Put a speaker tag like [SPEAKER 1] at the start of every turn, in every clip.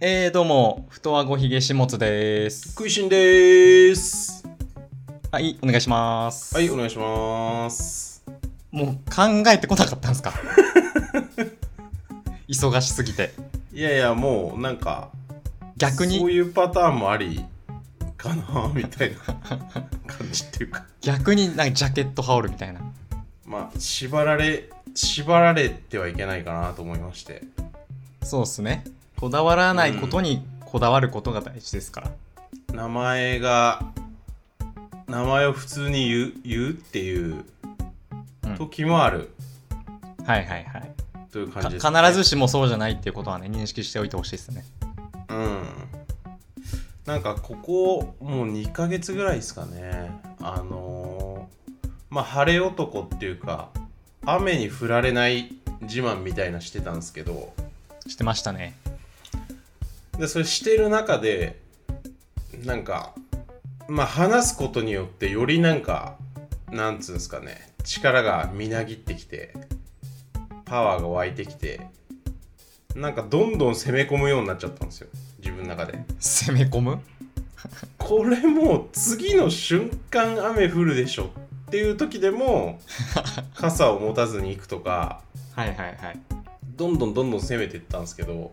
[SPEAKER 1] えー、どうも、太あごひげしもつです。
[SPEAKER 2] 食いしんでーす。
[SPEAKER 1] はい、お願いします。
[SPEAKER 2] はい、お願いします。
[SPEAKER 1] もう考えてこなかったん ですか忙しすぎて。
[SPEAKER 2] いやいや、もうなんか、
[SPEAKER 1] 逆
[SPEAKER 2] そう
[SPEAKER 1] に、
[SPEAKER 2] いうパターンもありかな、みたいな感じっていうか、
[SPEAKER 1] 逆になんかジャケット羽織るみたいな。
[SPEAKER 2] まあ、縛られ、縛られてはいけないかなと思いまして。
[SPEAKER 1] そうっすね。こだわらないことにこだわることが大事ですから。
[SPEAKER 2] 名前が、名前を普通に言う言うっていう
[SPEAKER 1] うん
[SPEAKER 2] 時もある
[SPEAKER 1] はいはいはい。
[SPEAKER 2] という感
[SPEAKER 1] か
[SPEAKER 2] じです、
[SPEAKER 1] 必ずしもそうじゃないっていうことはね、認識しておいてほしいですね。
[SPEAKER 2] うん。なんかここもう2ヶ月ぐらいですかね。あのーまあ晴れ男っていうか雨に降られない自慢みたいなしてたんですけど
[SPEAKER 1] してましたね。
[SPEAKER 2] でそれしてる中でなんかまあ話すことによってよりなんかなんつうんですかね力がみなぎってきてパワーが湧いてきてなんかどんどん攻め込むようになっちゃったんですよ自分の中で。
[SPEAKER 1] 攻め込む
[SPEAKER 2] これもう次の瞬間雨降るでしょっていう時でも傘を持たずに行くとか
[SPEAKER 1] はいはいはい。
[SPEAKER 2] どんどんどんどん攻めていったんですけど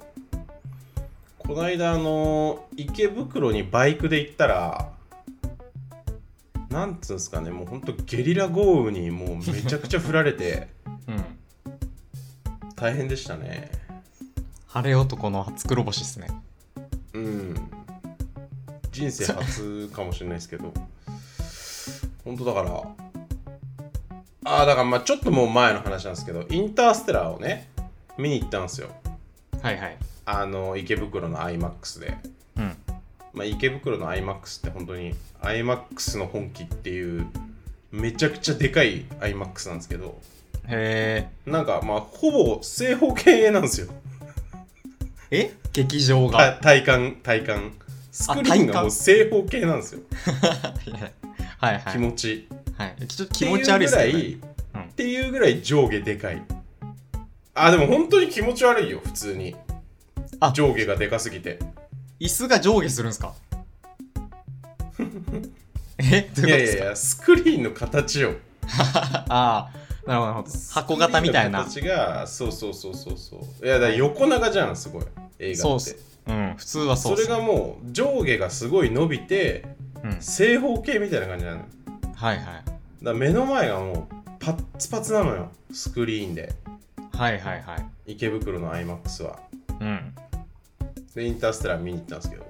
[SPEAKER 2] この間あの池袋にバイクで行ったらなんつうんですかねもうほんとゲリラ豪雨にもうめちゃくちゃ降られて
[SPEAKER 1] うん。
[SPEAKER 2] 大変でしたね
[SPEAKER 1] 晴れ男の初黒星っすね。
[SPEAKER 2] うん人生初かもしれないです けど本当だからああだからまあちょっともう前の話なんですけどインターステラーをね見に行ったんですよ
[SPEAKER 1] はいはい。
[SPEAKER 2] あの池袋の IMAX で、
[SPEAKER 1] うん。
[SPEAKER 2] まあ、池袋の IMAX って本当に IMAX の本気っていうめちゃくちゃでかい IMAX なんですけど
[SPEAKER 1] へー
[SPEAKER 2] なんかまあほぼ正方形なんですよ
[SPEAKER 1] え劇場が。
[SPEAKER 2] た体感体感スクリーン
[SPEAKER 1] 体
[SPEAKER 2] が
[SPEAKER 1] 感
[SPEAKER 2] もう正方形なんですよ
[SPEAKER 1] はいはい。
[SPEAKER 2] 気持ちいい
[SPEAKER 1] はい、ちょっと気持ち悪いですけどね。うん
[SPEAKER 2] っていうぐらい上下でかいあでも本当に気持ち悪いよ普通に
[SPEAKER 1] あ
[SPEAKER 2] 上下がでかすぎて
[SPEAKER 1] 椅子が上下するんです かえどう
[SPEAKER 2] い
[SPEAKER 1] いうこと
[SPEAKER 2] やい
[SPEAKER 1] です
[SPEAKER 2] やい
[SPEAKER 1] か
[SPEAKER 2] やスクリーンの形よ
[SPEAKER 1] ああ、なるほどなるほど。箱型みたいな。
[SPEAKER 2] スクリーンの形がそうそうそうそうそういやだから横長じゃんすごい映
[SPEAKER 1] そ
[SPEAKER 2] 画
[SPEAKER 1] うっ
[SPEAKER 2] って
[SPEAKER 1] すう
[SPEAKER 2] そ。
[SPEAKER 1] ん、普通はそうっす
[SPEAKER 2] れがもう上下がすごい伸びて
[SPEAKER 1] うん、
[SPEAKER 2] 正方形みたいな感じなのよだか
[SPEAKER 1] はいはい。
[SPEAKER 2] ら目の前がもうパッツパツなのよスクリーンで
[SPEAKER 1] はいはいはい。
[SPEAKER 2] 池袋の IMAX は
[SPEAKER 1] うん。
[SPEAKER 2] でインターステラー見に行ったんですけど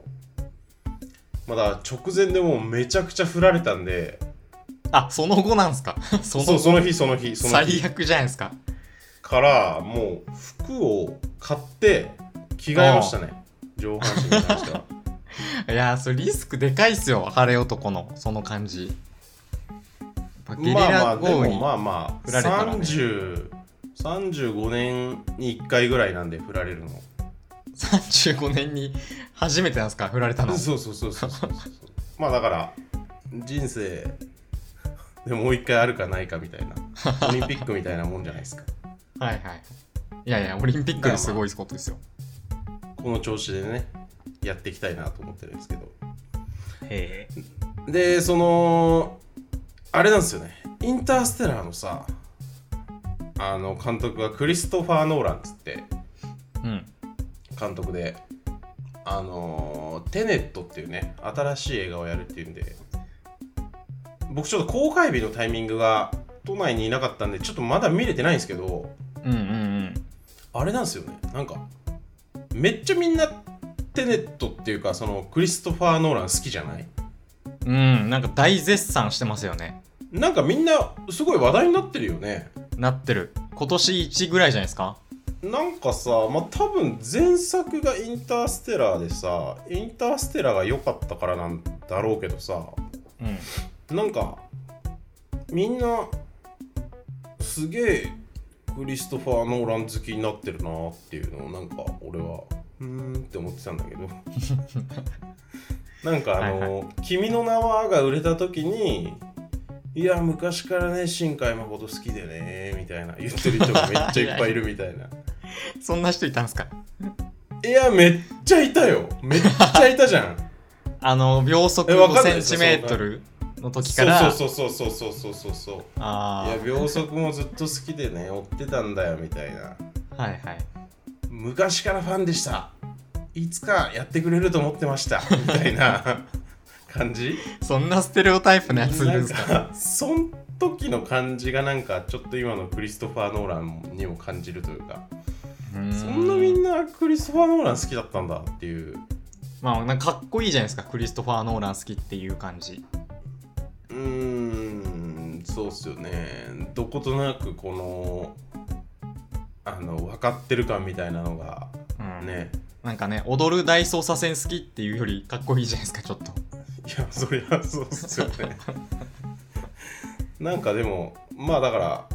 [SPEAKER 2] まだ直前でもうめちゃくちゃ振られたんで
[SPEAKER 1] あ、その後なんす かその
[SPEAKER 2] そうその日その日その
[SPEAKER 1] 最
[SPEAKER 2] 日
[SPEAKER 1] 悪じゃないですか。
[SPEAKER 2] からもう服を買って着替えましたね上半身に関して は
[SPEAKER 1] いやー、それリスクでかいっすよ。晴れ男の、その感じ。やっぱゲリ
[SPEAKER 2] まあま
[SPEAKER 1] ラ
[SPEAKER 2] あ
[SPEAKER 1] 豪
[SPEAKER 2] で
[SPEAKER 1] 雨
[SPEAKER 2] も
[SPEAKER 1] に。
[SPEAKER 2] まあまあ
[SPEAKER 1] 振られたらね
[SPEAKER 2] 30 35年に1回ぐらいなんで振られるの
[SPEAKER 1] 35年に初めてなんですか振られたの。
[SPEAKER 2] そうそうそうそうそうそうまあだから人生でもう1回あるかないかみ たいなオリンピックみたいなもんじゃないですか
[SPEAKER 1] はいはい。いやいや、オリンピックですごいことですよ。
[SPEAKER 2] この調子でねやっていきたいなと思ってるんですけど
[SPEAKER 1] へえ。
[SPEAKER 2] でそのあれなんですよねインターステラーのさあの監督がクリストファー・ノーランっつって
[SPEAKER 1] うん。
[SPEAKER 2] 監督であのテネットっていうね新しい映画をやるっていうんで僕ちょっと公開日のタイミングが都内にいなかったんでちょっとまだ見れてないんですけど
[SPEAKER 1] うんうんうん。
[SPEAKER 2] あれなんですよねなんかめっちゃみんなテネットっていうかそのクリストファー・ノーラン好きじゃない
[SPEAKER 1] うん、なんか大絶賛してますよね。
[SPEAKER 2] なんかみんなすごい話題になってるよね
[SPEAKER 1] なってる。今年1ぐらいじゃないですか
[SPEAKER 2] なんかさ、まあ、多分前作がインターステラーでさインターステラーが良かったからなんだろうけどさ
[SPEAKER 1] うん。
[SPEAKER 2] なんかみんなすげえクリストファー・ノーラン好きになってるなっていうのをなんか俺はうーんって思ってたんだけど なんかあの「
[SPEAKER 1] はい
[SPEAKER 2] 君の名は」が売れた時に「いや昔からね新海誠好きで ね」みたいな言ってる人がめっちゃいっぱいいるみたいな。
[SPEAKER 1] そんな人いたんすか
[SPEAKER 2] いやめっちゃいたよめっちゃいたじゃん
[SPEAKER 1] あの秒速
[SPEAKER 2] えわかんない
[SPEAKER 1] 5
[SPEAKER 2] です
[SPEAKER 1] センチ
[SPEAKER 2] よ
[SPEAKER 1] メートルの時
[SPEAKER 2] そ
[SPEAKER 1] か
[SPEAKER 2] う
[SPEAKER 1] ら
[SPEAKER 2] そうそうそうそうそうそうそうい
[SPEAKER 1] あ
[SPEAKER 2] や秒速もずっと好きでね追ってたんだよみたいな
[SPEAKER 1] あはいはい
[SPEAKER 2] 昔からファンでしたいつかやってくれると思ってましたみた いな感じ
[SPEAKER 1] そんなステレオタイプのやついるんですか
[SPEAKER 2] なんかそん時の感じがなんかちょっと今のクリストファー・ノーランにも感じるというか
[SPEAKER 1] うー
[SPEAKER 2] そんなみんなクリストファー・ノーラン好きだったんだっていう
[SPEAKER 1] まあなんかかっこいいじゃないですかクリストファー・ノーラン好きっていう感じ
[SPEAKER 2] うーんそうっすよねどことなくこのあの分かってる感みたいなのが
[SPEAKER 1] うん
[SPEAKER 2] ね
[SPEAKER 1] なんかね踊る大捜査線好きっていうよりかっこいいじゃないですかちょっと
[SPEAKER 2] いやそりゃそうっすよねなんかでもまあだから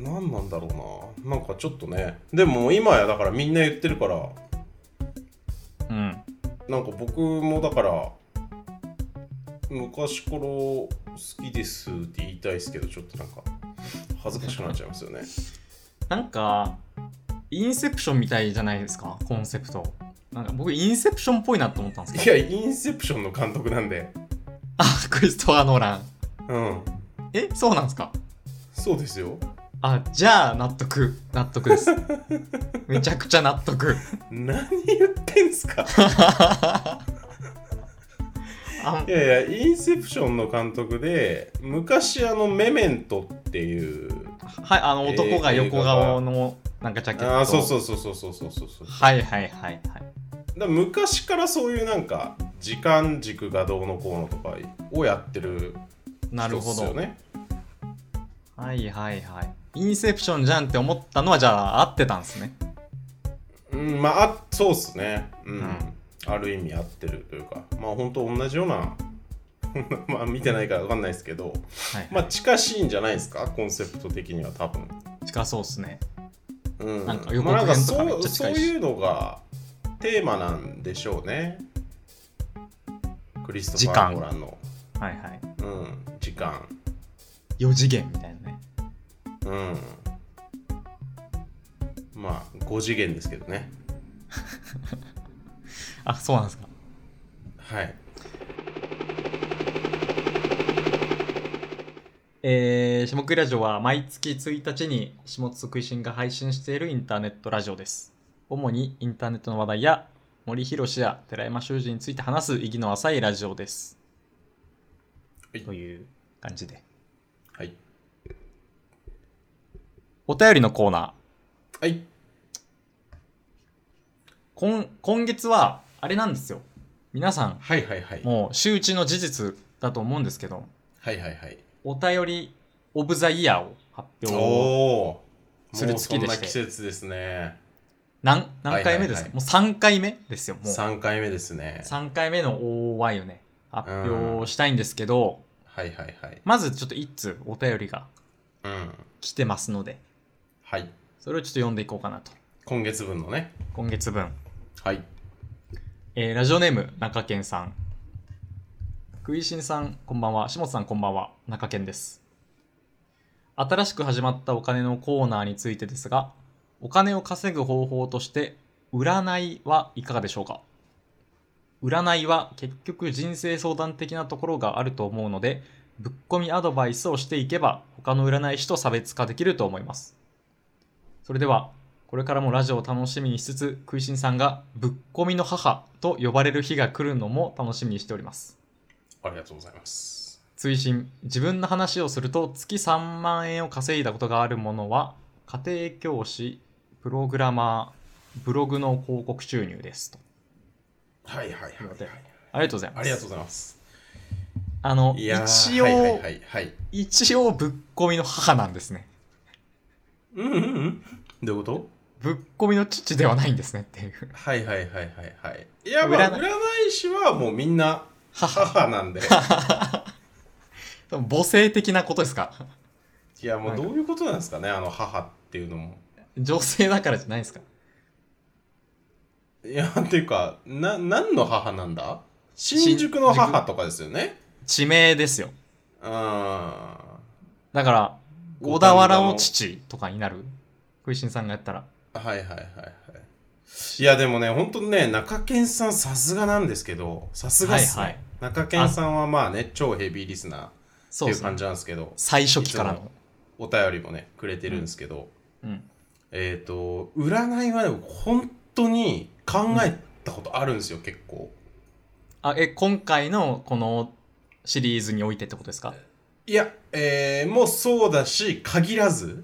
[SPEAKER 2] 何なんだろうななんかちょっとねでも今やだからみんな言ってるから
[SPEAKER 1] うん
[SPEAKER 2] なんか僕もだから昔から好きですって言いたいですけどちょっとなんか恥ずかしくなっちゃいますよね
[SPEAKER 1] なんかインセプションみたいじゃないですかコンセプトなんか僕インセプションっぽいなと思ったんです
[SPEAKER 2] い
[SPEAKER 1] けど
[SPEAKER 2] やインセプションの監督なんで
[SPEAKER 1] あクリストファー・ノーラン
[SPEAKER 2] うん
[SPEAKER 1] えそうなんですか
[SPEAKER 2] そうですよ
[SPEAKER 1] あじゃあ納得納得 ですめちゃくちゃ納得
[SPEAKER 2] 何言ってんすか
[SPEAKER 1] あ
[SPEAKER 2] いやいやインセプションの監督で昔あのメメントっていう
[SPEAKER 1] はいあの
[SPEAKER 2] えー
[SPEAKER 1] 男が横顔のなんかジャケット
[SPEAKER 2] ああそうそうそうそうそうそうそうそう
[SPEAKER 1] はいはいはいはい
[SPEAKER 2] だから昔からそういうなんか時間軸がどうのこうのとかをやってる
[SPEAKER 1] なるほ
[SPEAKER 2] 人っすよ
[SPEAKER 1] ど、
[SPEAKER 2] ね
[SPEAKER 1] はいはいはいインセプションじゃんって思ったのはじゃあ合ってたんですね
[SPEAKER 2] うんまああそうっすねうん、
[SPEAKER 1] うん
[SPEAKER 2] ある意味合ってるというかまあ本当同じようなまあ見てないから分かんないですけど
[SPEAKER 1] はい、
[SPEAKER 2] まあ近しいんじゃないですかコンセプト的には多分
[SPEAKER 1] 近そうっすね
[SPEAKER 2] うん
[SPEAKER 1] なんか予
[SPEAKER 2] まあなん
[SPEAKER 1] 告編とかめっちゃ
[SPEAKER 2] そ
[SPEAKER 1] 近
[SPEAKER 2] う
[SPEAKER 1] いし
[SPEAKER 2] そういうのがテーマなんでしょうねクリストファー・ノーランの
[SPEAKER 1] はいはい
[SPEAKER 2] うん、時間
[SPEAKER 1] 4次元みたいなね
[SPEAKER 2] うんまあ5次元ですけどね
[SPEAKER 1] あそうなんですか
[SPEAKER 2] はい
[SPEAKER 1] えー、下食いラジオは毎月1日に下津食いしんが配信しているインターネットラジオです。主にインターネットの話題や森博氏や寺山修司について話す意義の浅いラジオです。
[SPEAKER 2] はい
[SPEAKER 1] という感じで。
[SPEAKER 2] はい
[SPEAKER 1] お便りのコーナー。
[SPEAKER 2] はい
[SPEAKER 1] 今今月は、あれなんですよ。皆さん、
[SPEAKER 2] はいはいはい
[SPEAKER 1] もう周知の事実だと思うんですけど、
[SPEAKER 2] はいはいはい
[SPEAKER 1] お便りオブザイヤーを発
[SPEAKER 2] お
[SPEAKER 1] 表
[SPEAKER 2] お
[SPEAKER 1] つ
[SPEAKER 2] ー
[SPEAKER 1] る
[SPEAKER 2] もう
[SPEAKER 1] つき
[SPEAKER 2] そん
[SPEAKER 1] でして
[SPEAKER 2] な季節ですね
[SPEAKER 1] 何、何回目ですか、
[SPEAKER 2] はいはいはい
[SPEAKER 1] もう3回目ですよ。もう
[SPEAKER 2] 3回目ですね
[SPEAKER 1] 3回目の OY をね、発表したいんですけど、
[SPEAKER 2] はいはいはい
[SPEAKER 1] まずちょっと1通お便りが
[SPEAKER 2] うん
[SPEAKER 1] 来てますので、
[SPEAKER 2] はい
[SPEAKER 1] それをちょっと読んでいこうかなと。
[SPEAKER 2] 今月分のね
[SPEAKER 1] 今月分。
[SPEAKER 2] はい
[SPEAKER 1] えーラジオネーム、中堅さん。食いしんさん、こんばんは。下津さん、こんばんは。中堅です。新しく始まったお金のコーナーについてですが、お金を稼ぐ方法として、占いはいかがでしょうか占いは結局人生相談的なところがあると思うので、ぶっ込みアドバイスをしていけば、他の占い師と差別化できると思います。それでは、これからもラジオを楽しみにしつつ、食いしんさんがぶっこみの母と呼ばれる日が来るのも楽しみにしております。
[SPEAKER 2] ありがとうございます
[SPEAKER 1] 追伸、自分の話をすると月3万円を稼いだことがあるものは、家庭教師、プログラマー、ブログの広告収入ですと。
[SPEAKER 2] はいはいはい、はい、
[SPEAKER 1] ありがとうございます。
[SPEAKER 2] ありがとうございます
[SPEAKER 1] あの、
[SPEAKER 2] いやー
[SPEAKER 1] 一応、
[SPEAKER 2] はいはいはいはい
[SPEAKER 1] 一応ぶっこみの母なんですね。
[SPEAKER 2] うんうんうんどういうこと
[SPEAKER 1] ぶっこみの父ではないんですねっていう。
[SPEAKER 2] はいはいはいはいはいいやまあ
[SPEAKER 1] 占い
[SPEAKER 2] 占い師はもうみんな
[SPEAKER 1] 母。
[SPEAKER 2] 母なん で
[SPEAKER 1] 多分母性的なことですか
[SPEAKER 2] いやもうどういうことなんですかねあの母っていうのも
[SPEAKER 1] 女性だからじゃないですか
[SPEAKER 2] いやっていうかな何の母なんだ新宿の母とかですよね
[SPEAKER 1] 地名ですよ。
[SPEAKER 2] うんは
[SPEAKER 1] だから、
[SPEAKER 2] 五
[SPEAKER 1] 小
[SPEAKER 2] 反田
[SPEAKER 1] 田
[SPEAKER 2] の
[SPEAKER 1] 原の父とかになる。食いしんさんがやったら。
[SPEAKER 2] いはいはいはいいやでもね本当にね中堅さんさすがなんですけどさすがっすね、
[SPEAKER 1] はいはい
[SPEAKER 2] 中堅さんはまあね超ヘビーリスナーっ
[SPEAKER 1] そ
[SPEAKER 2] て
[SPEAKER 1] うで
[SPEAKER 2] いう
[SPEAKER 1] すね
[SPEAKER 2] 感じなんですけど
[SPEAKER 1] 最初期から
[SPEAKER 2] いつ
[SPEAKER 1] の
[SPEAKER 2] も、お便りもねくれてるんですけど、
[SPEAKER 1] うん、
[SPEAKER 2] えっ、と占いはでも本当に考えたことあるんですよ、結構
[SPEAKER 1] あえ今回のこのシリーズにおいてってことですか
[SPEAKER 2] いや、えーもうそうだし限らず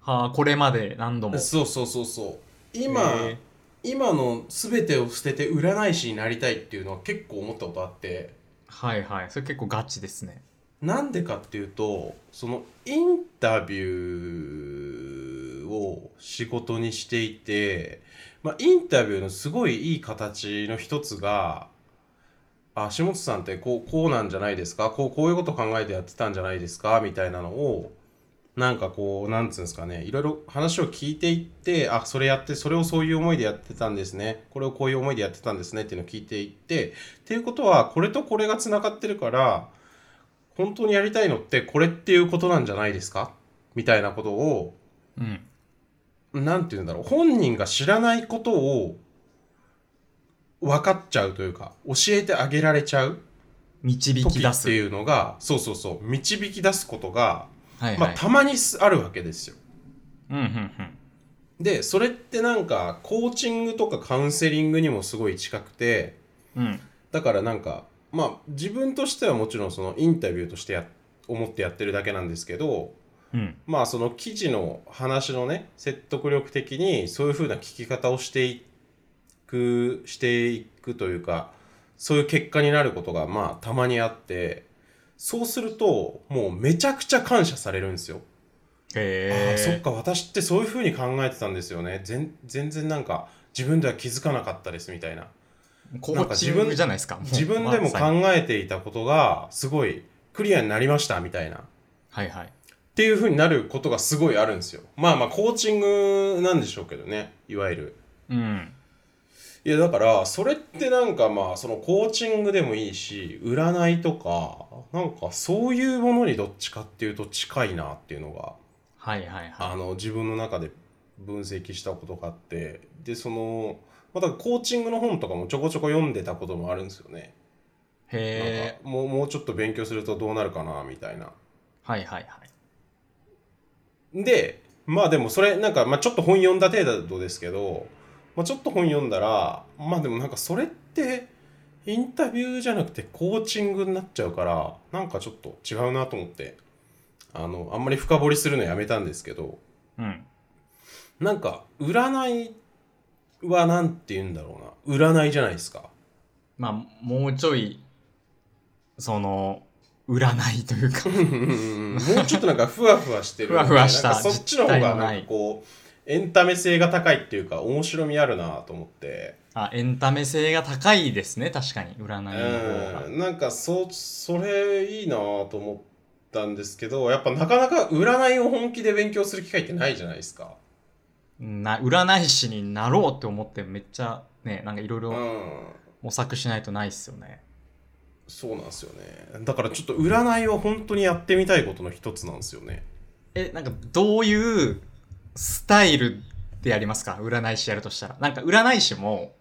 [SPEAKER 1] はあこれまで何度も
[SPEAKER 2] そうそうそうそう今、
[SPEAKER 1] え
[SPEAKER 2] 今の全てを捨てて占い師になりたいっていうのは結構思ったことあって
[SPEAKER 1] ーはいはいそれ結構ガチですね
[SPEAKER 2] なんでかっていうとそのインタビューを仕事にしていて、まあ、インタビューのすごいいい形の一つが「あ下本さんってこうこうなんじゃないですかこうこういうこと考えてやってたんじゃないですか」みたいなのをなんかこうなんつうんですかねいろいろ話を聞いていってあそれやってそれをそういう思いでやってたんですねこれをこういう思いでやってたんですねっていうのを聞いていってっていうことはこれとこれがつながってるから本当にやりたいのってこれっていうことなんじゃないですかみたいなことを
[SPEAKER 1] うん
[SPEAKER 2] なんて言うんだろう本人が知らないことを分かっちゃうというか教えてあげられちゃう
[SPEAKER 1] 導き
[SPEAKER 2] 時
[SPEAKER 1] 出
[SPEAKER 2] って
[SPEAKER 1] す
[SPEAKER 2] いうのがそうそうそう導き出すことが、
[SPEAKER 1] はい
[SPEAKER 2] ま
[SPEAKER 1] は
[SPEAKER 2] あ、
[SPEAKER 1] い、
[SPEAKER 2] たまにすあるわけですよ。
[SPEAKER 1] うんうんうん
[SPEAKER 2] でそれってなんかコーチングとかカウンセリングにもすごい近くて
[SPEAKER 1] うん
[SPEAKER 2] だからなんかまあ自分としてはもちろんそのインタビューとしてや思ってやってるだけなんですけど
[SPEAKER 1] うん
[SPEAKER 2] まあその記事の話のね説得力的にそういうふうな聞き方をしていくしていくというかそういう結果になることがまあたまにあってそうするともうめちゃくちゃ感謝されるんですよ。あ
[SPEAKER 1] へ
[SPEAKER 2] あそっ
[SPEAKER 1] え
[SPEAKER 2] か私ってそういうふうに考えてたんですよね全全然なんか自分では気づかなかったですみたいな
[SPEAKER 1] コ
[SPEAKER 2] なん
[SPEAKER 1] ー
[SPEAKER 2] か
[SPEAKER 1] チ
[SPEAKER 2] 自
[SPEAKER 1] ン
[SPEAKER 2] 分
[SPEAKER 1] グじゃないですかもう
[SPEAKER 2] 自分でも
[SPEAKER 1] まさに
[SPEAKER 2] 考えていたことがすごいクリアになりましたみたいな
[SPEAKER 1] はいはい
[SPEAKER 2] っていう風になることがすごいあるんですよ。まあまあコーチングなんでしょうけどね、いわゆる。
[SPEAKER 1] うん
[SPEAKER 2] いやだからそれってなんかまあそのコーチングでもいいし、占いとか、なんかそういうものにどっちかっていうと近いなっていうのが、
[SPEAKER 1] はいはいは
[SPEAKER 2] あの自分の中で分析したことがあって、でその、まあだからコーチングの本とかもちょこちょこ読んでたこともあるんですよね。
[SPEAKER 1] い
[SPEAKER 2] なん
[SPEAKER 1] へ
[SPEAKER 2] かもうもうちょっと勉強するとどうなるかなみたいな。
[SPEAKER 1] ーはいはいはい
[SPEAKER 2] でまあでもそれなんか、まあ、ちょっと本読んだ程度ですけど、まあ、ちょっと本読んだらまあでもなんかそれってインタビューじゃなくてコーチングになっちゃうからなんかちょっと違うなと思ってあのあんまり深掘りするのやめたんですけど
[SPEAKER 1] うん
[SPEAKER 2] なんか占いはなんて言うんだろうな占いじゃないです か
[SPEAKER 1] まあもうちょいその占いというか
[SPEAKER 2] もうちょっとなんかふわふわしてる、
[SPEAKER 1] ふわふわした
[SPEAKER 2] なんかそっちの方
[SPEAKER 1] 実
[SPEAKER 2] が
[SPEAKER 1] 体の
[SPEAKER 2] な
[SPEAKER 1] なんい
[SPEAKER 2] かこうエンタメ性が高いっていうか面白みあるなと思って
[SPEAKER 1] あエンタメ性が高いですね確かに占いの方が
[SPEAKER 2] うんなんかそそれいいなと思ったんですけどやっぱなかなか占いを本気で勉強する機会ってないじゃないですか。
[SPEAKER 1] な占い師になろうって思ってめっちゃねなんかいろいうろ
[SPEAKER 2] ん
[SPEAKER 1] 模索しないとないっすよね
[SPEAKER 2] そうなんですよねだからちょっと占いは本当にやってみたいことの一つなんですよね。
[SPEAKER 1] えなんかどういうスタイルでやりますか占い師やるとしたらなんか占い師も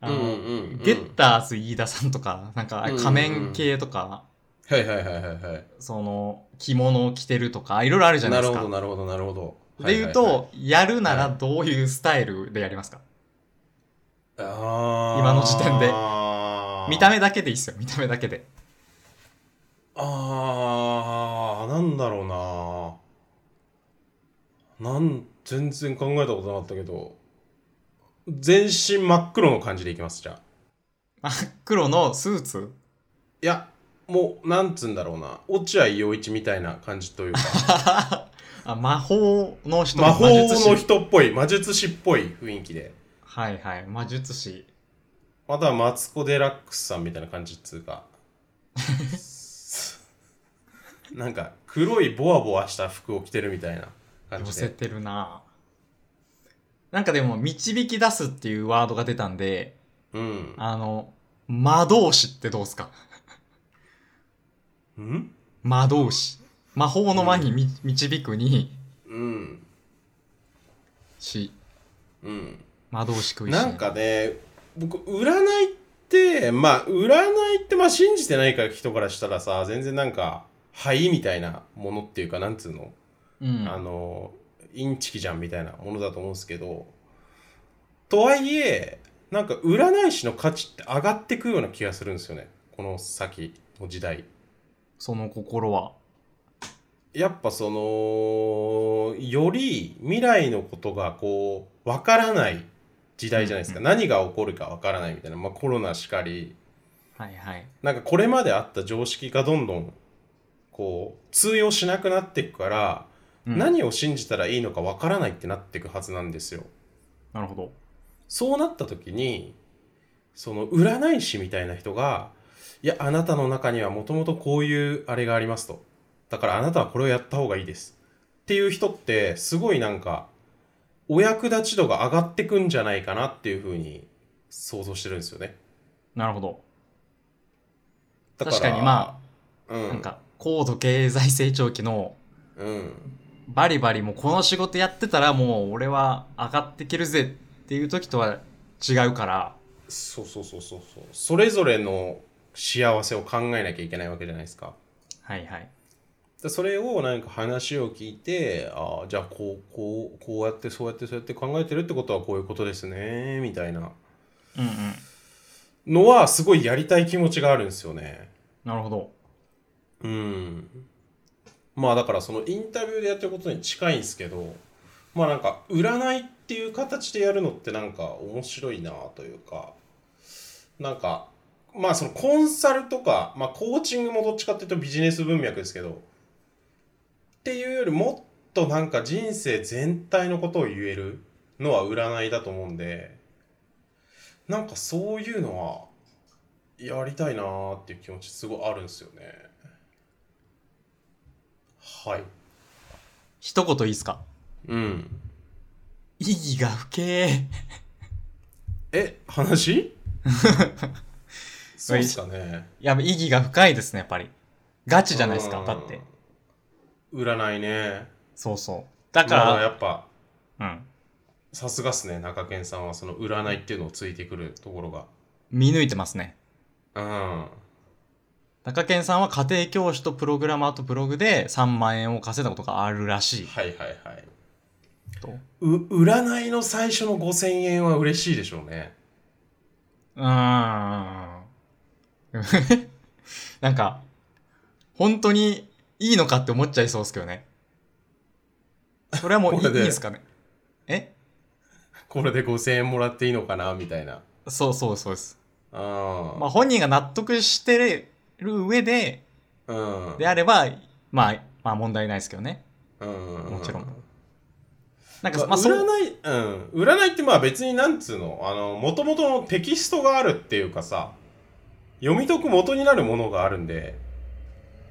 [SPEAKER 1] あの、
[SPEAKER 2] うんうんうん
[SPEAKER 1] ゲッターズ飯田さんとかなんかあれ仮面系とか、
[SPEAKER 2] はいはいはいはいはい。
[SPEAKER 1] その着物を着てるとかいろいろあるじゃな
[SPEAKER 2] ない
[SPEAKER 1] で
[SPEAKER 2] る
[SPEAKER 1] す
[SPEAKER 2] ほ
[SPEAKER 1] か
[SPEAKER 2] どなるほどなるほど。
[SPEAKER 1] で言うと、
[SPEAKER 2] はいはいはい
[SPEAKER 1] やるならどういうスタイルでやりますか、
[SPEAKER 2] あー
[SPEAKER 1] 今の時点で見た目だけでいいっすよ見た目だけで
[SPEAKER 2] あーなんだろうななん全然考えたことなかったけど全身真っ黒の感じでいきますじゃあ
[SPEAKER 1] 真っ黒のスーツ
[SPEAKER 2] いやもうなんつうんだろうな落合陽一みたいな感じというか
[SPEAKER 1] あ魔法の人
[SPEAKER 2] 魔法の
[SPEAKER 1] 魔術師
[SPEAKER 2] 人っぽい魔術師っぽい雰囲気で
[SPEAKER 1] はいはい魔術師
[SPEAKER 2] またはマツコ・デラックスさんみたいな感じっつうかなんか黒いボワボワした服を着てるみたいな感
[SPEAKER 1] 寄
[SPEAKER 2] じ
[SPEAKER 1] せ
[SPEAKER 2] で
[SPEAKER 1] てるななんかでも「導き出す」っていうワードが出たんで
[SPEAKER 2] うん
[SPEAKER 1] あの魔導士ってどうですか
[SPEAKER 2] うん
[SPEAKER 1] 魔導士魔法の魔にみ、導くに
[SPEAKER 2] うん
[SPEAKER 1] し
[SPEAKER 2] うん
[SPEAKER 1] 魔導士食いしん坊
[SPEAKER 2] なんかね僕占いってまあ占いってまあ信じてないから人からしたらさ全然なんか灰みたいなものっていうかなんつうの、
[SPEAKER 1] うん
[SPEAKER 2] あのインチキじゃんみたいなものだと思うんですけどとはいえなんか占い師の価値って上がってくような気がするんですよねこの先の時代
[SPEAKER 1] その心は
[SPEAKER 2] やっぱそのより未来のことがこうわからない時代じゃないですか、
[SPEAKER 1] う
[SPEAKER 2] 何が起こるかわからないみたいな、まあ、コロナしかり
[SPEAKER 1] はいはい
[SPEAKER 2] なんかこれまであった常識がどんどんこう通用しなくなっていくから、
[SPEAKER 1] うん
[SPEAKER 2] 何を信じたらいいのかわからないってなっていくはずなんですよ。
[SPEAKER 1] なるほど
[SPEAKER 2] そうなった時にその占い師みたいな人が「いやあなたの中にはもともとこういうあれがあります」と「だからあなたはこれをやった方がいいです」っていう人ってすごいなんかお役立ち度が上がってくんじゃないかなっていうふうに想像してるんですよね。
[SPEAKER 1] なるほど
[SPEAKER 2] だ
[SPEAKER 1] 確かにま
[SPEAKER 2] あ、うん、
[SPEAKER 1] なんか高度経済成長期の
[SPEAKER 2] うん、
[SPEAKER 1] バリバリもうこの仕事やってたらもう俺は上がってけるぜっていう時とは違うから
[SPEAKER 2] そうそうそうそうそうそれぞれの幸せを考えなきゃいけないわけじゃないですか。
[SPEAKER 1] はいはい
[SPEAKER 2] でそれをなんか話を聞いてああじゃあこうこうこうやってそうやってそうやって考えてるってことはこういうことですねみたいな
[SPEAKER 1] うんうん
[SPEAKER 2] のはすごいやりたい気持ちがあるんですよね
[SPEAKER 1] なるほど
[SPEAKER 2] うんまあだからそのインタビューでやってることに近いんですけどまあなんか占いっていう形でやるのってなんか面白いなというかなんかまあそのコンサルとか、まあ、コーチングもどっちかっていうとビジネス文脈ですけどっていうよりもっとなんか人生全体のことを言えるのは占いだと思うんでなんかそういうのはやりたいなーっていう気持ちすごいあるんですよねはい
[SPEAKER 1] 一言いいですか
[SPEAKER 2] うん
[SPEAKER 1] 意義が不敬
[SPEAKER 2] え話 そうっすかね
[SPEAKER 1] い や意義が深いですねやっぱりガチじゃないです
[SPEAKER 2] う
[SPEAKER 1] か
[SPEAKER 2] ん
[SPEAKER 1] だって
[SPEAKER 2] 占いね
[SPEAKER 1] そうそうだ
[SPEAKER 2] だ
[SPEAKER 1] か
[SPEAKER 2] から
[SPEAKER 1] ら、
[SPEAKER 2] やっぱ
[SPEAKER 1] うん、
[SPEAKER 2] さすがっすね中堅さんはその占いっていうのをついてくるところが
[SPEAKER 1] 見抜いてますね
[SPEAKER 2] うん
[SPEAKER 1] 中堅さんは家庭教師とプログラマーとブログで3万円を稼いだことがあるらしい
[SPEAKER 2] はいはいはい
[SPEAKER 1] と
[SPEAKER 2] う占いの最初の5000円は嬉しいでしょうね
[SPEAKER 1] う ーん。なんか、本当にいいのかって思っちゃいそうですけどね。それはもういい
[SPEAKER 2] これで
[SPEAKER 1] いいですかね。え
[SPEAKER 2] これで5000円もらっていいのかなみたいな
[SPEAKER 1] そうそうそうです。
[SPEAKER 2] あ
[SPEAKER 1] まあ本人が納得してる上で、
[SPEAKER 2] あうん
[SPEAKER 1] であれば、まあ、まあ問題ないですけどね。
[SPEAKER 2] うん
[SPEAKER 1] もちろんなんか、
[SPEAKER 2] まあ
[SPEAKER 1] まあそう。
[SPEAKER 2] 占い、うん、占いってまあ別になんつうの、あの、もともとのテキストがあるっていうかさ、読み解く元になるものがあるんで、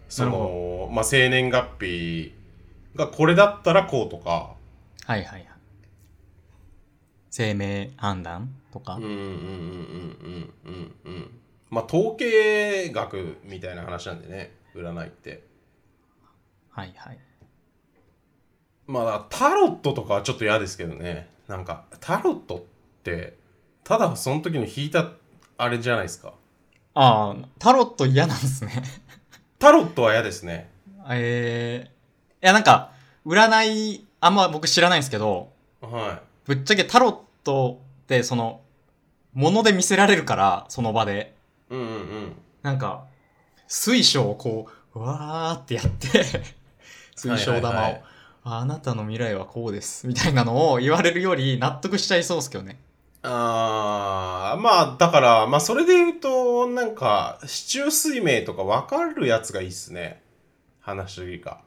[SPEAKER 2] そ
[SPEAKER 1] なる
[SPEAKER 2] の、まあ生年月日がこれだったらこうとか、
[SPEAKER 1] はいはいはい。生命判断とか。
[SPEAKER 2] うんうんうんうんうんうんうん。まあ統計学みたいな話なんでね、占いって。
[SPEAKER 1] はいはい。
[SPEAKER 2] まあタロットとかはちょっと嫌ですけどね、なんか、タロットって、ただその時の引いたあれじゃないですか。
[SPEAKER 1] ああ、タロット嫌なんですね。
[SPEAKER 2] タロットは嫌ですね。
[SPEAKER 1] えー、いやなんか、占い、あんま僕知らないんですけど、
[SPEAKER 2] は
[SPEAKER 1] ぶっちゃけタロットって、その、もので見せられるから、その場で。
[SPEAKER 2] い。うんうんうん。
[SPEAKER 1] なんか、水晶をこう、わーってやって、 水晶玉を、
[SPEAKER 2] はいはいはい
[SPEAKER 1] あなたの未来はこうです、みたいなのを言われるより納得しちゃいそうですけどね。
[SPEAKER 2] あー、まあ、だから、まあ、それで言うと、なんか、市中水明とか分かるやつがいいっすね。話しすぎか。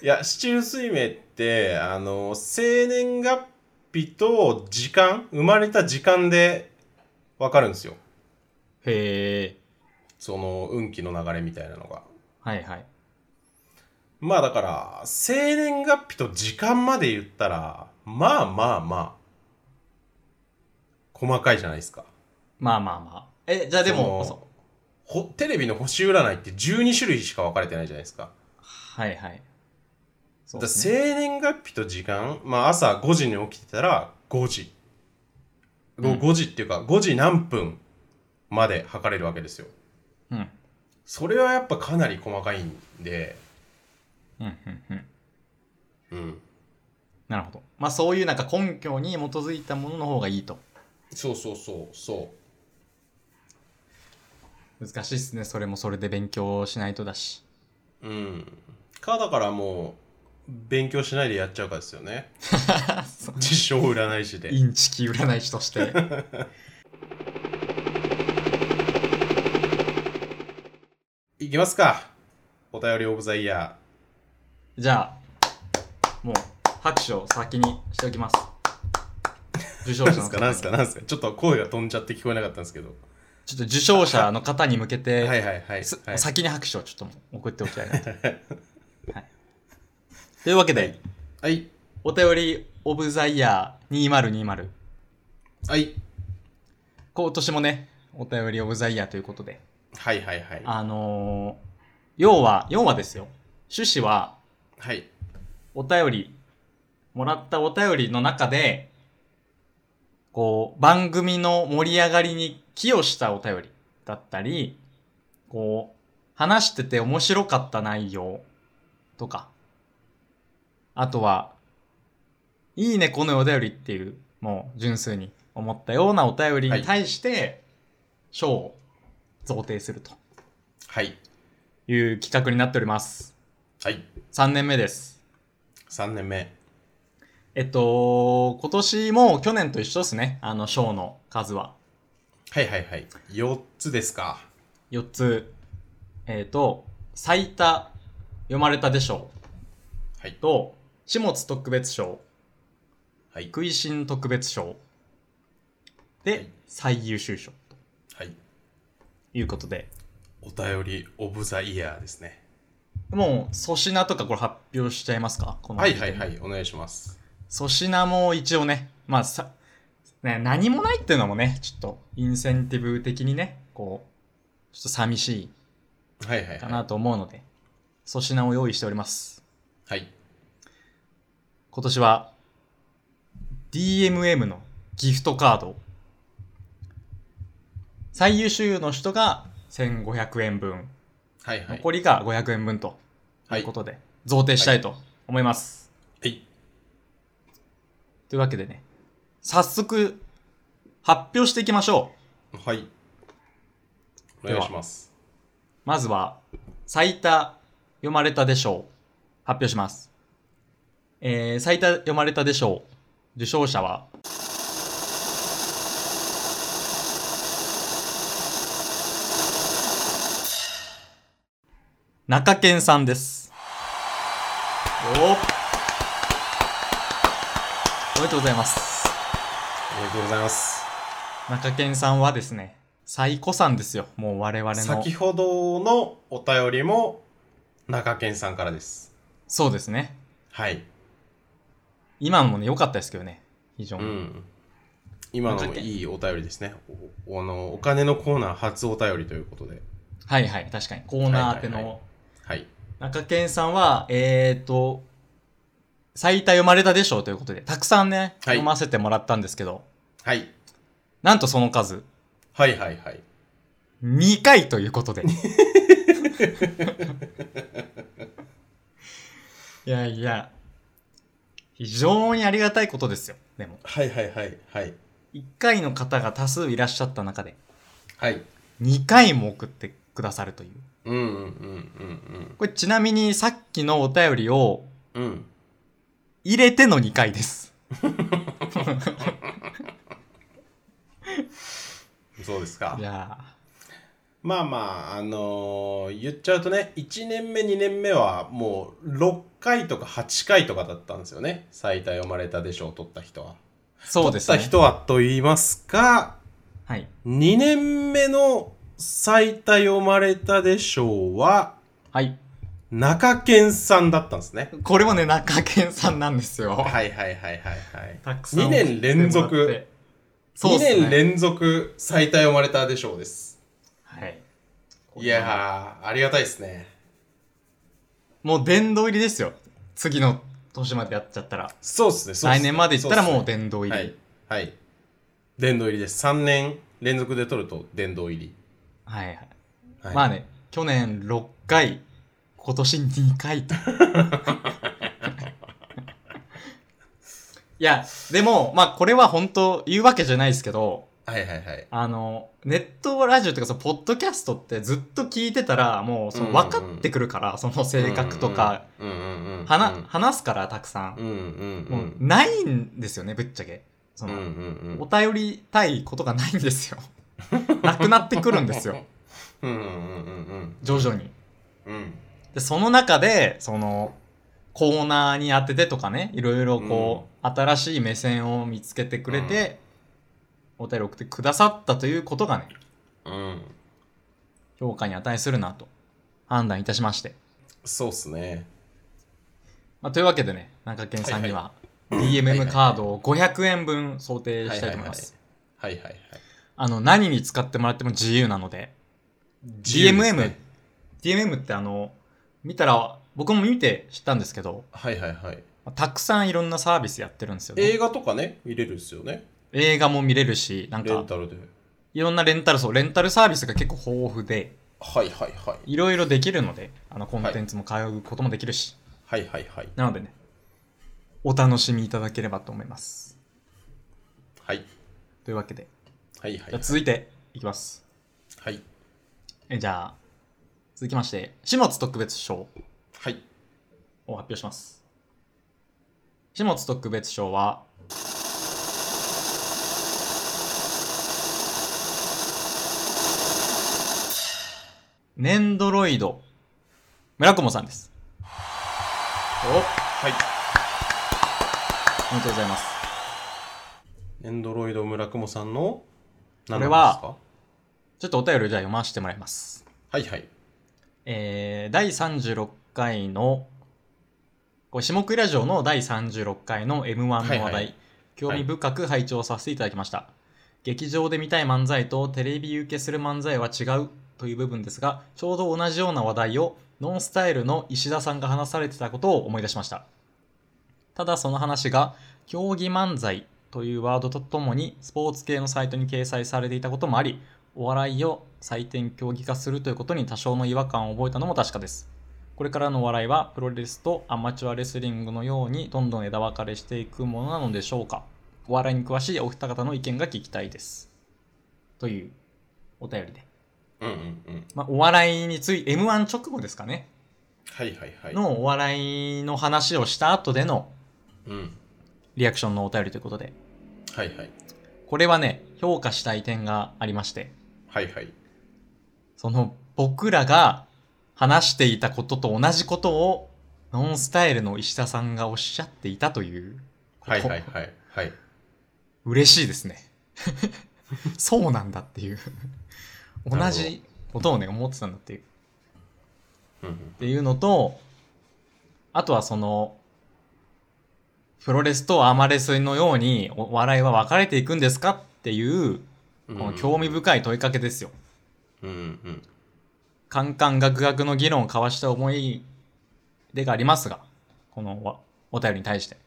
[SPEAKER 2] いや、市中水明って、あの、生年月日と時間、生まれた時間で分かるんですよ。
[SPEAKER 1] へー。
[SPEAKER 2] その、運気の流れみたいなのが。
[SPEAKER 1] はいはい。
[SPEAKER 2] まあだから、生年月日と時間まで言ったら、まあまあまあ、細かいじゃないですか。
[SPEAKER 1] まあまあまあ。え、じゃあでも、
[SPEAKER 2] その
[SPEAKER 1] そ
[SPEAKER 2] ほテレビの星占いって12種類しか分かれてないじゃないですか。
[SPEAKER 1] はいはい。そう
[SPEAKER 2] だ
[SPEAKER 1] で
[SPEAKER 2] から
[SPEAKER 1] すね
[SPEAKER 2] 生年月日と時間、まあ、朝5時に起きてたら5時、ご
[SPEAKER 1] うん
[SPEAKER 2] 5時っていうか5時何分まで測れるわけですよ
[SPEAKER 1] うん
[SPEAKER 2] それはやっぱかなり細かいんで、
[SPEAKER 1] うんうんうん
[SPEAKER 2] うん、
[SPEAKER 1] なるほどまあそういうなんか根拠に基づいたものの方がいいと
[SPEAKER 2] そうそうそうそ
[SPEAKER 1] 難しいですねそれもそれで勉強しないとだ し
[SPEAKER 2] ううんかだからもう勉強しないでやっちゃうかです よね自称占い師で
[SPEAKER 1] インチキ占い師として
[SPEAKER 2] いきますかお便りオブザイヤ
[SPEAKER 1] じゃあもう拍手を先にしておきます受賞
[SPEAKER 2] ーなん
[SPEAKER 1] 者
[SPEAKER 2] で
[SPEAKER 1] の
[SPEAKER 2] す
[SPEAKER 1] 方
[SPEAKER 2] か
[SPEAKER 1] に
[SPEAKER 2] なんですかなんですかちょっと声が飛んじゃって聞こえなかったんですけど
[SPEAKER 1] ちょっと受賞者の方に向けて、
[SPEAKER 2] はいはいはい、
[SPEAKER 1] す
[SPEAKER 2] はい、
[SPEAKER 1] 先に拍手をちょっともう送っておきたいな と。はい、というわけで、
[SPEAKER 2] はい
[SPEAKER 1] お便りオブザイヤー2020。
[SPEAKER 2] はい
[SPEAKER 1] 今年もね、お便りオブザイヤーということで、
[SPEAKER 2] はいはいはい
[SPEAKER 1] あのー要は、要はですよ。趣旨は、
[SPEAKER 2] はい
[SPEAKER 1] お便り、もらったお便りの中で、こう、番組の盛り上がりに寄与したお便りだったり、こう、話してて面白かった内容とか、あとは、いいねこのお便りっていう、もう純粋に思ったようなお便りに対して、賞を贈呈すると
[SPEAKER 2] はい
[SPEAKER 1] いう企画になっております。
[SPEAKER 2] はい
[SPEAKER 1] 3年目です。
[SPEAKER 2] 3年目
[SPEAKER 1] えっと、今年も去年と一緒ですね。あの、賞の数は。
[SPEAKER 2] はいはいはい4つですか
[SPEAKER 1] 4つ。えっと、最多読まれたで賞
[SPEAKER 2] はい
[SPEAKER 1] と、始末特別賞、
[SPEAKER 2] はい
[SPEAKER 1] 食いしん特別賞、
[SPEAKER 2] は
[SPEAKER 1] で
[SPEAKER 2] い、
[SPEAKER 1] 最優秀賞と
[SPEAKER 2] はい
[SPEAKER 1] いうことで。
[SPEAKER 2] お便りオブザイヤーですね
[SPEAKER 1] もう、粗品とかこれ発表しちゃいますかこの
[SPEAKER 2] はいはいはいお願いします
[SPEAKER 1] 粗品も一応ね、まあさ、ね、何もないっていうのもね、ちょっとインセンティブ的にね、こう、ちょっと寂しい
[SPEAKER 2] はいはい
[SPEAKER 1] か
[SPEAKER 2] は
[SPEAKER 1] ないと思うので、粗品を用意しております。
[SPEAKER 2] はい
[SPEAKER 1] 今年は、DMM のギフトカード。最優秀の人が1500円分、
[SPEAKER 2] はいはい
[SPEAKER 1] 残りが500円分と
[SPEAKER 2] はい
[SPEAKER 1] いうことで、贈呈したいと思います。
[SPEAKER 2] はい
[SPEAKER 1] というわけでね、早速、発表していきましょう。
[SPEAKER 2] はいお願いします
[SPEAKER 1] まずは、最多読まれたでしょう。発表します。えー、最多読まれたでしょう。受賞者は、中堅さんです。おおめでとうございます。
[SPEAKER 2] おめでとうございます
[SPEAKER 1] 中堅さんはですね、最古さんですよ。もう我々の。
[SPEAKER 2] 先ほどのお便りも中堅さんからです
[SPEAKER 1] そうですね。
[SPEAKER 2] はい
[SPEAKER 1] 今のもね、良かったですけどね、非常
[SPEAKER 2] う
[SPEAKER 1] に。
[SPEAKER 2] ん今の
[SPEAKER 1] 中
[SPEAKER 2] も
[SPEAKER 1] 堅
[SPEAKER 2] いいお便りですねおあのお金のコーナー初お便りということで
[SPEAKER 1] はいはい、確かに。コーナー宛ての。
[SPEAKER 2] はいはいははい
[SPEAKER 1] 中堅さんは、えーと、最多読まれたでしょうということで、たくさんね、
[SPEAKER 2] はい
[SPEAKER 1] 読ませてもらったんですけど、
[SPEAKER 2] はい
[SPEAKER 1] なんとその数、
[SPEAKER 2] はいはいはい
[SPEAKER 1] 2回ということ で。いやいや、非常にありがたいことですよ。でも、
[SPEAKER 2] はいはいはいはい
[SPEAKER 1] 1回の方が多数いらっしゃった中で、
[SPEAKER 2] はい
[SPEAKER 1] 2回も送ってくださるという。
[SPEAKER 2] うんうんうん
[SPEAKER 1] これちなみにさっきのお便りを
[SPEAKER 2] うんうん
[SPEAKER 1] 入れての2回です。
[SPEAKER 2] うんそうですか
[SPEAKER 1] いや
[SPEAKER 2] まあまああのー言っちゃうとね1年目2年目はもう6回とか8回とかだったんですよね最多読まれたでしょう取った人は
[SPEAKER 1] ーそうです
[SPEAKER 2] 取
[SPEAKER 1] ね
[SPEAKER 2] った。人はと言いますか
[SPEAKER 1] はい。
[SPEAKER 2] 2年目の最多読まれたでしょうは
[SPEAKER 1] はい。
[SPEAKER 2] 中堅さんだったんですね
[SPEAKER 1] これもね、中堅さんなんですよ。
[SPEAKER 2] はいはいはいはいはい
[SPEAKER 1] たくさん送
[SPEAKER 2] 二
[SPEAKER 1] ってもらって。
[SPEAKER 2] 年連続
[SPEAKER 1] そうっすね。
[SPEAKER 2] 2年連続最多読まれたでしょうです
[SPEAKER 1] はい。
[SPEAKER 2] いやーありがたいですね
[SPEAKER 1] もう殿堂入りですよ。次の年までやっちゃったら、
[SPEAKER 2] そうですね、そうっすね
[SPEAKER 1] 来年までいったらも
[SPEAKER 2] そう
[SPEAKER 1] 殿堂
[SPEAKER 2] うっすね
[SPEAKER 1] 入
[SPEAKER 2] は
[SPEAKER 1] り。
[SPEAKER 2] い。はい。殿堂入りです。3年連続で取ると殿堂入り。
[SPEAKER 1] はい、はい。
[SPEAKER 2] はい、
[SPEAKER 1] まあね、去年6回、今年2回 と。いや、でも、まあこれは本当言うわけじゃないですけど、
[SPEAKER 2] はいはいはい。
[SPEAKER 1] あの、ネットラジオっていうか、その、ポッドキャストってずっと聞いてたら、もう、その、
[SPEAKER 2] うんうんうん
[SPEAKER 1] 分かってくるから、その性格とか、
[SPEAKER 2] うんうんうんうん、
[SPEAKER 1] はな、話すから、たくさ。
[SPEAKER 2] うんんうんう、。
[SPEAKER 1] もうんないんですよね、ぶっちゃけ。そ
[SPEAKER 2] うんう
[SPEAKER 1] の、
[SPEAKER 2] ん
[SPEAKER 1] お便りたいことがないんです よ。なくなってくるんですよ、
[SPEAKER 2] うん。うんうんうん
[SPEAKER 1] 徐々に。
[SPEAKER 2] うんうん。
[SPEAKER 1] で、その中で、その、コーナーに当ててとかね、いろいろこう、新しい目線を見つけてくれて、お便り送ってくださったということがね、
[SPEAKER 2] うん。
[SPEAKER 1] 評価に値するなと判断いたしまして。
[SPEAKER 2] そうっすね。
[SPEAKER 1] まあ、というわけでね、中堅さんには
[SPEAKER 2] はいはい
[SPEAKER 1] DMM カードを500円分想定したいと思います。
[SPEAKER 2] はいはいはい。
[SPEAKER 1] あの、何に使ってもらっても自由なので、
[SPEAKER 2] 自由です
[SPEAKER 1] DMM
[SPEAKER 2] ね
[SPEAKER 1] DMM ってあの、見たら、僕も見て知ったんですけど、
[SPEAKER 2] はいはいはい。
[SPEAKER 1] たくさんいろんなサービスやってるんですよね。
[SPEAKER 2] 映画とかね、見れるっすよね。
[SPEAKER 1] 映画も見れるし、なん
[SPEAKER 2] レン
[SPEAKER 1] か、
[SPEAKER 2] タルで。
[SPEAKER 1] いろんなレンタル、そう、レンタルサービスが結構豊富で、
[SPEAKER 2] はいはいはい。
[SPEAKER 1] いろいろできるので、あの、コンテンツも通うこともできるし、
[SPEAKER 2] はいはいはい。
[SPEAKER 1] なのでね、お楽しみいただければと思います。
[SPEAKER 2] はい
[SPEAKER 1] というわけで、
[SPEAKER 2] はいは
[SPEAKER 1] じゃあ
[SPEAKER 2] い。
[SPEAKER 1] 続いていきます。
[SPEAKER 2] はい。
[SPEAKER 1] えじゃあ、続きまして、始末特別賞を
[SPEAKER 2] はい。
[SPEAKER 1] 発表します。始末特別賞は、ネンドロイド、村雲さんです。お
[SPEAKER 2] はい。
[SPEAKER 1] おめでとうございます。
[SPEAKER 2] エンドロイド村雲さんの
[SPEAKER 1] これはちょっとお便りをじゃあ読ませてもらいます。
[SPEAKER 2] 何なんですかはいはい。
[SPEAKER 1] えー、第36回の、これ下食いラジオの第36回の M1 の話題、
[SPEAKER 2] はいはい
[SPEAKER 1] 興味深く拝聴させていただきました。劇場で見たい漫才とテレビ受けする漫才は違うという部分ですが、ちょうど同じような話題をノンスタイルの石田さんが話されてたことを思い出しました。ただその話が、競技漫才というワードとともにスポーツ系のサイトに掲載されていたこともありお笑いを採点競技化するということに多少の違和感を覚えたのも確かですこれからのお笑いはプロレスとアマチュアレスリングのようにどんどん枝分かれしていくものなのでしょうかお笑いに詳しいお二方の意見が聞きたいですというお便りで、
[SPEAKER 2] うんうんうん。
[SPEAKER 1] まあ、お笑いについて m 1直後ですかね
[SPEAKER 2] はいはいはい。
[SPEAKER 1] のお笑いの話をした後での
[SPEAKER 2] うん。
[SPEAKER 1] リアクションのお便りということで
[SPEAKER 2] はいはい。
[SPEAKER 1] これはね評価したい点がありまして
[SPEAKER 2] はいはい。
[SPEAKER 1] その僕らが話していたことと同じことをノンスタイルの石田さんがおっしゃっていたということ、
[SPEAKER 2] はいはいはい。はい。
[SPEAKER 1] 嬉しいですね そうなんだっていう同
[SPEAKER 2] なるほど
[SPEAKER 1] じことをね思ってたんだっていうっ
[SPEAKER 2] うんうん。
[SPEAKER 1] ていうのとあとはそのプロレスとアマレスのようにお笑いは分かれていくんですかっていう
[SPEAKER 2] こ
[SPEAKER 1] この興味深い問いかけですよ
[SPEAKER 2] うんうん
[SPEAKER 1] カンカンガクガクの議論を交わした思い出がありますが、このわお便りに対して。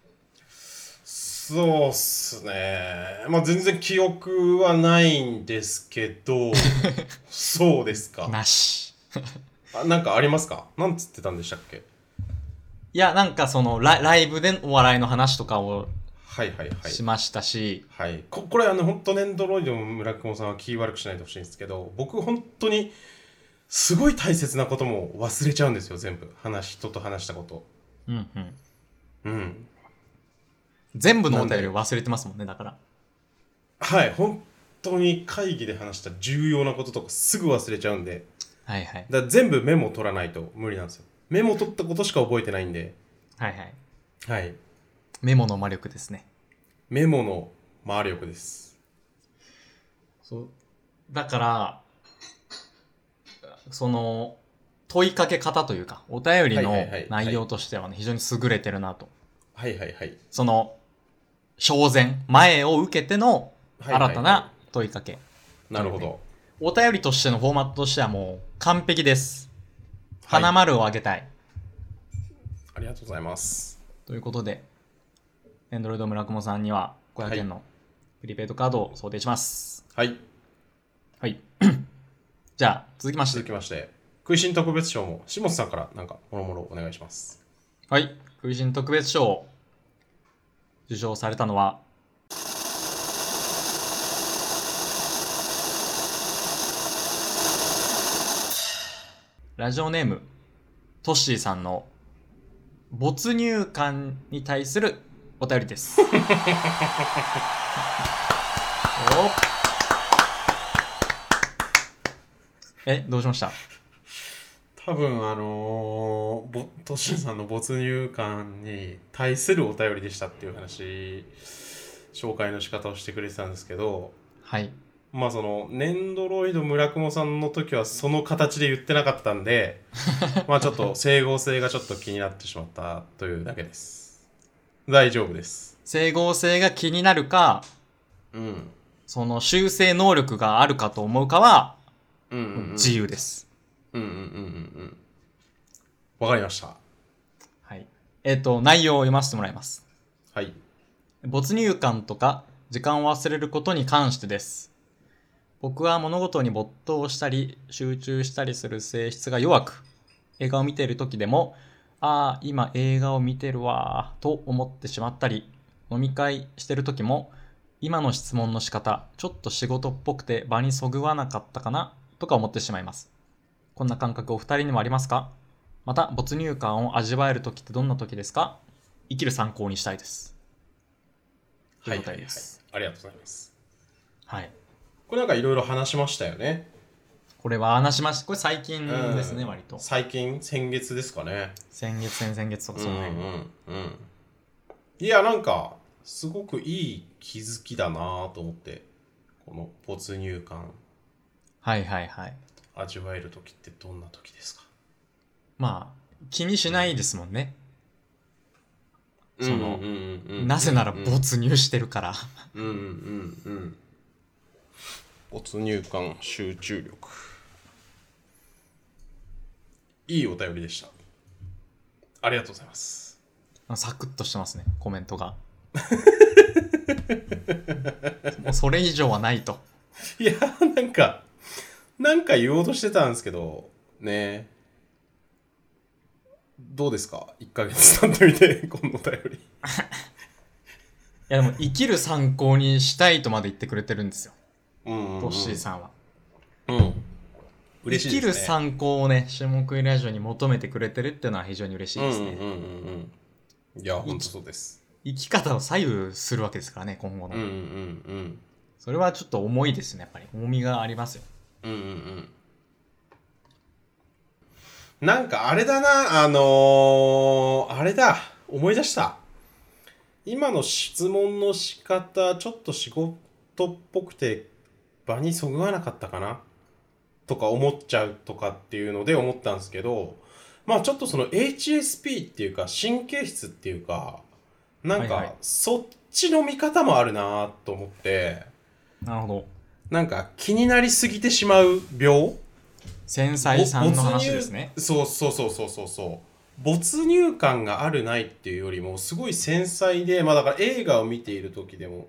[SPEAKER 2] そうっすね。まあ全然記憶はないんですけ ど、そうですか。
[SPEAKER 1] なし。
[SPEAKER 2] あなんかありますかなんつってたんでしたっけ
[SPEAKER 1] いや、なんかそのライライブでお笑いの話とかを
[SPEAKER 2] はいはいはい。
[SPEAKER 1] しましたし、
[SPEAKER 2] はい、ここれあの本当ねエンドロイドの村久保さんは気悪くしないでほしいんですけど僕本当にすごい大切なことも忘れちゃうんですよ全部話人と話したこと
[SPEAKER 1] うんうん。
[SPEAKER 2] うん
[SPEAKER 1] 全部のお便りを忘れてますもんね、だから。
[SPEAKER 2] はい本当に会議で話した重要なこととかすぐ忘れちゃうんで
[SPEAKER 1] はいはい。
[SPEAKER 2] だから全部メモ取らないと無理なんですよメモ取ったことしか覚えてないんで
[SPEAKER 1] はいはい。
[SPEAKER 2] はい
[SPEAKER 1] メモの魔力ですね。
[SPEAKER 2] メモの回力です
[SPEAKER 1] そう。だから、その、問いかけ方というか、お便り
[SPEAKER 2] はい
[SPEAKER 1] の
[SPEAKER 2] はいはいはい
[SPEAKER 1] 内容としてはね、非常に優れてるなと。
[SPEAKER 2] はいはいはい
[SPEAKER 1] その、正然、前を受けての
[SPEAKER 2] はいはいはい
[SPEAKER 1] 新たな問いかけ、
[SPEAKER 2] なるほど
[SPEAKER 1] お便りとしてのフォーマットとしてはもう完璧です
[SPEAKER 2] はい
[SPEAKER 1] 花丸をあげたい、
[SPEAKER 2] ありがとうございます。
[SPEAKER 1] ということで、エンドロイド村雲さんには500円のプリペイドカードを想定します。
[SPEAKER 2] はい、
[SPEAKER 1] はい。 じゃあ、続きま
[SPEAKER 2] 続
[SPEAKER 1] して。
[SPEAKER 2] きまして、食いしん特別賞も、下本さんからなんか、もろもろお願いします。
[SPEAKER 1] はい。食いしん特別賞。受賞されたのは、ラジオネーム、トッシーさんの没入感に対するお便りです。 おえ、どうしました
[SPEAKER 2] 多分あのー、ぼトッシーさんの没入感に対するお便りでしたっていう話、紹介の仕方をしてくれてたんですけど、
[SPEAKER 1] はい。
[SPEAKER 2] まあその、ネンドロイド村雲さんの時はその形で言ってなかったん で、まあちょっと整合性がちょっと気になってしまったというだけです。大丈夫です。
[SPEAKER 1] 整合性が気になるか、
[SPEAKER 2] うん。
[SPEAKER 1] その修正能力があるかと思うかは
[SPEAKER 2] うんうんうん、
[SPEAKER 1] 自由です。
[SPEAKER 2] うんうんうんうんうん。わかりました。
[SPEAKER 1] はい。えっ、と、内容を読ませてもらいます。
[SPEAKER 2] はい。
[SPEAKER 1] 没入感とか時間を忘れることに関してです。僕は物事に没頭したり集中したりする性質が弱く、映画を見ている時でも、ああ、今映画を見てるわーと思ってしまったり、飲み会してる時も、今の質問の仕方、ちょっと仕事っぽくて場にそぐわなかったかなとか思ってしまいます。こんな感覚お二人にもありますかまた、没入感を味わえる時ってどんな時ですか生きる参考にしたいです。
[SPEAKER 2] はい。
[SPEAKER 1] とうこ
[SPEAKER 2] は
[SPEAKER 1] と
[SPEAKER 2] いはい
[SPEAKER 1] です。
[SPEAKER 2] ありがとうございます。
[SPEAKER 1] はい。
[SPEAKER 2] これなんかいろいろ話しましたよね。
[SPEAKER 1] これは話しました。これ最近
[SPEAKER 2] うん
[SPEAKER 1] ですね、割と。
[SPEAKER 2] 最近、先月ですかね。
[SPEAKER 1] 先月、先々月とかその辺、
[SPEAKER 2] うんうんうん。いや、なんか、すごくいい気づきだなと思って、この没入感
[SPEAKER 1] はいはいはい。
[SPEAKER 2] 味わえる時ってどんな時ですか
[SPEAKER 1] まあ、気にしないですもんね。その
[SPEAKER 2] うんうんうんうん
[SPEAKER 1] なぜなら
[SPEAKER 2] うん
[SPEAKER 1] 没入してるから。
[SPEAKER 2] うんうんうん没入感集中力いいお便りでしたありがとうございます
[SPEAKER 1] サクッとしてますね、コメント が。もうそれ以上はないと。
[SPEAKER 2] いやなんかなんか言おうとしてたんですけどねどうですか1ヶ月経ってみて このお便り
[SPEAKER 1] いやでも、生きる参考にしたいとまで言ってくれてるんですよ、
[SPEAKER 2] うんうんうん
[SPEAKER 1] トッシーさんは。
[SPEAKER 2] うん嬉し
[SPEAKER 1] 生
[SPEAKER 2] いで
[SPEAKER 1] きる
[SPEAKER 2] すね
[SPEAKER 1] 参考をね、下食いラジオに求めてくれてるっていうのは非常に嬉しいですね。
[SPEAKER 2] うんうんうんうんいや本当そうです
[SPEAKER 1] 生き方を左右するわけですからね、今後の。
[SPEAKER 2] うんうんうん
[SPEAKER 1] それはちょっと重いですね、やっぱり。重みがありますよ。
[SPEAKER 2] うんうんうんなんかあれだなあのーあれだ思い出した今の質問の仕方ちょっと仕事っぽくて場にそぐわなかったかなとか思っちゃうとかっていうので思ったんですけどまあちょっとその HSP っていうか神経質っていうかなん
[SPEAKER 1] はいは
[SPEAKER 2] か
[SPEAKER 1] い
[SPEAKER 2] そっちの見方もあるなと思って
[SPEAKER 1] なるほど。
[SPEAKER 2] なんか気になりすぎてしまう病
[SPEAKER 1] 繊細さんの話ですね。
[SPEAKER 2] そうそうそうそうそうそう没入感があるないっていうよりもすごい繊細でまあだから映画を見ている時でも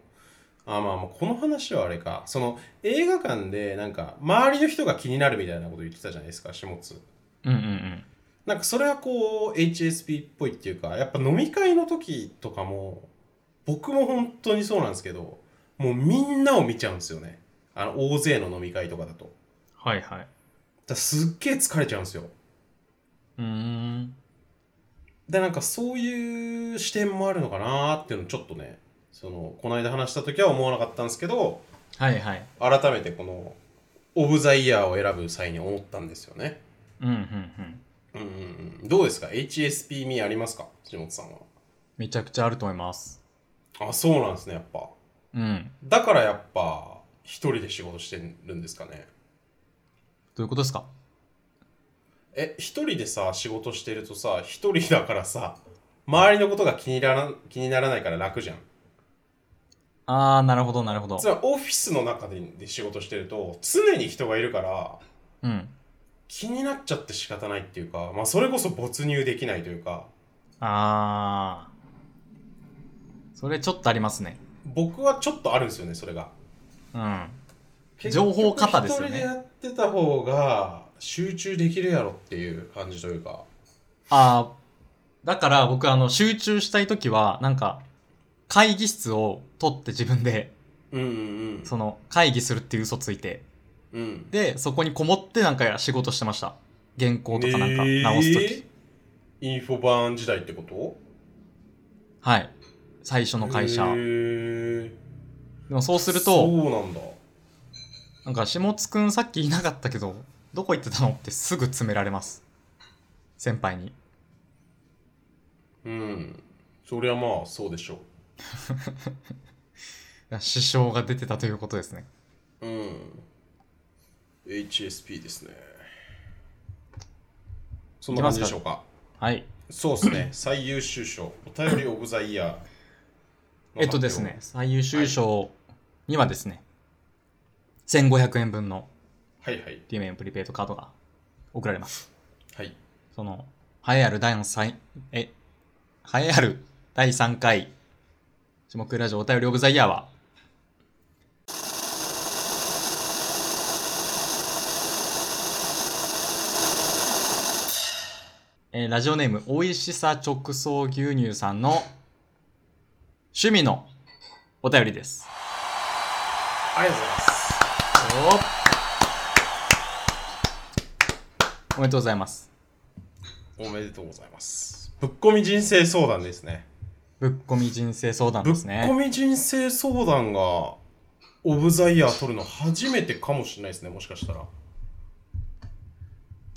[SPEAKER 2] あまあまあこの話はあれかその映画館でなんか周りの人が気になるみたいなこと言ってたじゃないですか下津
[SPEAKER 1] うんうんうん。
[SPEAKER 2] なんかそれはこう HSP っぽいっていうかやっぱ飲み会の時とかも僕も本当にそうなんですけどもうみんなを見ちゃうんですよねあの大勢の飲み会とかだとだか
[SPEAKER 1] はいはい。
[SPEAKER 2] らすっげえ疲れちゃうんですよ
[SPEAKER 1] うーん。
[SPEAKER 2] でなんかそういう視点もあるのかなーっていうのをちょっとねそのこの間話した時は思わなかったんですけど
[SPEAKER 1] はいはい。
[SPEAKER 2] 改めてこのオブ・ザ・イヤーを選ぶ際に思ったんですよね
[SPEAKER 1] うんうんうん。
[SPEAKER 2] うんうんうんどうですか HSP 味ありますか藤本さんは
[SPEAKER 1] めちゃくちゃあると思います。
[SPEAKER 2] あそうなんですねやっぱ
[SPEAKER 1] うん。
[SPEAKER 2] だからやっぱ一人で仕事してるんですかね
[SPEAKER 1] どういうことですか
[SPEAKER 2] え一人でさ仕事してるとさ一人だからさ周りのことが気になら気にならないから楽じゃん
[SPEAKER 1] あー、なるほどなるほど
[SPEAKER 2] つ。まりオフィスの中でで仕事してると常に人がいるから
[SPEAKER 1] うん。
[SPEAKER 2] 気になっちゃって仕方ないっていうか、まあ、それこそ没入できないというか
[SPEAKER 1] ああ。それちょっとありますね。
[SPEAKER 2] 僕はちょっとあるんですよねそれが
[SPEAKER 1] うん。情報過多ですよね
[SPEAKER 2] 結局一人でやってた方が集中できるやろっていう感じというか
[SPEAKER 1] ああ、だから僕あの集中したいときは、なんか会議室を取って自分で、
[SPEAKER 2] うんうんうん
[SPEAKER 1] その会議するっていう嘘ついて、
[SPEAKER 2] うん
[SPEAKER 1] で、そこにこもってなんか仕事してました。原稿とかなんか直すとき。
[SPEAKER 2] えーインフォバーン時代ってこと
[SPEAKER 1] はい。最初の会社。
[SPEAKER 2] へー
[SPEAKER 1] でもそうする
[SPEAKER 2] そ
[SPEAKER 1] と、
[SPEAKER 2] うなんだ
[SPEAKER 1] なんか下津くんさっきいなかったけど、どこ行ってたのってすぐ詰められます。先輩に。
[SPEAKER 2] うんそりゃまあそうでしょ
[SPEAKER 1] 支障が出てたということですね。
[SPEAKER 2] ううん HSP ですねそんな感じでしょうか
[SPEAKER 1] はい。
[SPEAKER 2] そうですね 最優秀賞お便りオブザイヤーの発表
[SPEAKER 1] えっとですね、最優秀賞にはですね、1500円分の
[SPEAKER 2] はいはい
[SPEAKER 1] D メンプリペイドカードが送られます。
[SPEAKER 2] はい
[SPEAKER 1] その、栄えある第の最、え、栄えある第3回、下クラジオお便りオブザイヤーは、えーラジオネーム、おいしさ直送牛乳さんの、趣味のお便りです。
[SPEAKER 2] ありがとうございます
[SPEAKER 1] おめでとうございます。
[SPEAKER 2] おめでとうございますぶっこみ人生相談ですね
[SPEAKER 1] ぶっこみ人生相談
[SPEAKER 2] ぶっ
[SPEAKER 1] ですね。
[SPEAKER 2] こみ人生相談がオブザイヤー取るの初めてかもしれないですねもしかしたら
[SPEAKER 1] ちょっ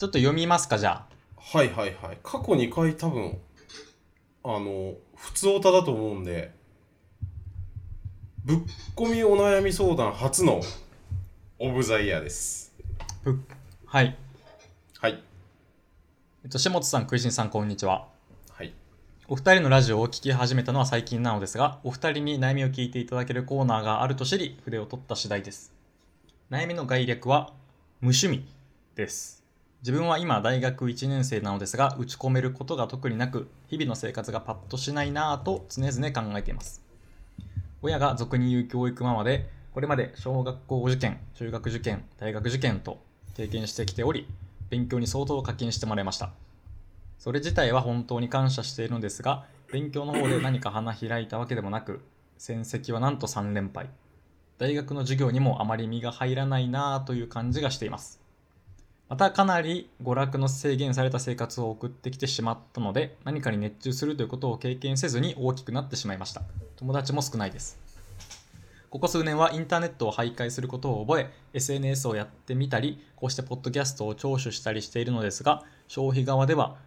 [SPEAKER 1] と読みますか、じゃあ。
[SPEAKER 2] はいはいはい過去2回多分あの普通オタだと思うんでぶっこみお悩み相談初のオブザイヤーです
[SPEAKER 1] ぶっはい。
[SPEAKER 2] はい
[SPEAKER 1] えっと、下津さん、食いしんさん、こんにちは。
[SPEAKER 2] はい
[SPEAKER 1] お二人のラジオを聞き始めたのは最近なのですが、お二人に悩みを聞いていただけるコーナーがあると知り、筆を取った次第です。悩みの概略は、無趣味です。自分は今大学1年生なのですが、打ち込めることが特になく、日々の生活がパッとしないなぁと常々考えています。親が俗に言う教育ママで、これまで小学校受験、中学受験、大学受験と経験してきており、勉強に相当課金してもらいました。それ自体は本当に感謝しているのですが、勉強の方で何か花開いたわけでもなく、戦績はなんと3連敗。大学の授業にもあまり身が入らないなあという感じがしています。またかなり娯楽の制限された生活を送ってきてしまったので、何かに熱中するということを経験せずに大きくなってしまいました。友達も少ないです。ここ数年はインターネットを徘徊することを覚え、SNS をやってみたり、こうしてポッドキャストを聴取したりしているのですが、消費側では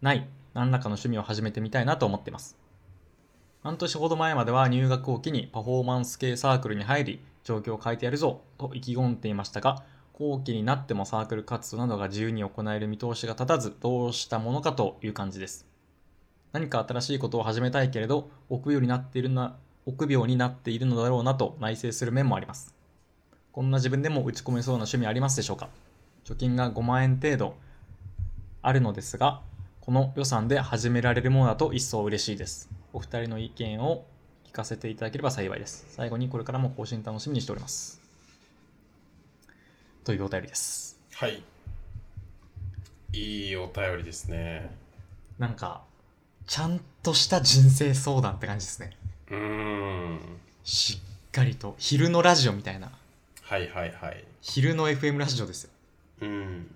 [SPEAKER 1] ない何らかの趣味を始めてみたいなと思っています半年ほど前までは入学を機にパフォーマンス系サークルに入り状況を変えてやるぞと意気込んでいましたが後期になってもサークル活動などが自由に行える見通しが立たずどうしたものかという感じです何か新しいことを始めたいけれど臆病になっているな臆病になっているのだろうなと内省する面もありますこんな自分でも打ち込めそうな趣味ありますでしょうか貯金が5万円程度あるのですがこの予算で始められるものだと一層嬉しいです。お二人の意見を聞かせていただければ幸いです。最後にこれからも更新楽しみにしております。というお便りです。
[SPEAKER 2] はいいいお便りですね
[SPEAKER 1] なんか、ちゃんとした人生相談って感じですね。
[SPEAKER 2] うーん
[SPEAKER 1] しっかりと、昼のラジオみたいな、
[SPEAKER 2] はいはいはい
[SPEAKER 1] 昼の FM ラジオですよ。
[SPEAKER 2] うん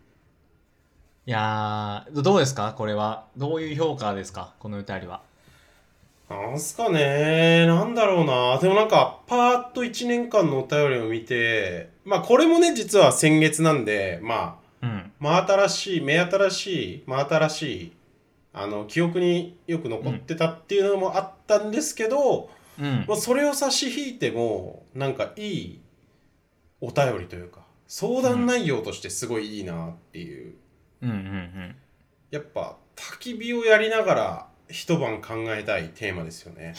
[SPEAKER 1] いやー、どうですかこれは。どういう評価ですかこのお便りは。
[SPEAKER 2] なんすかねなんだろうな。でもなんか、パーッと1年間のお便りを見て、まあこれもね、実は先月なんで、ま
[SPEAKER 1] う
[SPEAKER 2] あ、
[SPEAKER 1] ん。
[SPEAKER 2] 真新しい、目新しい、真新しい、あの、記憶によく残ってたっていうのもあったんですけど、
[SPEAKER 1] うん
[SPEAKER 2] ま。あそれを差し引いても、なんかいいお便りというか、相談内容としてすごいいいなっていう。
[SPEAKER 1] うんうんうん。
[SPEAKER 2] やっぱ、焚き火をやりながら一晩考えたいテーマですよね。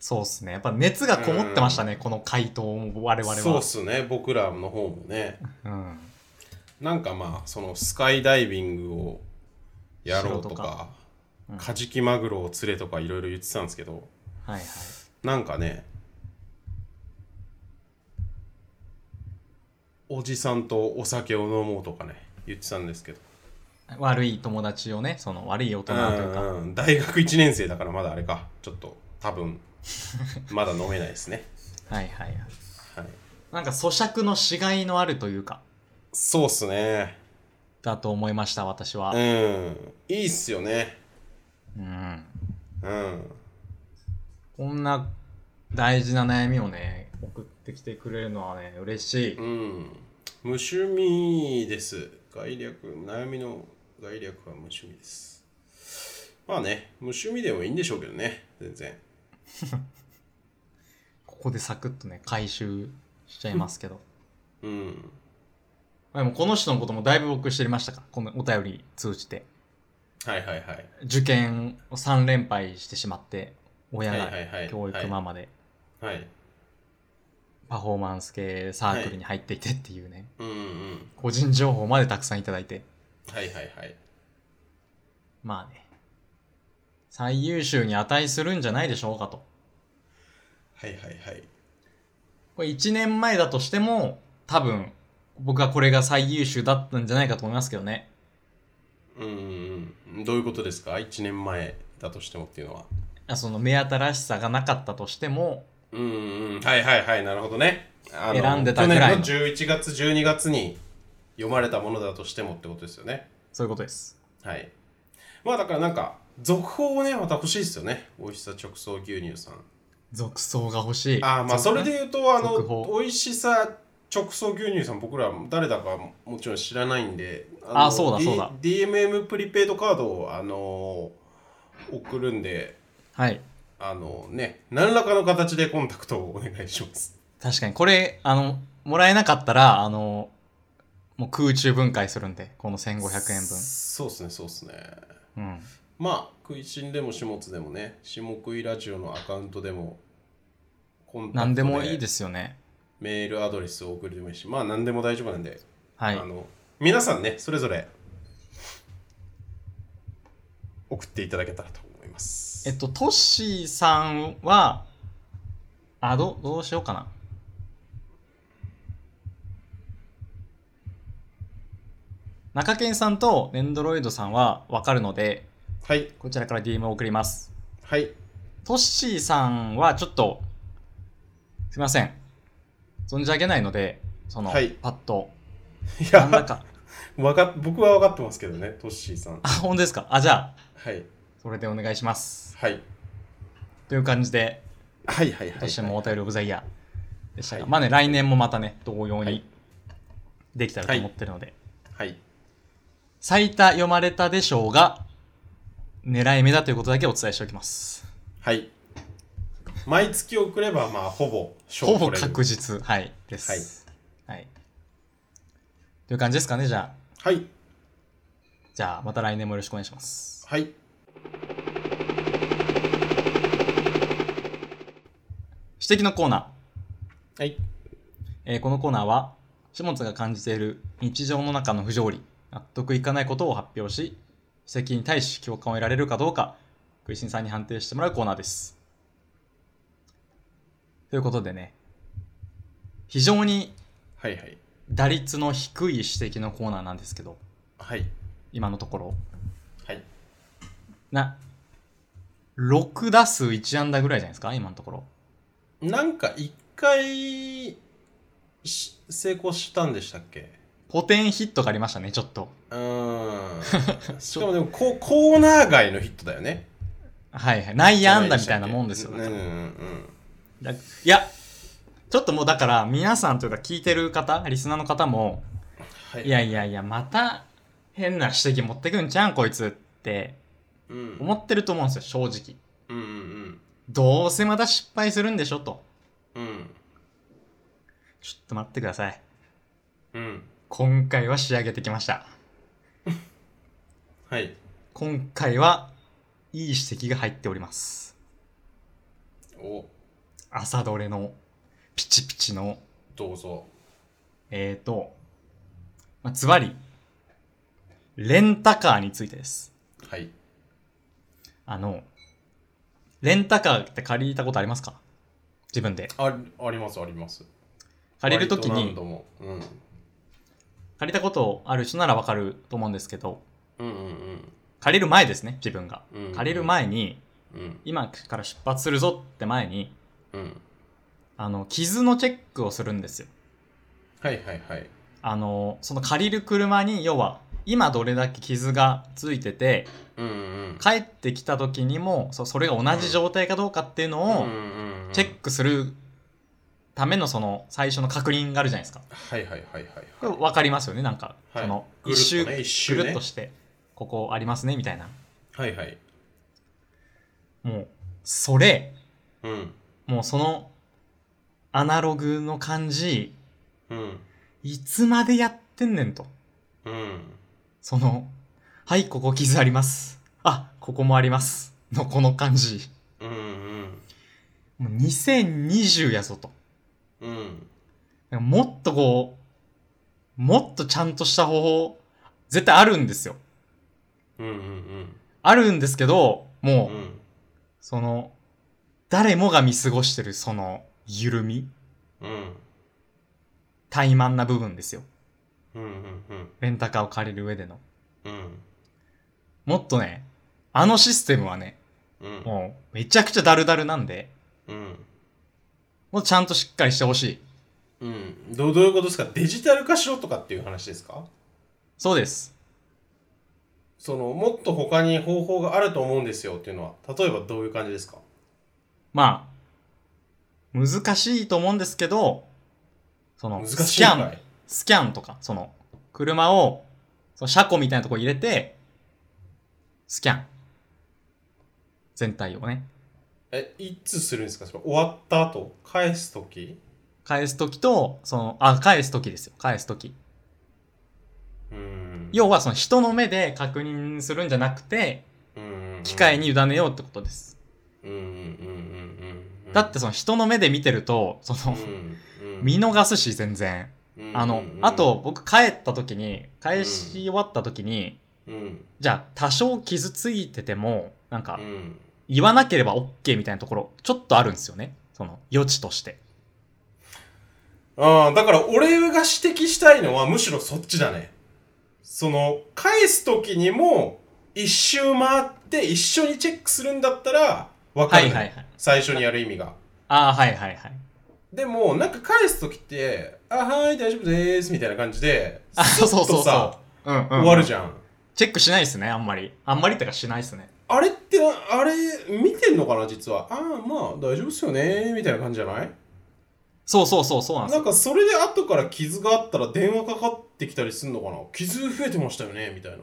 [SPEAKER 1] そうっすね。やっぱ熱がこもってましたね、この回答も我々は。
[SPEAKER 2] そうっすね僕らの方もね
[SPEAKER 1] うん。
[SPEAKER 2] なんかまあそのスカイダイビングをやろうとか
[SPEAKER 1] しろとかうん
[SPEAKER 2] カジキマグロを釣れとかいろいろ言ってたんですけど
[SPEAKER 1] はいはい。
[SPEAKER 2] なんかねおじさんとお酒を飲もうとかね言ってたんですけど
[SPEAKER 1] 悪い友達をね、その悪い大人というか、
[SPEAKER 2] うんうん大学1年生だからまだあれかちょっと多分まだ飲めないですね、
[SPEAKER 1] はいはいはい。
[SPEAKER 2] はい、
[SPEAKER 1] なんか咀嚼のしがいのあるというか、
[SPEAKER 2] そうっすね
[SPEAKER 1] だと思いました、私は
[SPEAKER 2] う。んいいっすよね
[SPEAKER 1] うん。
[SPEAKER 2] うん
[SPEAKER 1] こんな大事な悩みをね、送ってきてくれるのはね、嬉しい。
[SPEAKER 2] うん無趣味です概略悩みの概略は無趣味ですまあね無趣味でもいいんでしょうけどね全然
[SPEAKER 1] ここでサクッとね、回収しちゃいます けど。
[SPEAKER 2] うん
[SPEAKER 1] まあでもこの人のこともだいぶ僕知りましたから、このお便り通じて。
[SPEAKER 2] はいはいはい
[SPEAKER 1] 受験を3連敗してしまって、親
[SPEAKER 2] はい
[SPEAKER 1] が
[SPEAKER 2] はいはい
[SPEAKER 1] 教育ママで
[SPEAKER 2] はい
[SPEAKER 1] パフォーマンス系サークルに入っていてっていうね、
[SPEAKER 2] うんうん
[SPEAKER 1] 個人情報までたくさんいただいて、
[SPEAKER 2] はいはいはい
[SPEAKER 1] まあね、最優秀に値するんじゃないでしょうかと。
[SPEAKER 2] はいはいはい
[SPEAKER 1] これ1年前だとしても、多分、僕はこれが最優秀だったんじゃないかと思いますけどね。
[SPEAKER 2] うんうんどういうことですか1年前だとしてもっていうのは
[SPEAKER 1] その目新しさがなかったとしても、
[SPEAKER 2] うんうんはいはいはいなるほどねあの
[SPEAKER 1] 選んでたぐらいの
[SPEAKER 2] 去年の11月12月に読まれたものだとしてもってことですよね
[SPEAKER 1] そういうことです。
[SPEAKER 2] はいまあだからなんか続報をねまた欲しいですよね美味しさ直送牛乳さん
[SPEAKER 1] 続走が欲しい。
[SPEAKER 2] ああまあそれで言うとあ
[SPEAKER 1] 続報
[SPEAKER 2] の美味しさ直送牛乳さん僕ら誰だかもちろん知らないんであ
[SPEAKER 1] あそうだそうだ
[SPEAKER 2] D、DMM プリペイドカードをあのー送るんで
[SPEAKER 1] はい。
[SPEAKER 2] あのね何らかの形でコンタクトをお願いします
[SPEAKER 1] 確かに、これ、あの、もらえなかったら、あの、もう空中分解するんで、この1500円分。
[SPEAKER 2] そうっすねそうっすね
[SPEAKER 1] うん。
[SPEAKER 2] まあ食いしんでも始末でもね下食いラジオのアカウントでもコンタクト
[SPEAKER 1] 何でもいいですよね。
[SPEAKER 2] メールアドレスを送るでもいいしまあ何でも大丈夫なんで、
[SPEAKER 1] はい
[SPEAKER 2] あ。の皆さんねそれぞれ送っていただけたらと思います
[SPEAKER 1] えっと、トッシーさんは、あ、どう、どうしようかな。中堅さんとネンドロイドさんはわかるので、
[SPEAKER 2] はい
[SPEAKER 1] こちらから DM を送ります。
[SPEAKER 2] はい
[SPEAKER 1] トッシーさんはちょっと、すいません。存じ上げないので、その、
[SPEAKER 2] はい
[SPEAKER 1] パッ と、
[SPEAKER 2] い
[SPEAKER 1] なんだ
[SPEAKER 2] や
[SPEAKER 1] か。
[SPEAKER 2] わか僕は分かってますけどねトッシーさん
[SPEAKER 1] あ、本当ですか。あ、じゃあ、
[SPEAKER 2] はい
[SPEAKER 1] それでお願いします。
[SPEAKER 2] はい
[SPEAKER 1] という感じで、
[SPEAKER 2] はいはいはい
[SPEAKER 1] 今年もお便りオブザイヤーでしたが、
[SPEAKER 2] はい
[SPEAKER 1] まあね、来年もまたね、同様
[SPEAKER 2] は
[SPEAKER 1] に
[SPEAKER 2] い
[SPEAKER 1] できたらと思ってるので、
[SPEAKER 2] はい
[SPEAKER 1] 最多読まれたでしょうが、狙い目だということだけお伝えしておきます。
[SPEAKER 2] はい毎月送ればまあほぼ賞
[SPEAKER 1] ほぼ
[SPEAKER 2] 取れる
[SPEAKER 1] 確実、はい、です。はい。という感じですかね、じゃあ。
[SPEAKER 2] はい
[SPEAKER 1] じゃあ、また来年もよろしくお願いします。
[SPEAKER 2] はい
[SPEAKER 1] 指摘のコーナー。
[SPEAKER 2] はい
[SPEAKER 1] えーこのコーナーは、始末が感じている日常の中の不条理、納得いかないことを発表し、指摘に対し共感を得られるかどうか、食いしんさんに判定してもらうコーナーです。ということでね、非常に
[SPEAKER 2] はいはい
[SPEAKER 1] 打率の低い指摘のコーナーなんですけど、
[SPEAKER 2] はい
[SPEAKER 1] 今のところ。
[SPEAKER 2] はい
[SPEAKER 1] な、6打数1安打ぐらいじゃないですか、今のところ。
[SPEAKER 2] なんか一回し成功したんでしたっけ
[SPEAKER 1] ポテンヒットがありましたね、ちょっと。
[SPEAKER 2] うーんしかもでもこうコーナー外のヒットだよね
[SPEAKER 1] はいはい。内野安打みたいなもんですよ。
[SPEAKER 2] うんうんうん
[SPEAKER 1] だいや、ちょっともうだから皆さんというか聞いてる方、リスナーの方も、
[SPEAKER 2] はい
[SPEAKER 1] いやいやいや、また変な指摘持ってくんちゃうんこいつって
[SPEAKER 2] うん
[SPEAKER 1] 思ってると思うんですよ、正直。
[SPEAKER 2] うんうん
[SPEAKER 1] どうせまた失敗するんでしょと。
[SPEAKER 2] うんうん
[SPEAKER 1] ちょっと待ってください。
[SPEAKER 2] うん
[SPEAKER 1] 今回は仕上げてきました。
[SPEAKER 2] はい
[SPEAKER 1] 今回は、いい指摘が入っております。
[SPEAKER 2] お
[SPEAKER 1] 朝どれの、ピチピチの、
[SPEAKER 2] どうぞ
[SPEAKER 1] えーと、まあ、つまり、レンタカーについてです。
[SPEAKER 2] はい
[SPEAKER 1] あの、レンタカーって借りたことありますか自分で。
[SPEAKER 2] あありますあります
[SPEAKER 1] 借りるとき
[SPEAKER 2] 割何
[SPEAKER 1] に
[SPEAKER 2] 度、も、うん、
[SPEAKER 1] 借りたことある人ならわかると思うんですけど、
[SPEAKER 2] うんうん
[SPEAKER 1] 借りる前ですね、自分が。
[SPEAKER 2] うんうん
[SPEAKER 1] 借りる前に、
[SPEAKER 2] うん
[SPEAKER 1] 今から出発するぞって前に、
[SPEAKER 2] うん
[SPEAKER 1] あの、傷のチェックをするんですよ。
[SPEAKER 2] はいはいはい
[SPEAKER 1] あの、その借りる車に、要は、今どれだけ傷がついてて、
[SPEAKER 2] うんうん
[SPEAKER 1] 帰ってきた時にも、そそれが同じ状態かどうかっていうのを
[SPEAKER 2] うん、うんうん
[SPEAKER 1] チェックするためのその最初の確認があるじゃないですか。
[SPEAKER 2] はいはいはいはい
[SPEAKER 1] これ分かりますよね、なんか、
[SPEAKER 2] はい
[SPEAKER 1] その
[SPEAKER 2] ぐる
[SPEAKER 1] 一周
[SPEAKER 2] っとね一
[SPEAKER 1] ぐ
[SPEAKER 2] 周ね
[SPEAKER 1] るっとして、ここありますねみたいな。
[SPEAKER 2] はいはい
[SPEAKER 1] もう、それ、
[SPEAKER 2] うん
[SPEAKER 1] もうそのアナログの感じ、
[SPEAKER 2] うん
[SPEAKER 1] いつまでやってんねんと。
[SPEAKER 2] うん
[SPEAKER 1] その、はい、ここ傷あります。あ、ここもあります。のこの感じ。
[SPEAKER 2] うんうん
[SPEAKER 1] もう2020やぞと。
[SPEAKER 2] うん
[SPEAKER 1] なんかもっとこう、もっとちゃんとした方法、絶対あるんですよ。
[SPEAKER 2] うんうん
[SPEAKER 1] あるんですけど、も
[SPEAKER 2] う
[SPEAKER 1] う、
[SPEAKER 2] ん
[SPEAKER 1] その、誰もが見過ごしてるその、緩み、
[SPEAKER 2] うん
[SPEAKER 1] 怠慢な部分ですよ。
[SPEAKER 2] うんうんうん
[SPEAKER 1] レンタカーを借りる上での。
[SPEAKER 2] うん
[SPEAKER 1] もっとね、あのシステムはね、
[SPEAKER 2] うん
[SPEAKER 1] もう、めちゃくちゃダルダルなんで、
[SPEAKER 2] うん
[SPEAKER 1] もうちゃんとしっかりしてほしい。
[SPEAKER 2] うんどうどういうことですかデジタル化しろとかっていう話ですか
[SPEAKER 1] そうです。
[SPEAKER 2] そのもっと他に方法があると思うんですよっていうのは例えばどういう感じですか
[SPEAKER 1] まあ、難しいと思うんですけど、その、
[SPEAKER 2] 難しい
[SPEAKER 1] スキャ
[SPEAKER 2] の
[SPEAKER 1] ン
[SPEAKER 2] か、い
[SPEAKER 1] スキャンとか、その、車を、その車庫みたいなとこ入れて、スキャン。全体をね。
[SPEAKER 2] えいつするんですかそれ終わった後返す時
[SPEAKER 1] 返すときと、その、あ、返すときですよ。返すとき。
[SPEAKER 2] うん
[SPEAKER 1] 要は、その人の目で確認するんじゃなくて、
[SPEAKER 2] うん
[SPEAKER 1] 機械に委ねようってことです。
[SPEAKER 2] うんうんうんうんうん
[SPEAKER 1] だって、その人の目で見てると、その、見逃すし、全然。あの、あと、、僕帰ったときに、返し終わったときに、
[SPEAKER 2] うんうんうんうん
[SPEAKER 1] じゃあ、多少傷ついてても、なんか
[SPEAKER 2] う、ん
[SPEAKER 1] 言わなければ OK みたいなところ、ちょっとあるんですよね。その、余地として。
[SPEAKER 2] ああ、だから俺が指摘したいのはむしろそっちだね。その、返す時にも、一周回って一緒にチェックするんだったら、わか
[SPEAKER 1] は
[SPEAKER 2] る、
[SPEAKER 1] い
[SPEAKER 2] ね
[SPEAKER 1] はいはい。
[SPEAKER 2] 最初にやる意味が。
[SPEAKER 1] ああ、はいはいはい。
[SPEAKER 2] でも、なんか返す時って、あ、はい、大丈夫でーす、みたいな感じで、
[SPEAKER 1] あそうそうそう
[SPEAKER 2] スッとさ
[SPEAKER 1] そう。うん、うん。
[SPEAKER 2] 終わるじゃん。
[SPEAKER 1] チェックしないですね、あんまり。あんまりってかしないですね。
[SPEAKER 2] あれって、あれ、見てんのかな、実は。ああ、まあ、大丈夫っすよねー、みたいな感じじゃない
[SPEAKER 1] そうそうそう、そうなんです
[SPEAKER 2] なん
[SPEAKER 1] よ。
[SPEAKER 2] かそれで後から傷があったら電話かかってきたりすんのかな傷増えてましたよねみたいない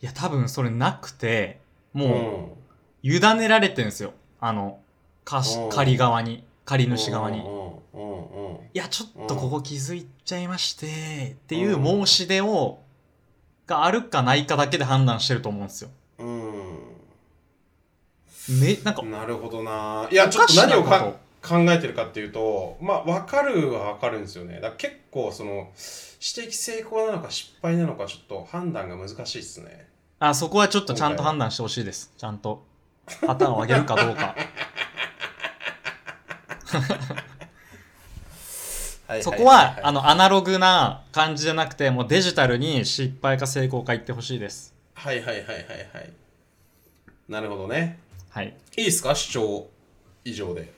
[SPEAKER 1] や、多分それなくて、
[SPEAKER 2] う
[SPEAKER 1] も
[SPEAKER 2] ん
[SPEAKER 1] う、委ねられてるんですよ。あの、貸し
[SPEAKER 2] うん
[SPEAKER 1] 借り側に、借り主側に。い
[SPEAKER 2] うんうんうんうん
[SPEAKER 1] や、ちょっとここ気づいちゃいまして、っていう
[SPEAKER 2] う
[SPEAKER 1] 申
[SPEAKER 2] ん
[SPEAKER 1] し出を、があるかないかだけで判断してると思うんですよ。
[SPEAKER 2] う
[SPEAKER 1] め、なんか
[SPEAKER 2] ん、なるほどないや
[SPEAKER 1] お
[SPEAKER 2] ちょ
[SPEAKER 1] か
[SPEAKER 2] っと
[SPEAKER 1] しな
[SPEAKER 2] 何を
[SPEAKER 1] こ
[SPEAKER 2] か
[SPEAKER 1] と。
[SPEAKER 2] 考えてるかっていうとまあ分かるは分かるんですよねだから結構その指摘成功なのか失敗なのかちょっと判断が難しいっすね
[SPEAKER 1] あ、そこはちょっとちゃんと判断してほしいです。ちゃんと。パターンを上げるか どうか。そこは、あ
[SPEAKER 2] の
[SPEAKER 1] の、アナログな感じじゃなくて、もうデジタルに失敗か成功か言ってほしいです。
[SPEAKER 2] はいはいはいはいはいなるほどね
[SPEAKER 1] はい。
[SPEAKER 2] いいですか主張以上で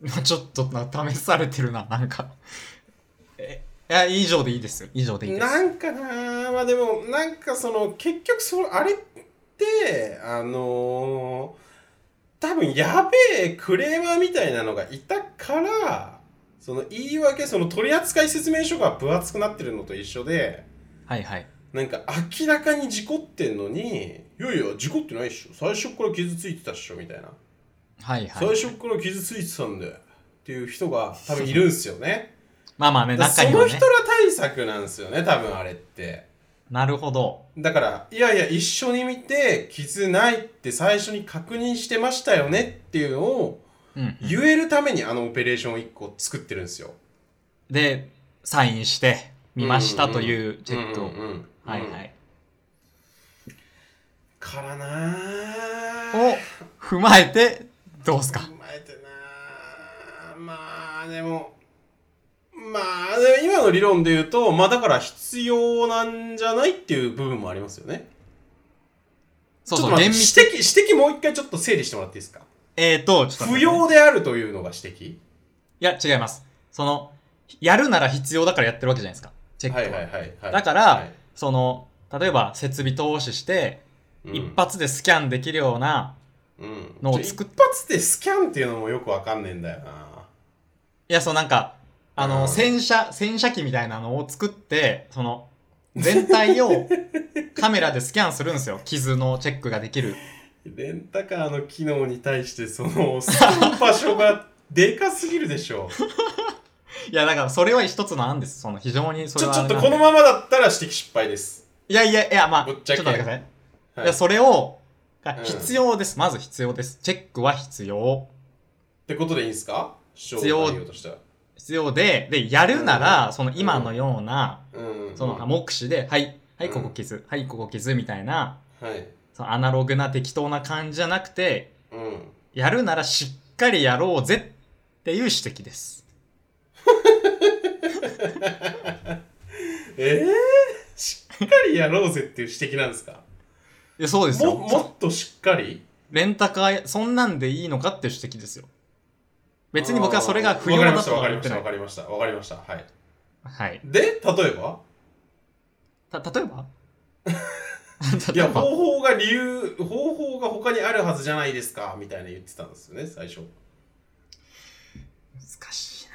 [SPEAKER 1] ちょっとな、試されてるな、なんか。え、いや、以上でいいですよ。以上でいいです。
[SPEAKER 2] なんかなあまあでもなんかその結局そのあれってあのー多分やべえクレーマーみたいなのがいたからその言い訳その取扱説明書が分厚くなってるのと一緒で
[SPEAKER 1] はいはい。
[SPEAKER 2] なんか明らかに事故ってんのに「いやいや事故ってないっしょ最初っから傷ついてたっしょ」みたいな、
[SPEAKER 1] はいはい。
[SPEAKER 2] 最初っから傷ついてたんだよ」っていう人が多分いるんすよね。
[SPEAKER 1] まあまあね、
[SPEAKER 2] だ
[SPEAKER 1] 中
[SPEAKER 2] からそ
[SPEAKER 1] に
[SPEAKER 2] の
[SPEAKER 1] は
[SPEAKER 2] 人
[SPEAKER 1] ね
[SPEAKER 2] ら。対策なんですよね多分あれって。
[SPEAKER 1] なるほど。
[SPEAKER 2] だから、いやいや、一緒に見て、傷ないって最初に確認してましたよねっていうのを
[SPEAKER 1] うん。
[SPEAKER 2] 言えるためにあのオペレーションを1個作ってるんですよ。
[SPEAKER 1] で、サインして、見ましたというチェックを
[SPEAKER 2] うんうんうん。
[SPEAKER 1] はいは
[SPEAKER 2] うん。
[SPEAKER 1] い。
[SPEAKER 2] からな
[SPEAKER 1] を踏まえてどうすか
[SPEAKER 2] 踏まえてなまあでもまあでも今の理論で言うとまあだから必要なんじゃないっていう部分もありますよね
[SPEAKER 1] そう
[SPEAKER 2] ちょ
[SPEAKER 1] そ
[SPEAKER 2] っ
[SPEAKER 1] う
[SPEAKER 2] と待
[SPEAKER 1] 厳
[SPEAKER 2] って
[SPEAKER 1] 密
[SPEAKER 2] 指摘指摘もう一回ちょっと整理してもらっていいですか
[SPEAKER 1] えーとちょっと待っ
[SPEAKER 2] 不
[SPEAKER 1] てね
[SPEAKER 2] 要であるというのが指摘
[SPEAKER 1] いや違いますそのやるなら必要だからやってるわけじゃないですかチェック
[SPEAKER 2] は
[SPEAKER 1] は、
[SPEAKER 2] いはいはい、はい、
[SPEAKER 1] だから
[SPEAKER 2] はい
[SPEAKER 1] その例えば設備投資して
[SPEAKER 2] うん
[SPEAKER 1] 一発でスキャンできるような、
[SPEAKER 2] うん
[SPEAKER 1] のを作っ
[SPEAKER 2] 一発でスキャンっていうのもよくわかんねえんだよない
[SPEAKER 1] やそうなんかあの、
[SPEAKER 2] うん
[SPEAKER 1] 洗車洗車機みたいなのを作ってその全体 をカメラでスキャンするんですよ傷のチェックができる
[SPEAKER 2] レンタカーの機能に対してそのスキャン場所がでかすぎるでしょ
[SPEAKER 1] いやだからそれは一つの案ですその非常 にそ
[SPEAKER 2] ち
[SPEAKER 1] れ
[SPEAKER 2] ょ
[SPEAKER 1] は
[SPEAKER 2] ちょっと
[SPEAKER 1] なん
[SPEAKER 2] こ
[SPEAKER 1] で
[SPEAKER 2] のままだったら指摘失敗です、
[SPEAKER 1] いやいやいやまあ
[SPEAKER 2] ぶっ
[SPEAKER 1] ち
[SPEAKER 2] ち
[SPEAKER 1] ょ
[SPEAKER 2] ゃ
[SPEAKER 1] っ
[SPEAKER 2] け
[SPEAKER 1] と待ってください、
[SPEAKER 2] は
[SPEAKER 1] い
[SPEAKER 2] い
[SPEAKER 1] やそれをが
[SPEAKER 2] うん
[SPEAKER 1] 必要です、まず必要ですチェックは必要
[SPEAKER 2] ってことでいいんすか
[SPEAKER 1] 必要
[SPEAKER 2] 主張内容としては
[SPEAKER 1] 必要ででやるなら、その今のような、
[SPEAKER 2] うんうん
[SPEAKER 1] その目視で、はいはいここ傷、はいここ傷みたいな
[SPEAKER 2] はい
[SPEAKER 1] そのアナログな適当な感じじゃなくて
[SPEAKER 2] うん
[SPEAKER 1] やるならしっかりやろうぜっていう指摘です。
[SPEAKER 2] えー、しっかりやろうぜっていう指摘なんですか
[SPEAKER 1] いやそうです
[SPEAKER 2] も
[SPEAKER 1] よ。
[SPEAKER 2] もっとしっかり
[SPEAKER 1] レンタカー、そんなんでいいのかっていう指摘ですよ。別に僕はそれが不要
[SPEAKER 2] わかり
[SPEAKER 1] だ
[SPEAKER 2] ました
[SPEAKER 1] と
[SPEAKER 2] わ
[SPEAKER 1] は
[SPEAKER 2] か
[SPEAKER 1] 言
[SPEAKER 2] り
[SPEAKER 1] っ
[SPEAKER 2] ま
[SPEAKER 1] て
[SPEAKER 2] した
[SPEAKER 1] ない
[SPEAKER 2] わ。かりましたわかりましたはい
[SPEAKER 1] はい。
[SPEAKER 2] で例えば
[SPEAKER 1] た、例えば 例
[SPEAKER 2] い
[SPEAKER 1] え
[SPEAKER 2] や
[SPEAKER 1] ば
[SPEAKER 2] 方法が理由方法が他にあるはずじゃないですかみたいな言ってたんですよね最初
[SPEAKER 1] 難しい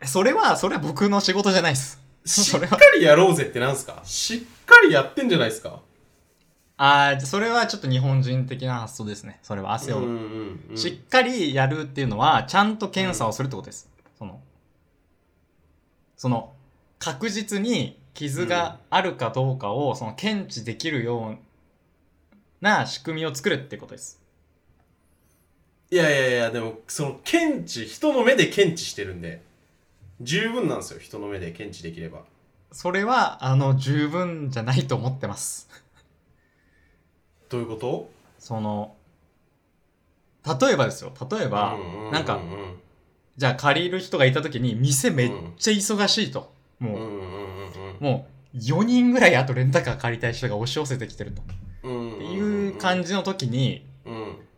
[SPEAKER 1] なぁそれは、それは僕の仕事じゃないです。
[SPEAKER 2] し
[SPEAKER 1] そ
[SPEAKER 2] っ
[SPEAKER 1] れ
[SPEAKER 2] か
[SPEAKER 1] は。
[SPEAKER 2] りやろうぜってなんすかしっかりやってんじゃないですか
[SPEAKER 1] ああ、それはちょっと日本人的な発想ですね。それは汗を。
[SPEAKER 2] うんうんうん、
[SPEAKER 1] しっかりやるっていうのは、ちゃんと検査をするってことです。その、その、確実に傷があるかどうかを、その、検知できるような仕組みを作るってことです。
[SPEAKER 2] いやいやいやでもその検知人の目で検知してるんで十分なんですよ人の目で検知できれば
[SPEAKER 1] それは、あの、十分じゃないと思ってます。
[SPEAKER 2] どういうこと
[SPEAKER 1] その、例えばですよ。例えば、
[SPEAKER 2] う
[SPEAKER 1] なんかじゃあ借りる人がいた時に、店めっちゃ忙しいと。
[SPEAKER 2] うん
[SPEAKER 1] も
[SPEAKER 2] う
[SPEAKER 1] う、
[SPEAKER 2] んうん
[SPEAKER 1] もう、4人ぐらいあとレンタカー借りたい人が押し寄せてきてると。
[SPEAKER 2] うん
[SPEAKER 1] っていう感じの時に、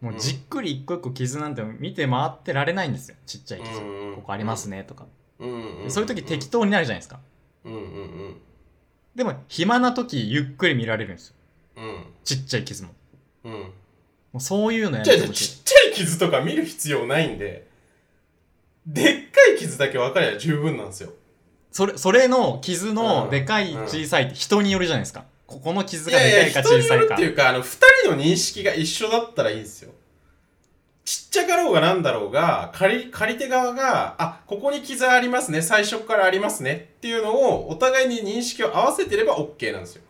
[SPEAKER 1] もうじっくり一個一個傷なんて見て回ってられないんですよ。ちっちゃい傷。ここあります
[SPEAKER 2] ね
[SPEAKER 1] ねとか。
[SPEAKER 2] そうい
[SPEAKER 1] でそういう時適当になるじゃないですか。
[SPEAKER 2] うんうんうん
[SPEAKER 1] でも暇な時ゆっくり見られるんですよ。
[SPEAKER 2] うん
[SPEAKER 1] ちっちゃい傷も。
[SPEAKER 2] うん
[SPEAKER 1] もうそういうのや
[SPEAKER 2] じゃあ
[SPEAKER 1] めて
[SPEAKER 2] じゃあ
[SPEAKER 1] ほ
[SPEAKER 2] ち
[SPEAKER 1] しい。
[SPEAKER 2] っちゃい傷とか見る必要ないんででっかい傷だけ分かりゃ十分なんですよ
[SPEAKER 1] それ、それの傷
[SPEAKER 2] う
[SPEAKER 1] の
[SPEAKER 2] ん
[SPEAKER 1] でかい
[SPEAKER 2] うん
[SPEAKER 1] 小さいって人によるじゃないですか。ここの傷
[SPEAKER 2] い
[SPEAKER 1] がで
[SPEAKER 2] や
[SPEAKER 1] か
[SPEAKER 2] い
[SPEAKER 1] い
[SPEAKER 2] や
[SPEAKER 1] か
[SPEAKER 2] 人
[SPEAKER 1] 小
[SPEAKER 2] に
[SPEAKER 1] さ
[SPEAKER 2] よ
[SPEAKER 1] い
[SPEAKER 2] るっ
[SPEAKER 1] か
[SPEAKER 2] て。いうかあの2人の認識が一緒だったらいいんですよちっちゃかろうがなんだろうが借り借り手側があここに傷ありますね最初からありますねっていうのをお互いに認識を合わせてれば OK なんですよ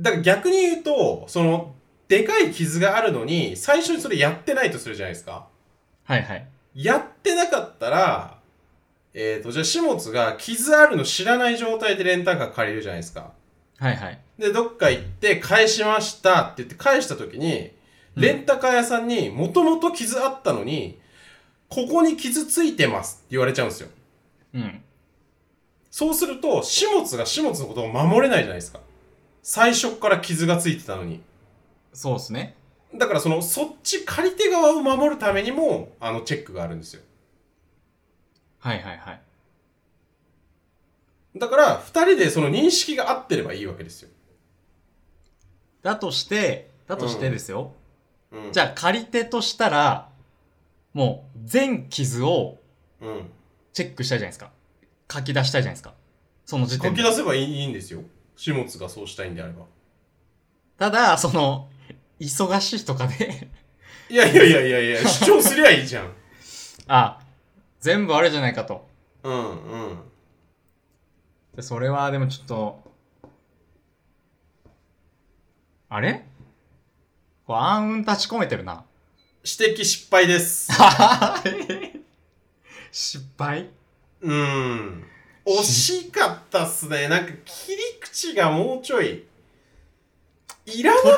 [SPEAKER 2] だから逆に言うとそのでかい傷があるのに最初にそれやってないとするじゃないですか
[SPEAKER 1] はいはい。
[SPEAKER 2] やってなかったら、えっ、と、じゃあ、始末が傷あるの知らない状態でレンタカー借りるじゃないですか。
[SPEAKER 1] はいはい。
[SPEAKER 2] で、どっか行って返しましたって言って返した時に、
[SPEAKER 1] うん
[SPEAKER 2] レンタカー屋さんにもともと傷あったのに、ここに傷ついてますって言われちゃうんですよ。
[SPEAKER 1] うん。
[SPEAKER 2] そうすると、始末が始末のことを守れないじゃないですか。最初っから傷がついてたのに。
[SPEAKER 1] そうですね。
[SPEAKER 2] だからその、そっち借り手側を守るためにも、あの、チェックがあるんですよ。
[SPEAKER 1] はいはいはい。
[SPEAKER 2] だから、二人でその認識が合ってればいいわけですよ。
[SPEAKER 1] だとして、だとしてですよ。
[SPEAKER 2] うん
[SPEAKER 1] じゃあ借り手としたら、もう全傷を
[SPEAKER 2] うん。
[SPEAKER 1] チェックしたいじゃないですか。書き出したいじゃないですか。その時
[SPEAKER 2] 書
[SPEAKER 1] 点
[SPEAKER 2] き
[SPEAKER 1] で。
[SPEAKER 2] 出せばいいいいんですよ。始末がそうしたいんであれば。
[SPEAKER 1] ただ、その、忙しいとかで、
[SPEAKER 2] いやいやいやいやいや、主張すりゃいいじゃん。
[SPEAKER 1] あ、全部あれじゃないかと。
[SPEAKER 2] うんうん。
[SPEAKER 1] でそれはでもちょっと、あれこう暗雲立ち込めてる な。
[SPEAKER 2] 指摘失敗です。
[SPEAKER 1] 失敗
[SPEAKER 2] うん。惜しかったっすね。なんか切り口がもうちょい。いらなくね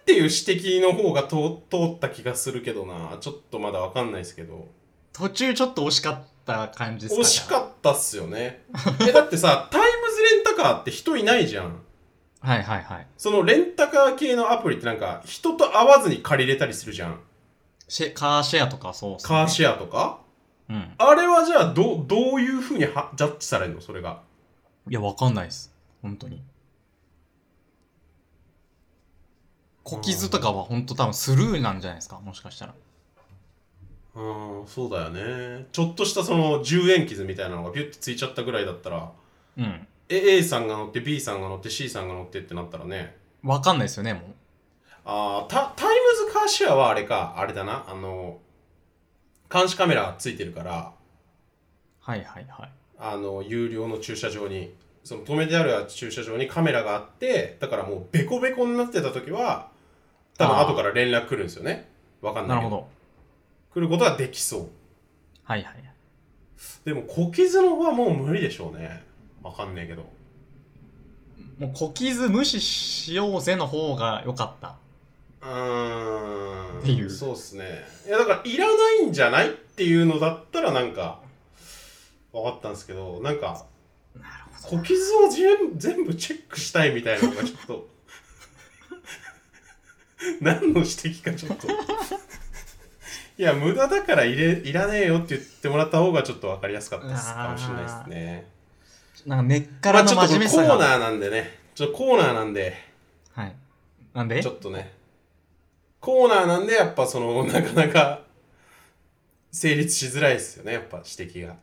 [SPEAKER 2] っていう指摘の方が通通った気がするけどなちょっとまだわかんないですけど
[SPEAKER 1] 途中ちょっと惜しかった感じですか
[SPEAKER 2] 惜しかったっすよねえだってさタイムズレンタカーって人いないじゃん
[SPEAKER 1] たはいはいはい
[SPEAKER 2] そのレンタカー系のアプリってなんか人と会わずに借りれたりするじゃん
[SPEAKER 1] シェカーシェアとかそうっすね
[SPEAKER 2] カーシェアとか
[SPEAKER 1] うん
[SPEAKER 2] あれはじゃあどうどういうふうにはジャッジされるのそれが
[SPEAKER 1] いやわかんないです本当に小傷とかは本当多分スルーなんじゃないですかもしかしたら
[SPEAKER 2] うんそうだよねちょっとしたその10円傷みたいなのがピュッてついちゃったぐらいだったら
[SPEAKER 1] うん
[SPEAKER 2] え A さんが乗って B さんが乗って C さんが乗ってってなったらね
[SPEAKER 1] わかんないですよねもう
[SPEAKER 2] あータタイムズカーシェアはあれかあれだなあの監視カメラついてるから
[SPEAKER 1] はいはいはい
[SPEAKER 2] あの有料の駐車場にその止めてある駐車場にカメラがあってだからもうベコベコになってた時は多分
[SPEAKER 1] あー
[SPEAKER 2] 後から連絡来るんですよねわかん
[SPEAKER 1] な
[SPEAKER 2] ない
[SPEAKER 1] る
[SPEAKER 2] け
[SPEAKER 1] ほ
[SPEAKER 2] ど
[SPEAKER 1] ど
[SPEAKER 2] 来ることはできそう
[SPEAKER 1] はいはいはい
[SPEAKER 2] でも小傷の方はもう無理でしょうねわかんないけど
[SPEAKER 1] もう小傷無視しようぜの方が良かった
[SPEAKER 2] うーん
[SPEAKER 1] っていう
[SPEAKER 2] そうっすねいやだからいらないんじゃないっていうのだったらなんか分かったんですけどなんか
[SPEAKER 1] なるほ
[SPEAKER 2] 小傷を全部全部チェックしたいみたいなのがちょっと 何の指摘かちょっといや無駄だからいれいらねえよって言ってもらった方がちょっと分かりやすかったっすかもしれないですね
[SPEAKER 1] どなんか根っか
[SPEAKER 2] ま
[SPEAKER 1] ら
[SPEAKER 2] あ
[SPEAKER 1] の
[SPEAKER 2] ちょっ
[SPEAKER 1] 真
[SPEAKER 2] とこ
[SPEAKER 1] 面
[SPEAKER 2] れ
[SPEAKER 1] 目
[SPEAKER 2] コ
[SPEAKER 1] さ
[SPEAKER 2] ー
[SPEAKER 1] が、
[SPEAKER 2] ナーなんでねちょっとコーナーなんで
[SPEAKER 1] はいなんで
[SPEAKER 2] ちょっとねコーナーなんでやっぱその なかなか成立しづらいですよねやっぱ指摘が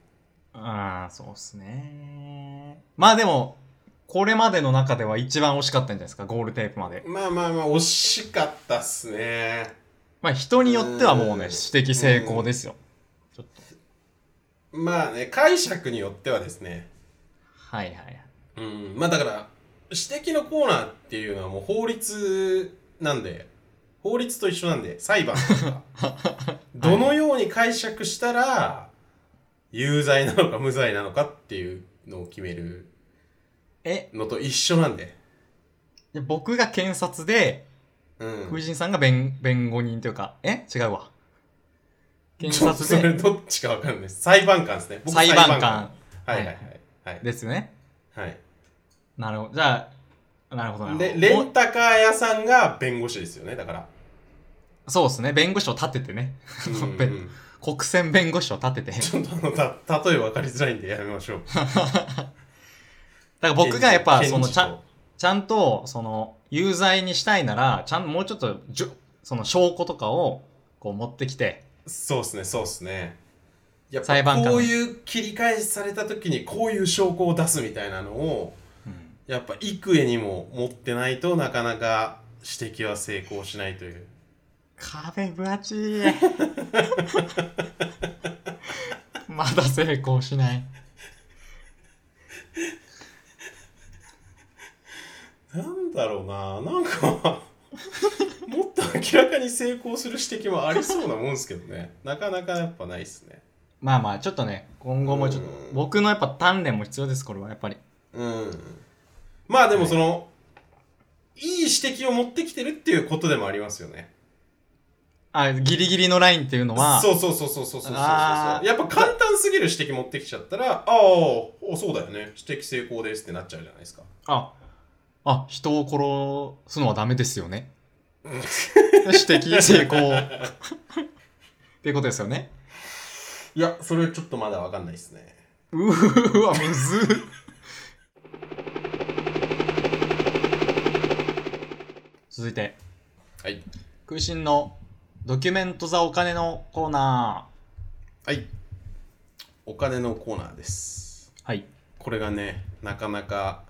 [SPEAKER 1] ああそうっすねまあでもこれまでの中では一番惜しかったんじゃないですかゴールテープまで
[SPEAKER 2] まあまあまあ惜しかったっすね
[SPEAKER 1] まあ人によってはもう
[SPEAKER 2] うん
[SPEAKER 1] ね、指摘成功ですよ。ちょっと。
[SPEAKER 2] まあね解釈によってはですね
[SPEAKER 1] はいはいはい。
[SPEAKER 2] うんまあだから指摘のコーナーっていうのはもう法律なんで法律と一緒なんで裁判とかどのように解釈したら有罪なのか無罪なのかっていうのを決める
[SPEAKER 1] え、
[SPEAKER 2] のと一緒なんで
[SPEAKER 1] で僕が検察で、
[SPEAKER 2] うん
[SPEAKER 1] 風神さんが弁弁護人というか、え違うわ。検
[SPEAKER 2] ちょっと
[SPEAKER 1] 察
[SPEAKER 2] それ
[SPEAKER 1] で、
[SPEAKER 2] どっちかわかんないです。裁判官ですね。
[SPEAKER 1] 裁判官
[SPEAKER 2] はいはいはい。はい。
[SPEAKER 1] ですね。
[SPEAKER 2] はい
[SPEAKER 1] なるほど。じゃあ、なるほどなるほ
[SPEAKER 2] で、
[SPEAKER 1] ど。
[SPEAKER 2] レン
[SPEAKER 1] も
[SPEAKER 2] タカー屋さんが弁護士ですよね、だから。
[SPEAKER 1] そうですね。弁護士を立ててね。
[SPEAKER 2] うんうん
[SPEAKER 1] べ国選弁護士を立てて。だ
[SPEAKER 2] ちょっとあの、た、例え分かりづらいんでやめましょう。
[SPEAKER 1] から 僕がやっぱ、
[SPEAKER 2] 検
[SPEAKER 1] その
[SPEAKER 2] 事と
[SPEAKER 1] ちゃん、ちゃんと、その、有罪にしたいなら、ちゃんともうちょっとじょ、その証拠とかを、こう持ってきて、
[SPEAKER 2] そうですね、そうですね。やっぱ
[SPEAKER 1] 裁判官
[SPEAKER 2] こういう切り返しされた時にこういう証拠を出すみたいなのを、
[SPEAKER 1] うん
[SPEAKER 2] やっぱ幾重にも持ってないとなかなか指摘は成功しないという。
[SPEAKER 1] 壁分厚い まだ成功しない
[SPEAKER 2] なんだろうな、なんか、 もっと明らかに成功する指摘もありそうなもんですけどね。なかなかやっぱないっすね。
[SPEAKER 1] まあまあちょっとね今後もちょっと
[SPEAKER 2] うん
[SPEAKER 1] 僕のやっぱ鍛錬も必要ですこれはやっぱり
[SPEAKER 2] うん。まあでもその、い、い指摘を持ってきてるっていうことでもありますよね。
[SPEAKER 1] あギリギリのラインっていうのは
[SPEAKER 2] そうそうそうそうそうそうそうそう。
[SPEAKER 1] あー
[SPEAKER 2] やっぱ簡単すぎる指摘持ってきちゃったら、ああ、おそうだよね。指摘成功ですってなっちゃうじゃないですか。
[SPEAKER 1] ああ人を殺すのはダメですよ ね指摘成功っていうことですよね
[SPEAKER 2] いや、それちょっとまだわかんないですね。
[SPEAKER 1] うーわむずっ続いて
[SPEAKER 2] はい。
[SPEAKER 1] 空心のドキュメント・ザ・お金のコーナ
[SPEAKER 2] はい。お金のコーナーです。
[SPEAKER 1] ー。はい。
[SPEAKER 2] これがねなかなか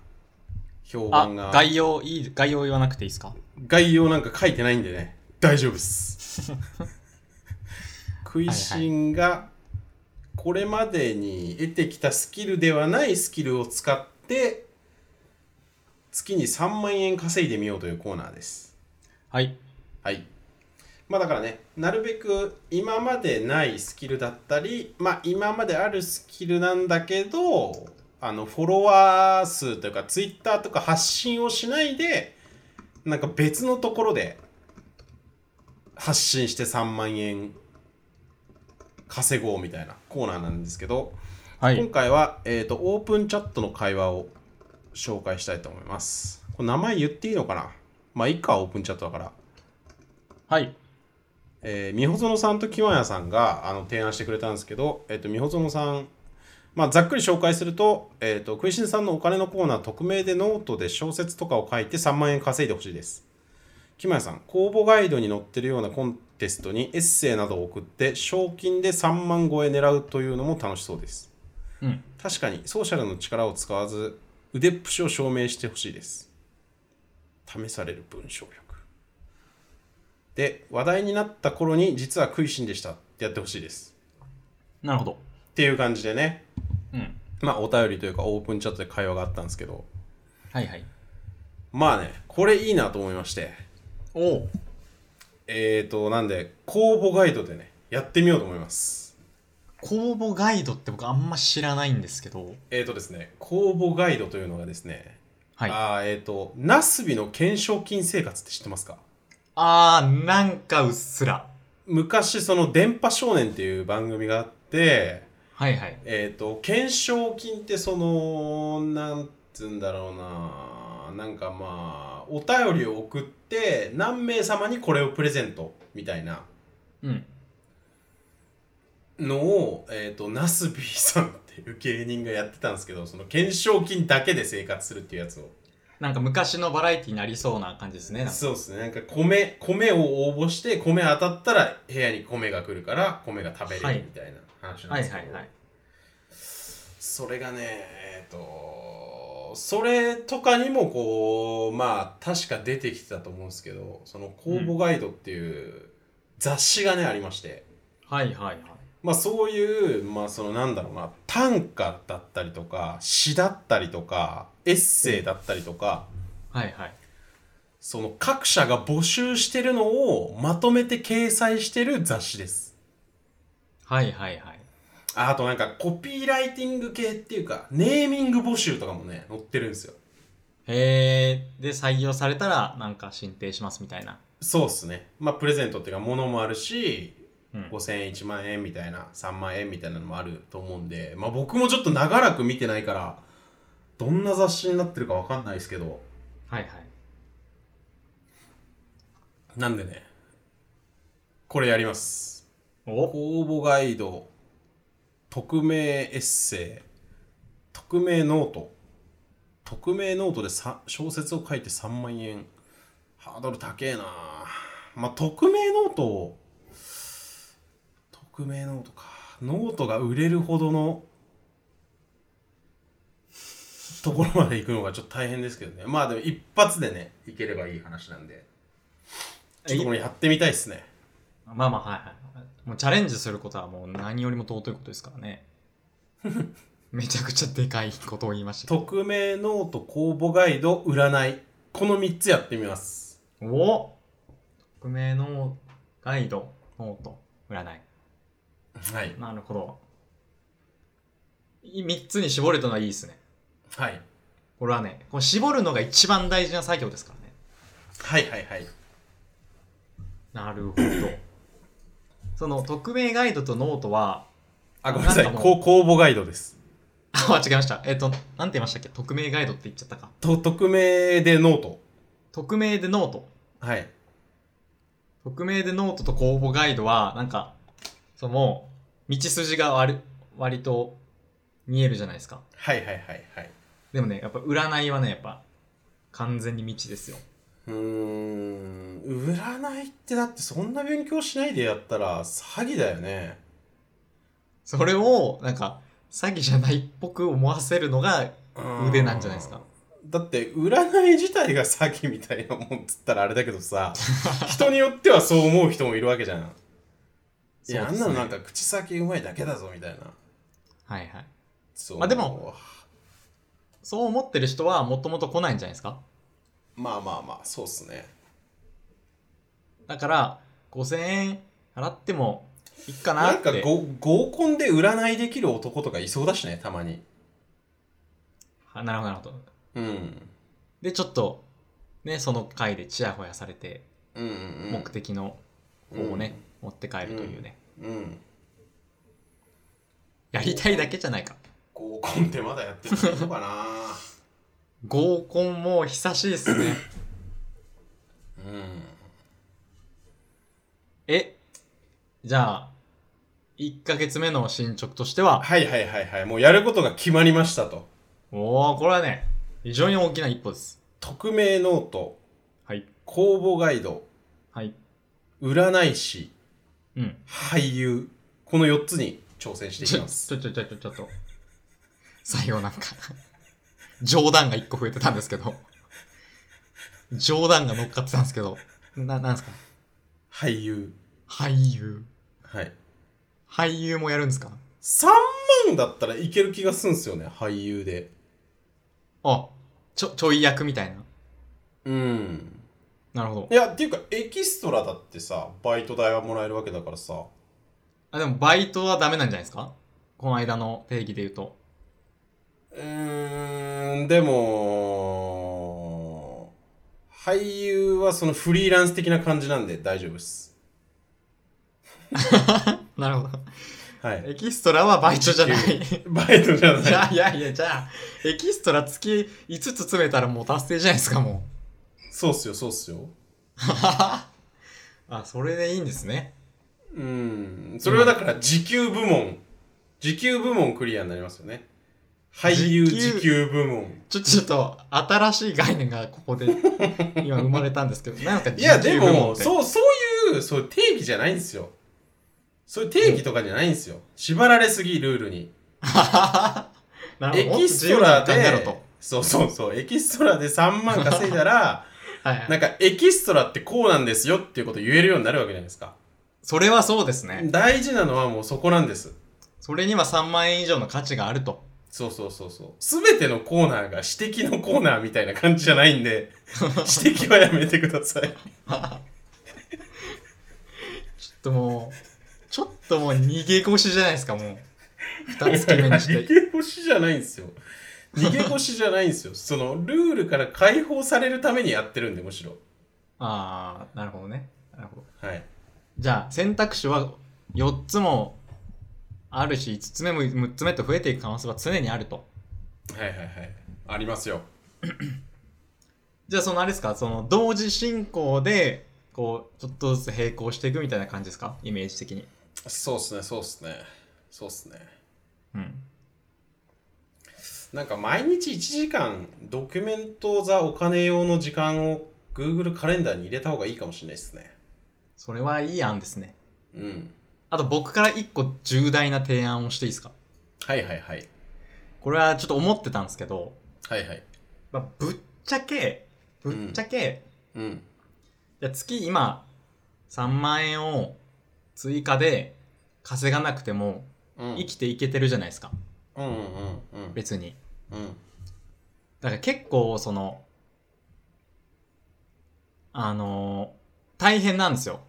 [SPEAKER 2] 評
[SPEAKER 1] あ
[SPEAKER 2] 判、が概
[SPEAKER 1] 概要、いい、概要言わなくていいですか
[SPEAKER 2] 要なんか書いてないんでね大丈夫っす 食いしんがこれまでに得てきたスキルではないスキルを使って月に3万円稼いでみようというコーナーです
[SPEAKER 1] はい。
[SPEAKER 2] はい。まあだからね、なるべく今までないスキルだったり、まあ今まであるスキルなんだけど、あのフォロワー数というか、ツイッターとか発信をしないで、なんか別のところで発信して3万円稼ごうみたいなコーナーなんですけど、
[SPEAKER 1] はい
[SPEAKER 2] 今。回は、えー、とオープンチャットの会話を紹介したいと思いますこれ名前言っていいのかなまあいいかオープンチャットだから
[SPEAKER 1] はい。
[SPEAKER 2] えー、みほぞのさんときわやさんがあの提案してくれたんですけど、えっとみほぞのさん、まあ、ざっくり紹介すると,、えっと食いしんさんのお金のコーナー匿名でノートで小説とかを書いて3万円稼いでほしいですきまやさん公募ガイドに載ってるようなコンテストにエッセイなどを送って賞金で3万超え狙うというのも楽しそうです
[SPEAKER 1] うん。
[SPEAKER 2] 確かにソーシャルの力を使わず腕っぷしを証明してほしいです試される文章力で話題になった頃に実は食いしんでしたってやってほしいです
[SPEAKER 1] なるほど。
[SPEAKER 2] っていう感じでね
[SPEAKER 1] うん。
[SPEAKER 2] まあお便りというかオープンチャットで会話があったんですけど
[SPEAKER 1] はいはい。
[SPEAKER 2] まあねこれいいなと思いまして
[SPEAKER 1] おお。
[SPEAKER 2] えーとなんで公募ガイドでねやってみようと思います
[SPEAKER 1] 公募ガイドって僕あんま知らないんですけど。
[SPEAKER 2] えーとですね公募ガイドというのがですね、
[SPEAKER 1] はい。あ
[SPEAKER 2] あーえーとナスビの懸賞金生活って知ってますか
[SPEAKER 1] あー、なんかうっすら。
[SPEAKER 2] 昔その「電波少年」っていう番組があって
[SPEAKER 1] はいはい。
[SPEAKER 2] えっ、と懸賞金ってそのなんつうんだろうななんかまあお便りを送って何名様にこれをプレゼントみたいな
[SPEAKER 1] うん。
[SPEAKER 2] のを、えー、とナスビーさんっていう芸人がやってたんですけどその懸賞金だけで生活するっていうやつを
[SPEAKER 1] なんか昔のバラエティになりそうな感じですね。なんか
[SPEAKER 2] そうですねなんか米米を応募して米当たったら部屋に米が来るから米が食べれるみたいな話なん
[SPEAKER 1] は
[SPEAKER 2] で
[SPEAKER 1] い
[SPEAKER 2] すけ
[SPEAKER 1] は
[SPEAKER 2] ど、
[SPEAKER 1] いはい。
[SPEAKER 2] それがねえっ、とそれとかにもこうまあ確か出てきてたと思うんですけどその「公募ガイド」っていう雑誌がね、ありまして
[SPEAKER 1] はいはいはい。
[SPEAKER 2] まあそういうまあそのなんだろうな短歌だったりとか詩だったりとかエッセイだったりとか、
[SPEAKER 1] はいはい。
[SPEAKER 2] その各社が募集してるのをまとめて掲載してる雑誌です。
[SPEAKER 1] はいはいはい。
[SPEAKER 2] ああとなんかコピーライティング系っていうかネーミング募集とかもね載ってるんですよ。
[SPEAKER 1] へえ。で、採用されたら、なんか申請しますみたいな。
[SPEAKER 2] そうっすね。まあ、プレゼントっていうか、ものもあるし、
[SPEAKER 1] うん。
[SPEAKER 2] 5000円、1万円みたいな、3万円みたいなのもあると思うんで、まあ、僕もちょっと長らく見てないから、どんな雑誌になってるかわかんないですけど、
[SPEAKER 1] はいはい。
[SPEAKER 2] なんでね、これやります。
[SPEAKER 1] お
[SPEAKER 2] 公募ガイド、匿名エッセイ、匿名ノート。匿名ノートでさ小説を書いて3万円。ハードル高えなまあ、匿名ノートを、匿名ノートか。ノートが売れるほどのところまで行くのがちょっと大変ですけどね。まあでも一発でね、いければいい話なんで。ちょっとこれやってみたいですね。
[SPEAKER 1] まあまあはいはい。もうチャレンジすることはもう何よりも尊いことですから ね。めちゃくちゃでかいことを言いましたけど。
[SPEAKER 2] 匿名ノート公募ガイド占いこの3つやってみます
[SPEAKER 1] お匿名のガイド、ノート、占い。
[SPEAKER 2] はい
[SPEAKER 1] なるほど。い3つに絞れたのはいいですね。
[SPEAKER 2] はい
[SPEAKER 1] これはね、この絞るのが一番大事な作業ですからね。
[SPEAKER 2] はいはいはい
[SPEAKER 1] なるほど。 その匿名ガイドとノートは、
[SPEAKER 2] あごめんなさい
[SPEAKER 1] なんかも
[SPEAKER 2] こう公募ガイドです
[SPEAKER 1] あ、間違えました。えっと、なんて言いましたっけ匿名ガイドって言っちゃったか。
[SPEAKER 2] と匿名でノート
[SPEAKER 1] 匿名でノート。
[SPEAKER 2] はい
[SPEAKER 1] 匿名でノートと公募ガイドは、なんか、その、道筋が割割と見えるじゃないですか。
[SPEAKER 2] はいはいはいはい
[SPEAKER 1] でもね、やっぱ占いはね、やっぱ、完全に道ですよ。
[SPEAKER 2] うーん占いってだってそんな勉強しないでやったら詐欺だよね
[SPEAKER 1] それを、なんか、詐欺じゃないっぽく思わせるのが
[SPEAKER 2] うん
[SPEAKER 1] 腕なんじゃないですか。
[SPEAKER 2] だって占い自体が詐欺みたいなもんっつったらあれだけどさ 人によってはそう思う人もいるわけじゃんいや、
[SPEAKER 1] そ
[SPEAKER 2] あ
[SPEAKER 1] うで
[SPEAKER 2] ん
[SPEAKER 1] す
[SPEAKER 2] な
[SPEAKER 1] ね
[SPEAKER 2] のなんか口先うまいだけだぞみたいな。
[SPEAKER 1] はいはい。
[SPEAKER 2] そう
[SPEAKER 1] まあでも。そう思ってる人は、もともと来ないんじゃないですか。
[SPEAKER 2] まあまあまあ、そうっすね。
[SPEAKER 1] だから、5000円払ってもいいかな
[SPEAKER 2] な
[SPEAKER 1] っ
[SPEAKER 2] んか
[SPEAKER 1] て。
[SPEAKER 2] ご合コンで占いできる男とかいそうだしね、たまに。
[SPEAKER 1] あなるほど、なるほど。
[SPEAKER 2] うん。
[SPEAKER 1] で、ちょっと、ね、その回でちやほやされて、
[SPEAKER 2] うんうん
[SPEAKER 1] 目的の方をね、持って帰るというね。
[SPEAKER 2] うん
[SPEAKER 1] やりたいだけじゃないか。
[SPEAKER 2] 合コンってまだやってるのかな
[SPEAKER 1] 合コンもう久しいっすね。
[SPEAKER 2] うん
[SPEAKER 1] え、じゃあ、1ヶ月目の進捗としては、
[SPEAKER 2] はいはいはいはいもうやることが決まりましたと
[SPEAKER 1] おおこれはね、非常に大きな一歩です。
[SPEAKER 2] 匿名ノート
[SPEAKER 1] はい。
[SPEAKER 2] 公募ガイド
[SPEAKER 1] はい。
[SPEAKER 2] 占い師
[SPEAKER 1] うん。
[SPEAKER 2] 俳優この4つに挑戦していき
[SPEAKER 1] ちょ、
[SPEAKER 2] ま
[SPEAKER 1] ち
[SPEAKER 2] す
[SPEAKER 1] ょ、ちょ、ちょ、ちょ、ちょっと。最後なんか、冗談が一個増えてたんですけど、冗談が乗っかってたんですけど、な、なんですか
[SPEAKER 2] 俳優
[SPEAKER 1] 俳優。
[SPEAKER 2] はい
[SPEAKER 1] 俳優もやるんですか
[SPEAKER 2] 3万だったらいける気がするんですよね俳優で
[SPEAKER 1] あ、ちょ、ちょい役みたいな。
[SPEAKER 2] うん
[SPEAKER 1] なるほど
[SPEAKER 2] い。やっていうかエキストラだってさバイト代はもらえるわけだからさ
[SPEAKER 1] あ、でもバイトはダメなんじゃないですかこの間の定義で言うと。
[SPEAKER 2] うーんでも俳優はそのフリーランス的な感じなんで大丈夫です
[SPEAKER 1] なるほど。
[SPEAKER 2] はい
[SPEAKER 1] エキストラはバイトじゃ ない。
[SPEAKER 2] 時バイトじゃ
[SPEAKER 1] い
[SPEAKER 2] ない
[SPEAKER 1] やいやいや、じゃあ、エキストラ月5つ詰めたらもう達成じゃないですか、もう。
[SPEAKER 2] そうっすよそうっすよ
[SPEAKER 1] あ、それでいいんですね。
[SPEAKER 2] うんそれはだから時給部門時給部門クリアになりますよね俳優
[SPEAKER 1] 時給
[SPEAKER 2] 時給部門
[SPEAKER 1] ちょちょっと新しい概念がここ で今生まれたんですけど、なんか
[SPEAKER 2] いやでも
[SPEAKER 1] う。
[SPEAKER 2] そうそういうそういう定義じゃないんですよそういう定義とかじゃないんですよ縛られすぎルールに
[SPEAKER 1] なる
[SPEAKER 2] エ
[SPEAKER 1] ほど
[SPEAKER 2] キストラ
[SPEAKER 1] もっと自由に考えろ
[SPEAKER 2] で
[SPEAKER 1] と。、
[SPEAKER 2] そうそうそう、エキストラで3万稼いだら、
[SPEAKER 1] はいはい
[SPEAKER 2] なんかエキストラってこうなんですよっていうことを言えるようになるわけじゃないですか。
[SPEAKER 1] それはそうですね。
[SPEAKER 2] 大事なのはもうそこなんです。
[SPEAKER 1] それには3万円以上の価値があると。
[SPEAKER 2] そうそうそうそう。すべてのコーナーが指摘のコーナーみたいな感じじゃない んで、指摘はやめてください。
[SPEAKER 1] ちょっともう、ちょっともう逃げ腰じゃないですか、もう。二つ決めに し
[SPEAKER 2] 逃
[SPEAKER 1] て。
[SPEAKER 2] げ腰じゃないんですよ。逃げ腰じゃないんですよ。そのルールから解放されるためにやってるんで、むしろ。
[SPEAKER 1] ああ、なるほどね。なるほど。
[SPEAKER 2] はい。
[SPEAKER 1] じゃあ、選択肢は4つもあるし、5つ目も6つ目と増えていく可能性は常にあると。
[SPEAKER 2] はいはいはい。ありますよ。
[SPEAKER 1] じゃあそのあれですかその同時進行でこうちょっとずつ並行していくみたいな感じですかイメージ的に
[SPEAKER 2] そうっすね、そうっすね。そうっすね。
[SPEAKER 1] うん
[SPEAKER 2] なんか毎日1時間ドキュメントザお金用の時間を Google カレンダーに入れた方がいいかもしれないですね。
[SPEAKER 1] それはいい案ですね
[SPEAKER 2] うん。
[SPEAKER 1] あと僕から一個重大な提案をしていいですか
[SPEAKER 2] はいはいはい。
[SPEAKER 1] これはちょっと思ってたんですけど、
[SPEAKER 2] はいはい。
[SPEAKER 1] まあ、ぶっちゃけぶっちゃけ、
[SPEAKER 2] うん。
[SPEAKER 1] じゃあ月今3万円を追加で稼がなくても
[SPEAKER 2] うん。
[SPEAKER 1] 生きていけてるじゃないですか
[SPEAKER 2] うんうんうんうん。
[SPEAKER 1] 別に
[SPEAKER 2] うん。
[SPEAKER 1] だから結構そのあのー大変なんですよ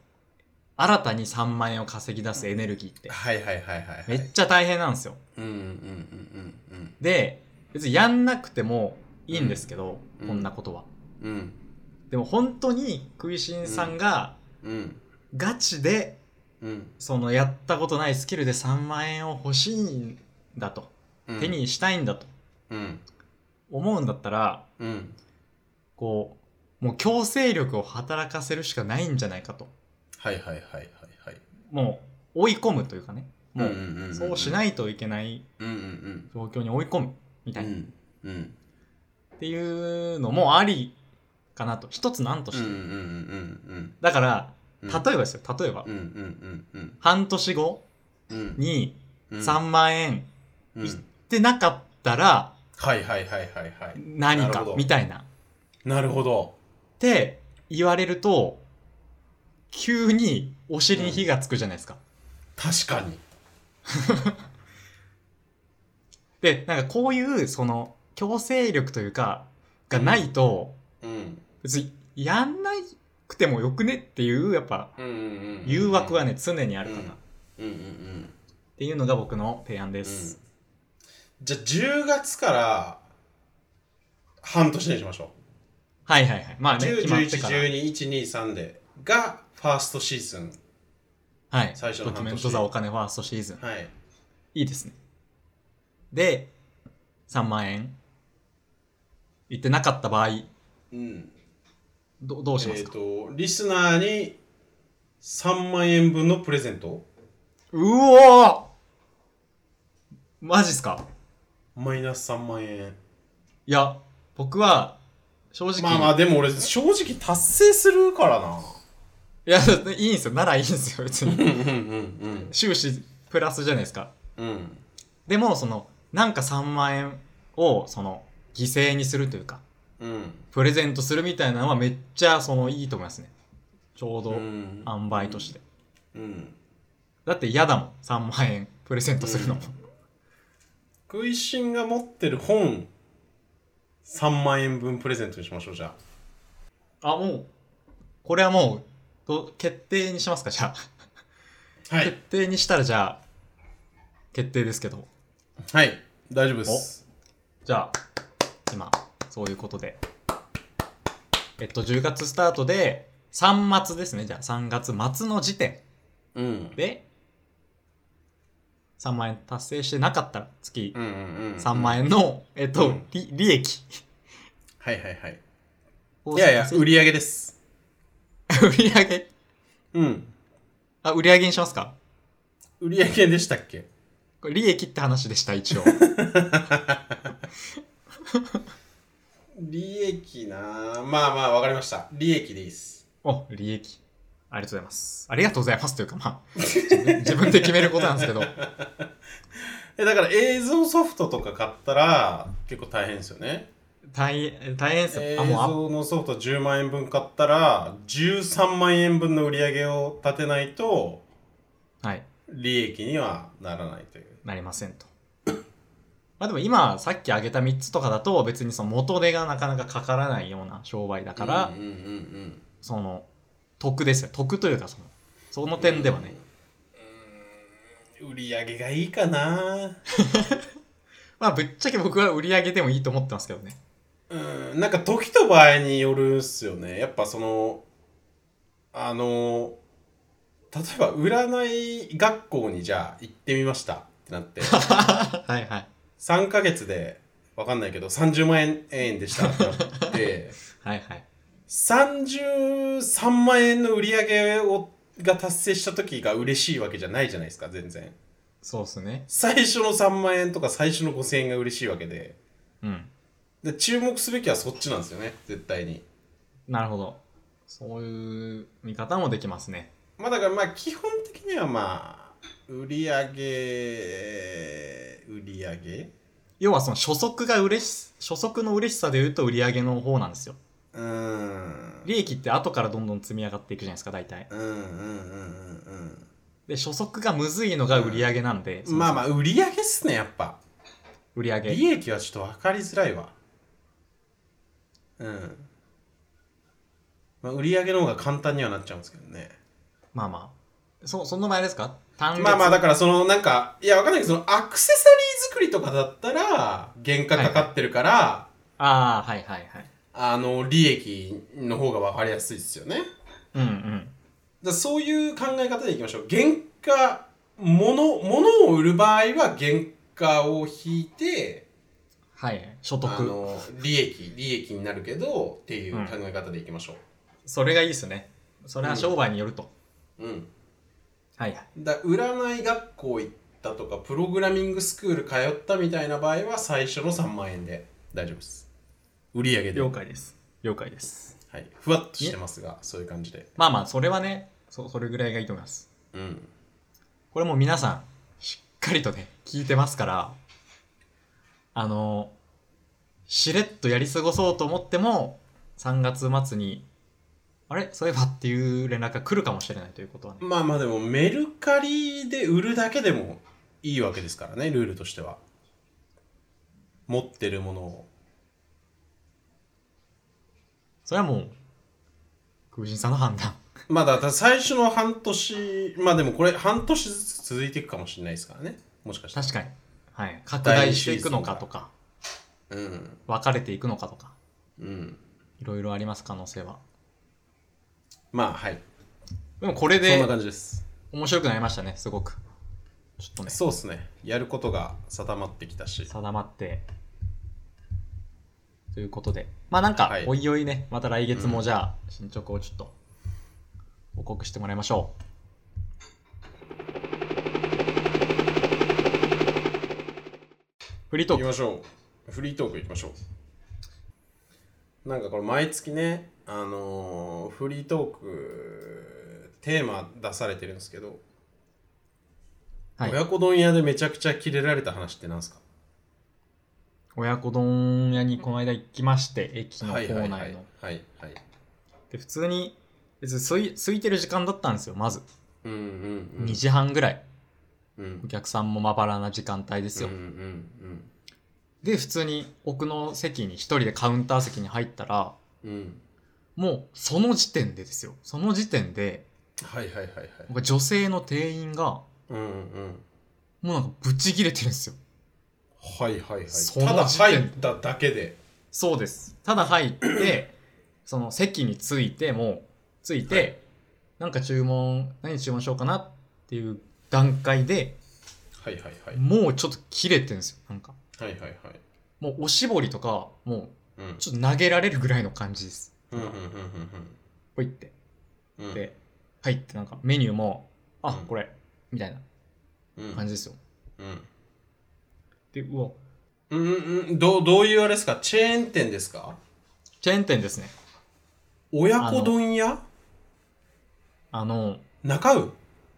[SPEAKER 1] 新たに3万円を稼ぎ出すエネルギーって
[SPEAKER 2] はいはいはいはい。
[SPEAKER 1] めっちゃ大変なんですよ
[SPEAKER 2] うんうんうんうん
[SPEAKER 1] で別にやんなくてもいいんですけど、
[SPEAKER 2] うん
[SPEAKER 1] こんなことは、
[SPEAKER 2] うん。うん。
[SPEAKER 1] でも本当に食いしんさんが
[SPEAKER 2] うん。
[SPEAKER 1] ガチで
[SPEAKER 2] うん。
[SPEAKER 1] そのやったことないスキルで3万円を欲しいんだと
[SPEAKER 2] うん。
[SPEAKER 1] 手。にしたいんだと
[SPEAKER 2] うん。
[SPEAKER 1] 思うんだったら
[SPEAKER 2] うん。
[SPEAKER 1] こうもう強制力を働かせるしかないんじゃないかと
[SPEAKER 2] はいはいはいはいはい。
[SPEAKER 1] もう追い込むというかね、もう
[SPEAKER 2] うんんん
[SPEAKER 1] そうしないといけない
[SPEAKER 2] うんうん
[SPEAKER 1] 状況に追い込むみ
[SPEAKER 2] う
[SPEAKER 1] た
[SPEAKER 2] ん。う
[SPEAKER 1] いな、っ
[SPEAKER 2] ん。うん。
[SPEAKER 1] ていうのもありかなと、一つなんと
[SPEAKER 2] う
[SPEAKER 1] し
[SPEAKER 2] んうん
[SPEAKER 1] て。
[SPEAKER 2] うん
[SPEAKER 1] だから、
[SPEAKER 2] うん。
[SPEAKER 1] 例えばですよ、例えば、
[SPEAKER 2] うんうんうん
[SPEAKER 1] 半年後
[SPEAKER 2] うん。
[SPEAKER 1] に
[SPEAKER 2] うん。
[SPEAKER 1] 3万円
[SPEAKER 2] うん
[SPEAKER 1] いってなかったら
[SPEAKER 2] はいはいはいはいはい。
[SPEAKER 1] 何
[SPEAKER 2] なる
[SPEAKER 1] か
[SPEAKER 2] ほど
[SPEAKER 1] みたいなっ
[SPEAKER 2] なるほど。
[SPEAKER 1] て言われると、急にお尻に火がつくじゃないですか。
[SPEAKER 2] 確かに。
[SPEAKER 1] で、なんかこういう、その、強制力というか、がないと、
[SPEAKER 2] うん。
[SPEAKER 1] 別にやんなくてもよくねっていうやっぱ
[SPEAKER 2] うんうん
[SPEAKER 1] 誘惑は
[SPEAKER 2] ね。
[SPEAKER 1] ね常にあるか
[SPEAKER 2] うん
[SPEAKER 1] なっ
[SPEAKER 2] うんうんうん。
[SPEAKER 1] ていうのが僕の提案です、
[SPEAKER 2] じゃあ10月から半年にしましょ
[SPEAKER 1] はいはいはい。まあね、
[SPEAKER 2] 10、
[SPEAKER 1] 決まってから。
[SPEAKER 2] 11、12、1、2、3で、が、ファーストシーズン。
[SPEAKER 1] はい。
[SPEAKER 2] 最初の
[SPEAKER 1] ド
[SPEAKER 2] 半
[SPEAKER 1] キ
[SPEAKER 2] 年
[SPEAKER 1] ュメント・ザ・お金ファーストシーズン。
[SPEAKER 2] はい。
[SPEAKER 1] いいですね。で、3万円。言ってなかった場合、
[SPEAKER 2] うん。
[SPEAKER 1] どどうしま
[SPEAKER 2] え
[SPEAKER 1] す
[SPEAKER 2] っ
[SPEAKER 1] か、
[SPEAKER 2] と、リスナーに3万円分のプレゼント
[SPEAKER 1] うおーマジっすか
[SPEAKER 2] マイナス3万円。
[SPEAKER 1] いや、僕は、正直、
[SPEAKER 2] まあまあ、でも俺、正直達成するからな。
[SPEAKER 1] いや、いいんですよ。ならいいんですよ、別
[SPEAKER 2] う
[SPEAKER 1] に。
[SPEAKER 2] んうん
[SPEAKER 1] 終始、プラスじゃないですか。
[SPEAKER 2] うん。うん。
[SPEAKER 1] でも、その、なんか3万円を、その、犠牲にするというか、
[SPEAKER 2] うん。
[SPEAKER 1] プレゼントするみたいなのはめっちゃ、その、いいと思いますね。ちょうど、
[SPEAKER 2] うん
[SPEAKER 1] 塩梅として。
[SPEAKER 2] うん。
[SPEAKER 1] だって嫌だもん、3万円プレゼントするのも。
[SPEAKER 2] 食いしんが持ってる本、3万円分プレゼントにしましょう、じゃあ。
[SPEAKER 1] あ、もう、これはもう、ど決定にしますか、じゃあ。
[SPEAKER 2] は
[SPEAKER 1] 決。定にしたら、じゃあ、決定ですけど。
[SPEAKER 2] はい。大丈夫です。
[SPEAKER 1] じゃあ、今、そういうことで。えっと、10月スタートで、3末ですね。じゃあ、3月末の時点
[SPEAKER 2] うん。
[SPEAKER 1] で、3万円達成してなかったら、月
[SPEAKER 2] うんうんうん。
[SPEAKER 1] 3万
[SPEAKER 2] 円。
[SPEAKER 1] 円の、えっ
[SPEAKER 2] う
[SPEAKER 1] と
[SPEAKER 2] ん、
[SPEAKER 1] 利利益。
[SPEAKER 2] はいはいはい。
[SPEAKER 1] い
[SPEAKER 2] いやいや、売り上げです。
[SPEAKER 1] 売り上げ。
[SPEAKER 2] うん。
[SPEAKER 1] あ、売り上げにしますか
[SPEAKER 2] 売り上げでしたっけ
[SPEAKER 1] これ利益って話でした、一応。
[SPEAKER 2] 利益なあまあまあ、わかりました。利益でいいです。
[SPEAKER 1] お、利益。ありがとうございます。ありがとうございますというか、まあ、自分自分で決めることなんです けど。
[SPEAKER 2] え、だから映像ソフトとか買ったら、結構大変ですよね。
[SPEAKER 1] 大変、大変です
[SPEAKER 2] 映
[SPEAKER 1] よ。あ、もう
[SPEAKER 2] 像のソフト10万円分買ったら、13万円分の売り上げを立てないと、
[SPEAKER 1] あ、はい、
[SPEAKER 2] 利益にはならないという。
[SPEAKER 1] なりませんと。まあでも今、さっき挙げた3つとかだと、別にその元手がなかなかかからないような商売だから、
[SPEAKER 2] うんうんうん
[SPEAKER 1] その、得ですよ。得というか、その、その
[SPEAKER 2] うん。
[SPEAKER 1] 点ではね。
[SPEAKER 2] うーん。売り上げがいいかな
[SPEAKER 1] まあ、ぶっちゃけ僕は売り上げでもいいと思ってますけ どね。
[SPEAKER 2] うん、なんか時と場合によるっすよね。やっぱその、あの、例えば占い学校にじゃあ行ってみましたってなって、
[SPEAKER 1] はいはい。
[SPEAKER 2] 3ヶ月で、わかんないけど、30万円円でしたってなって、
[SPEAKER 1] はいはい。
[SPEAKER 2] 33万円の売り上げを、が達成した時が嬉しいわけじゃないじゃないですか、全然。
[SPEAKER 1] そうっすね。
[SPEAKER 2] 最初の3万円とか最初の5000円が嬉しいわけで、
[SPEAKER 1] うん。
[SPEAKER 2] で、注目すべきはそっちなんですよね、絶対に。
[SPEAKER 1] なるほど。そういう見方もできますね。
[SPEAKER 2] まあだからまあ基本的にはまあ売り上げ売り上げ
[SPEAKER 1] 要はその初速が嬉し、初速の嬉しさで言うと売り上げの方なんですよ。
[SPEAKER 2] うーん
[SPEAKER 1] 利益って後からどんどん積み上がっていくじゃないですか、大体。
[SPEAKER 2] うんうんうんうん
[SPEAKER 1] で、初速がむずいのが売り上げなんで、
[SPEAKER 2] うんまあま
[SPEAKER 1] あ、
[SPEAKER 2] あ売り上げっすねやっぱ
[SPEAKER 1] 売り上げ。
[SPEAKER 2] 利益はちょっと分かりづらいわうんまあ売り上げの方が簡単にはなっちゃうんですけどね
[SPEAKER 1] まあまあ。そ、その前ですか単月
[SPEAKER 2] まあまあだからそのなんかいやわかんないけどそのアクセサリー作りとかだったら原価かかってるから、
[SPEAKER 1] ああ、はいはいはい。
[SPEAKER 2] あの利益の方が分かりやすいですよね
[SPEAKER 1] うんうん。
[SPEAKER 2] だからそういう考え方でいきましょう原価物物を売る場合は原価を引いて
[SPEAKER 1] はいはい。所
[SPEAKER 2] あ
[SPEAKER 1] 得。
[SPEAKER 2] の利益利益になるけどっていう考え方でいきましょ
[SPEAKER 1] それがいいですね。それは商売によると。
[SPEAKER 2] ううん、
[SPEAKER 1] はいはい。
[SPEAKER 2] だから占い学校行ったとかプログラミングスクール通ったみたいな場合は最初の3万円で大丈夫です売り上げで、は
[SPEAKER 1] 了解です。了解です。
[SPEAKER 2] い、ふわっとしてますがそういう感じで
[SPEAKER 1] まあまあ、それはね、そ、それぐらいがいいと思います。
[SPEAKER 2] うん
[SPEAKER 1] これもう皆さん、しっかりとね、聞いてますから、あの、しれっとやり過ごそうと思っても、3月末に、あれそういえばっていう連絡が来るかもしれないということはね。
[SPEAKER 2] まあまあでもメルカリで売るだけでもいいわけですからねルールとしては持ってるものを
[SPEAKER 1] それはもう、空人さんの判断。
[SPEAKER 2] まあだから最初の半年まあでもこれ半年ずつ続いていくかもしれないですからねもしかしたら
[SPEAKER 1] 確かに。はい。拡大していくのかとか、
[SPEAKER 2] うん
[SPEAKER 1] 分かれていくのかとか。
[SPEAKER 2] うん
[SPEAKER 1] いろいろあります可能性は
[SPEAKER 2] まあはい
[SPEAKER 1] でもこれ
[SPEAKER 2] そん
[SPEAKER 1] で
[SPEAKER 2] な感じです
[SPEAKER 1] 面白くなりましたねすごくちょっとね
[SPEAKER 2] そうですねやることが定まってきたし
[SPEAKER 1] 定まってということでまあなんか
[SPEAKER 2] はい
[SPEAKER 1] おいおいね、また来月
[SPEAKER 2] う
[SPEAKER 1] も
[SPEAKER 2] ん
[SPEAKER 1] じゃあ進捗をちょっと報告してもらいましょう、フリートー
[SPEAKER 2] 行き
[SPEAKER 1] ク
[SPEAKER 2] ましょうフリートーク行きましょうなんかこれ毎月ねあのーフリートークテーマ出されてるんですけど、
[SPEAKER 1] はい
[SPEAKER 2] 親子丼屋でめちゃくちゃキレられた話ってなんですか
[SPEAKER 1] 親子丼屋にこの間行きまして駅の構内の、
[SPEAKER 2] はいはいはいはい
[SPEAKER 1] で普通に別に空い空いてる時間だったんですよまず
[SPEAKER 2] うんうんうん
[SPEAKER 1] 2時半ぐらい
[SPEAKER 2] うん
[SPEAKER 1] お客さんもまばらな時間帯ですよ、
[SPEAKER 2] うんうん
[SPEAKER 1] で普通に奥の席に一人でカウンター席に入ったら
[SPEAKER 2] うんうん
[SPEAKER 1] もうその時点でですよその時点で
[SPEAKER 2] はいはいはいはい
[SPEAKER 1] 僕は女性の店員が
[SPEAKER 2] うんうん
[SPEAKER 1] もうなんかブチギレてるんですよ
[SPEAKER 2] はいはいはい
[SPEAKER 1] その
[SPEAKER 2] ただ
[SPEAKER 1] 時点
[SPEAKER 2] 入っただけで
[SPEAKER 1] そうですただ入って その席についてもついて、
[SPEAKER 2] はい
[SPEAKER 1] なんか注文何注文しようかなっていう段階で
[SPEAKER 2] はいはいはい
[SPEAKER 1] もうちょっと切れてるんですよなんか
[SPEAKER 2] はいはいはい
[SPEAKER 1] もうおしぼりとかも
[SPEAKER 2] うん
[SPEAKER 1] うちょっと投げられるぐらいの感じです
[SPEAKER 2] うんうんうん
[SPEAKER 1] ポイって
[SPEAKER 2] うんうん
[SPEAKER 1] で入ってなんかメニューもあ、
[SPEAKER 2] うん
[SPEAKER 1] これみたいな
[SPEAKER 2] うん
[SPEAKER 1] 感じですよ
[SPEAKER 2] うん
[SPEAKER 1] でうわ
[SPEAKER 2] うんうん、どうどういうあれですかチェーン店ですか
[SPEAKER 1] チェーン店ですね
[SPEAKER 2] 親子丼屋
[SPEAKER 1] あの
[SPEAKER 2] 中う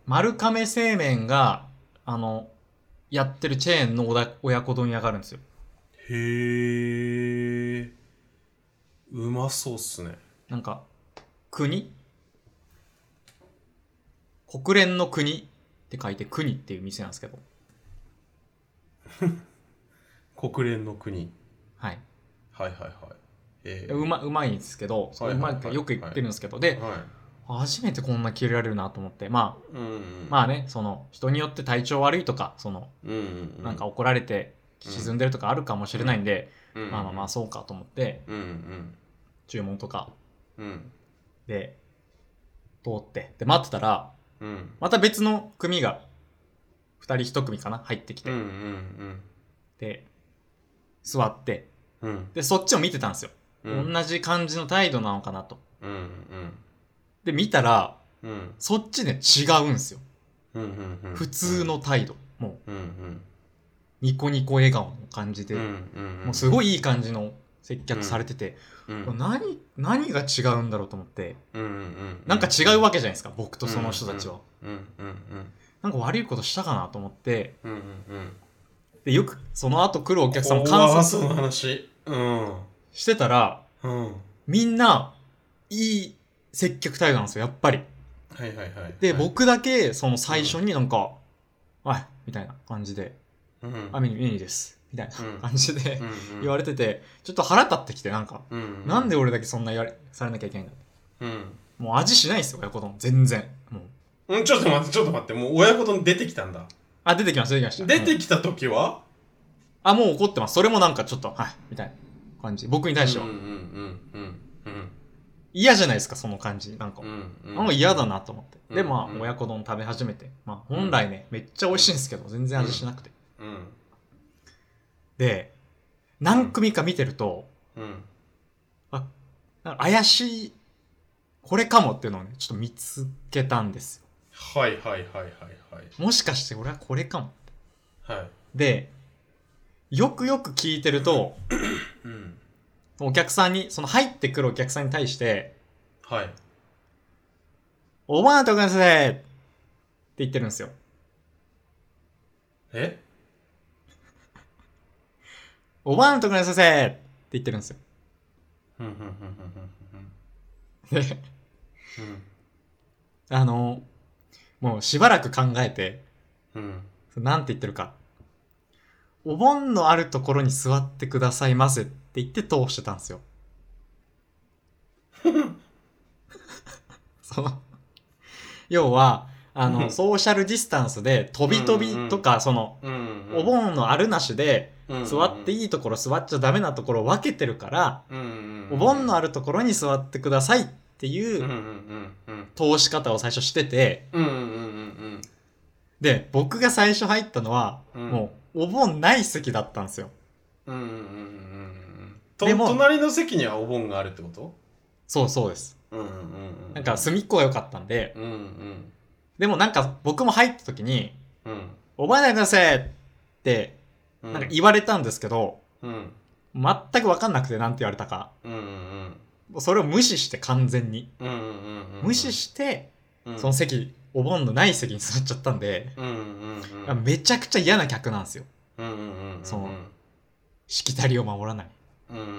[SPEAKER 1] 丸亀製麺が、あの、やってるチェーンのおだ親子丼屋があるんですよ。
[SPEAKER 2] へえうまそうっすね
[SPEAKER 1] なんか、国国連の国って書いて国っていう店なんですけど。
[SPEAKER 2] 国連の国
[SPEAKER 1] はい。
[SPEAKER 2] はいはいはいえ
[SPEAKER 1] うまうまいんですけど、
[SPEAKER 2] はいはいはいう
[SPEAKER 1] まいってよく言ってるんですけど、で、
[SPEAKER 2] は
[SPEAKER 1] 初めてこんな切れられるなと思って、ま
[SPEAKER 2] い、うんうん
[SPEAKER 1] あ、まあね、その、人によって体調悪いとか、その、
[SPEAKER 2] うんうんう
[SPEAKER 1] なんか怒られて沈んでるとかあるかもしれないんで、
[SPEAKER 2] うんうん
[SPEAKER 1] まあまあまあ、そうかと思って、
[SPEAKER 2] うんうん
[SPEAKER 1] 注文とか
[SPEAKER 2] うん
[SPEAKER 1] で、通って、で、待ってたら、
[SPEAKER 2] うん
[SPEAKER 1] また別の組が、二人一組かな入ってき
[SPEAKER 2] う
[SPEAKER 1] て、
[SPEAKER 2] んうん
[SPEAKER 1] で、座って、
[SPEAKER 2] うんうん
[SPEAKER 1] で、そっちを見てたんですよ。
[SPEAKER 2] うん
[SPEAKER 1] 同じ感じの態度なのかなと。
[SPEAKER 2] うん
[SPEAKER 1] で、見たら、
[SPEAKER 2] うんうん
[SPEAKER 1] そっちね、違うんですよ。
[SPEAKER 2] うんうんうん
[SPEAKER 1] 普通の態度。もう、
[SPEAKER 2] うんうん
[SPEAKER 1] ニコニコ笑顔の感じ
[SPEAKER 2] う
[SPEAKER 1] で、
[SPEAKER 2] んうん
[SPEAKER 1] もうすごいいい感じの接客されてて、
[SPEAKER 2] うん
[SPEAKER 1] これ何、何が違うんだろうと思って、
[SPEAKER 2] うんうん
[SPEAKER 1] なんか違うわけじゃないですか、僕とその人たちは。
[SPEAKER 2] うんうんうん
[SPEAKER 1] なんか悪いことしたかなと思って、
[SPEAKER 2] うんうん
[SPEAKER 1] で、よく、その後来るお客さんも
[SPEAKER 2] 怖
[SPEAKER 1] 観
[SPEAKER 2] そうな
[SPEAKER 1] 察
[SPEAKER 2] 話うん
[SPEAKER 1] してたら、
[SPEAKER 2] うんは
[SPEAKER 1] みんな、いい接客態度なんですよ、やっぱり。
[SPEAKER 2] いはいはい
[SPEAKER 1] で、
[SPEAKER 2] はい
[SPEAKER 1] 僕だけ、その最初になんか、はい、みたいな感じで、
[SPEAKER 2] うんうん
[SPEAKER 1] あ、メニューメニューです。みたいな
[SPEAKER 2] うん
[SPEAKER 1] 感じで
[SPEAKER 2] うん
[SPEAKER 1] 言われてて、ちょっと腹立ってきて、なんか、
[SPEAKER 2] うん
[SPEAKER 1] なんで俺だけそんな言われ、されなきゃいけないんだ
[SPEAKER 2] うん
[SPEAKER 1] もう味しないですよ、親子丼。全然。もう。
[SPEAKER 2] うんちょっと待ってちょっと待ってもう親子丼出てきたんだ
[SPEAKER 1] あ、出てきました、出てきました。
[SPEAKER 2] 出
[SPEAKER 1] う
[SPEAKER 2] て
[SPEAKER 1] ん
[SPEAKER 2] きた時は
[SPEAKER 1] あ、もう怒ってます。それもなんかちょっと、はい、みたいな感じ。僕に対して
[SPEAKER 2] う
[SPEAKER 1] は
[SPEAKER 2] ん。うんうん
[SPEAKER 1] 嫌じゃないですか、その感じ。なんか
[SPEAKER 2] うんう。んうん
[SPEAKER 1] あもう嫌だなと思って。で、
[SPEAKER 2] うん
[SPEAKER 1] ま
[SPEAKER 2] う
[SPEAKER 1] あ、
[SPEAKER 2] ん
[SPEAKER 1] 親子丼食べ始めて。まあ、本来ね、めっちゃ美味しいんですけど、全然味しなくて。
[SPEAKER 2] うん
[SPEAKER 1] で、何組か見てると、
[SPEAKER 2] うん
[SPEAKER 1] なんか怪しい、これかもっていうのをね、ちょっと見つけたんです
[SPEAKER 2] はいはいはいはいはい
[SPEAKER 1] よ。もしかして俺はこれかも。
[SPEAKER 2] はい
[SPEAKER 1] で、よくよく聞いてると、
[SPEAKER 2] うん
[SPEAKER 1] お客さんに、その入ってくるお客さんに対して、
[SPEAKER 2] はい
[SPEAKER 1] おばあとくださいって言ってるんですよ。
[SPEAKER 2] え
[SPEAKER 1] おばあとくださいって言ってるんですよ。
[SPEAKER 2] うんうんうんうん
[SPEAKER 1] で、
[SPEAKER 2] うん
[SPEAKER 1] あの、もうしばらく考えて、
[SPEAKER 2] うんうん
[SPEAKER 1] なんて言ってるか。お盆のあるところに座ってくださいませって言って通してたん ですよ。その、要は、あ
[SPEAKER 2] う
[SPEAKER 1] の、
[SPEAKER 2] ん
[SPEAKER 1] ソーシャルディスタンスで、飛び飛びとか、その、
[SPEAKER 2] うん
[SPEAKER 1] お盆のあるなしで、
[SPEAKER 2] うん
[SPEAKER 1] 座っていいところ、座っちゃダメなところを分けてるから、
[SPEAKER 2] うんうんうん
[SPEAKER 1] お盆のあるところに座ってくださいって
[SPEAKER 2] うんう
[SPEAKER 1] いうん
[SPEAKER 2] うん
[SPEAKER 1] 通し方を最初してて、
[SPEAKER 2] うんうんうん
[SPEAKER 1] で、僕が最初入ったのは、
[SPEAKER 2] うん
[SPEAKER 1] もう、お盆ない席だったんですよ。
[SPEAKER 2] うんうんうんうんうんと
[SPEAKER 1] でも
[SPEAKER 2] 隣の席にはお盆があるってこと
[SPEAKER 1] そうそうです。
[SPEAKER 2] うんうんうん
[SPEAKER 1] なんか隅っこが良かったんで、
[SPEAKER 2] うんうん
[SPEAKER 1] でもなんか僕も入った時に、
[SPEAKER 2] うん
[SPEAKER 1] 覚えないでくださいって、
[SPEAKER 2] うん
[SPEAKER 1] なんか言われたんですけど、
[SPEAKER 2] うんうん
[SPEAKER 1] 全くわかんなくてなんて言われたか。
[SPEAKER 2] うんうん
[SPEAKER 1] それを無視して完全に。
[SPEAKER 2] うんうんうんうん
[SPEAKER 1] 無視して、
[SPEAKER 2] うん
[SPEAKER 1] その席、お盆のない席に座っちゃったんで、
[SPEAKER 2] うんうんうん
[SPEAKER 1] めちゃくちゃ嫌な客なんですよ。
[SPEAKER 2] うんうんうんうん
[SPEAKER 1] そのしきたりを守らない。
[SPEAKER 2] うんうんう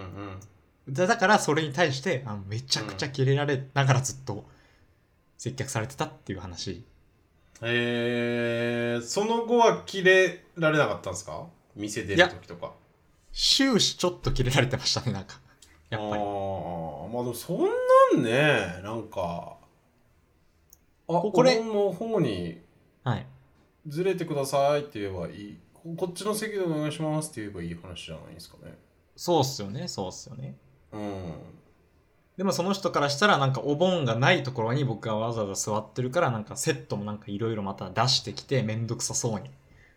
[SPEAKER 2] ん
[SPEAKER 1] だだからそれに対してあのめちゃくちゃキレられながらずっと接客されてたっていう話。
[SPEAKER 2] えー、その後は切れられなかったんですか店出る時とか
[SPEAKER 1] 終始ちょっとキレられてましたね、なんか。やっぱ
[SPEAKER 2] あ
[SPEAKER 1] り。
[SPEAKER 2] ーまあでもそんなんねなんかあ
[SPEAKER 1] こ
[SPEAKER 2] こ
[SPEAKER 1] これ
[SPEAKER 2] れの方に
[SPEAKER 1] はい。
[SPEAKER 2] ずれてくださいって言えばいいここっちの席でお願いしますって言えばいい話じゃないですかね
[SPEAKER 1] そうっすよね、そうっすよね。
[SPEAKER 2] うん
[SPEAKER 1] でもその人からしたらなんかお盆がないところに僕がわざわざ座ってるからなんかセットもなんかいろいろまた出してきてめんどくさそうに。はい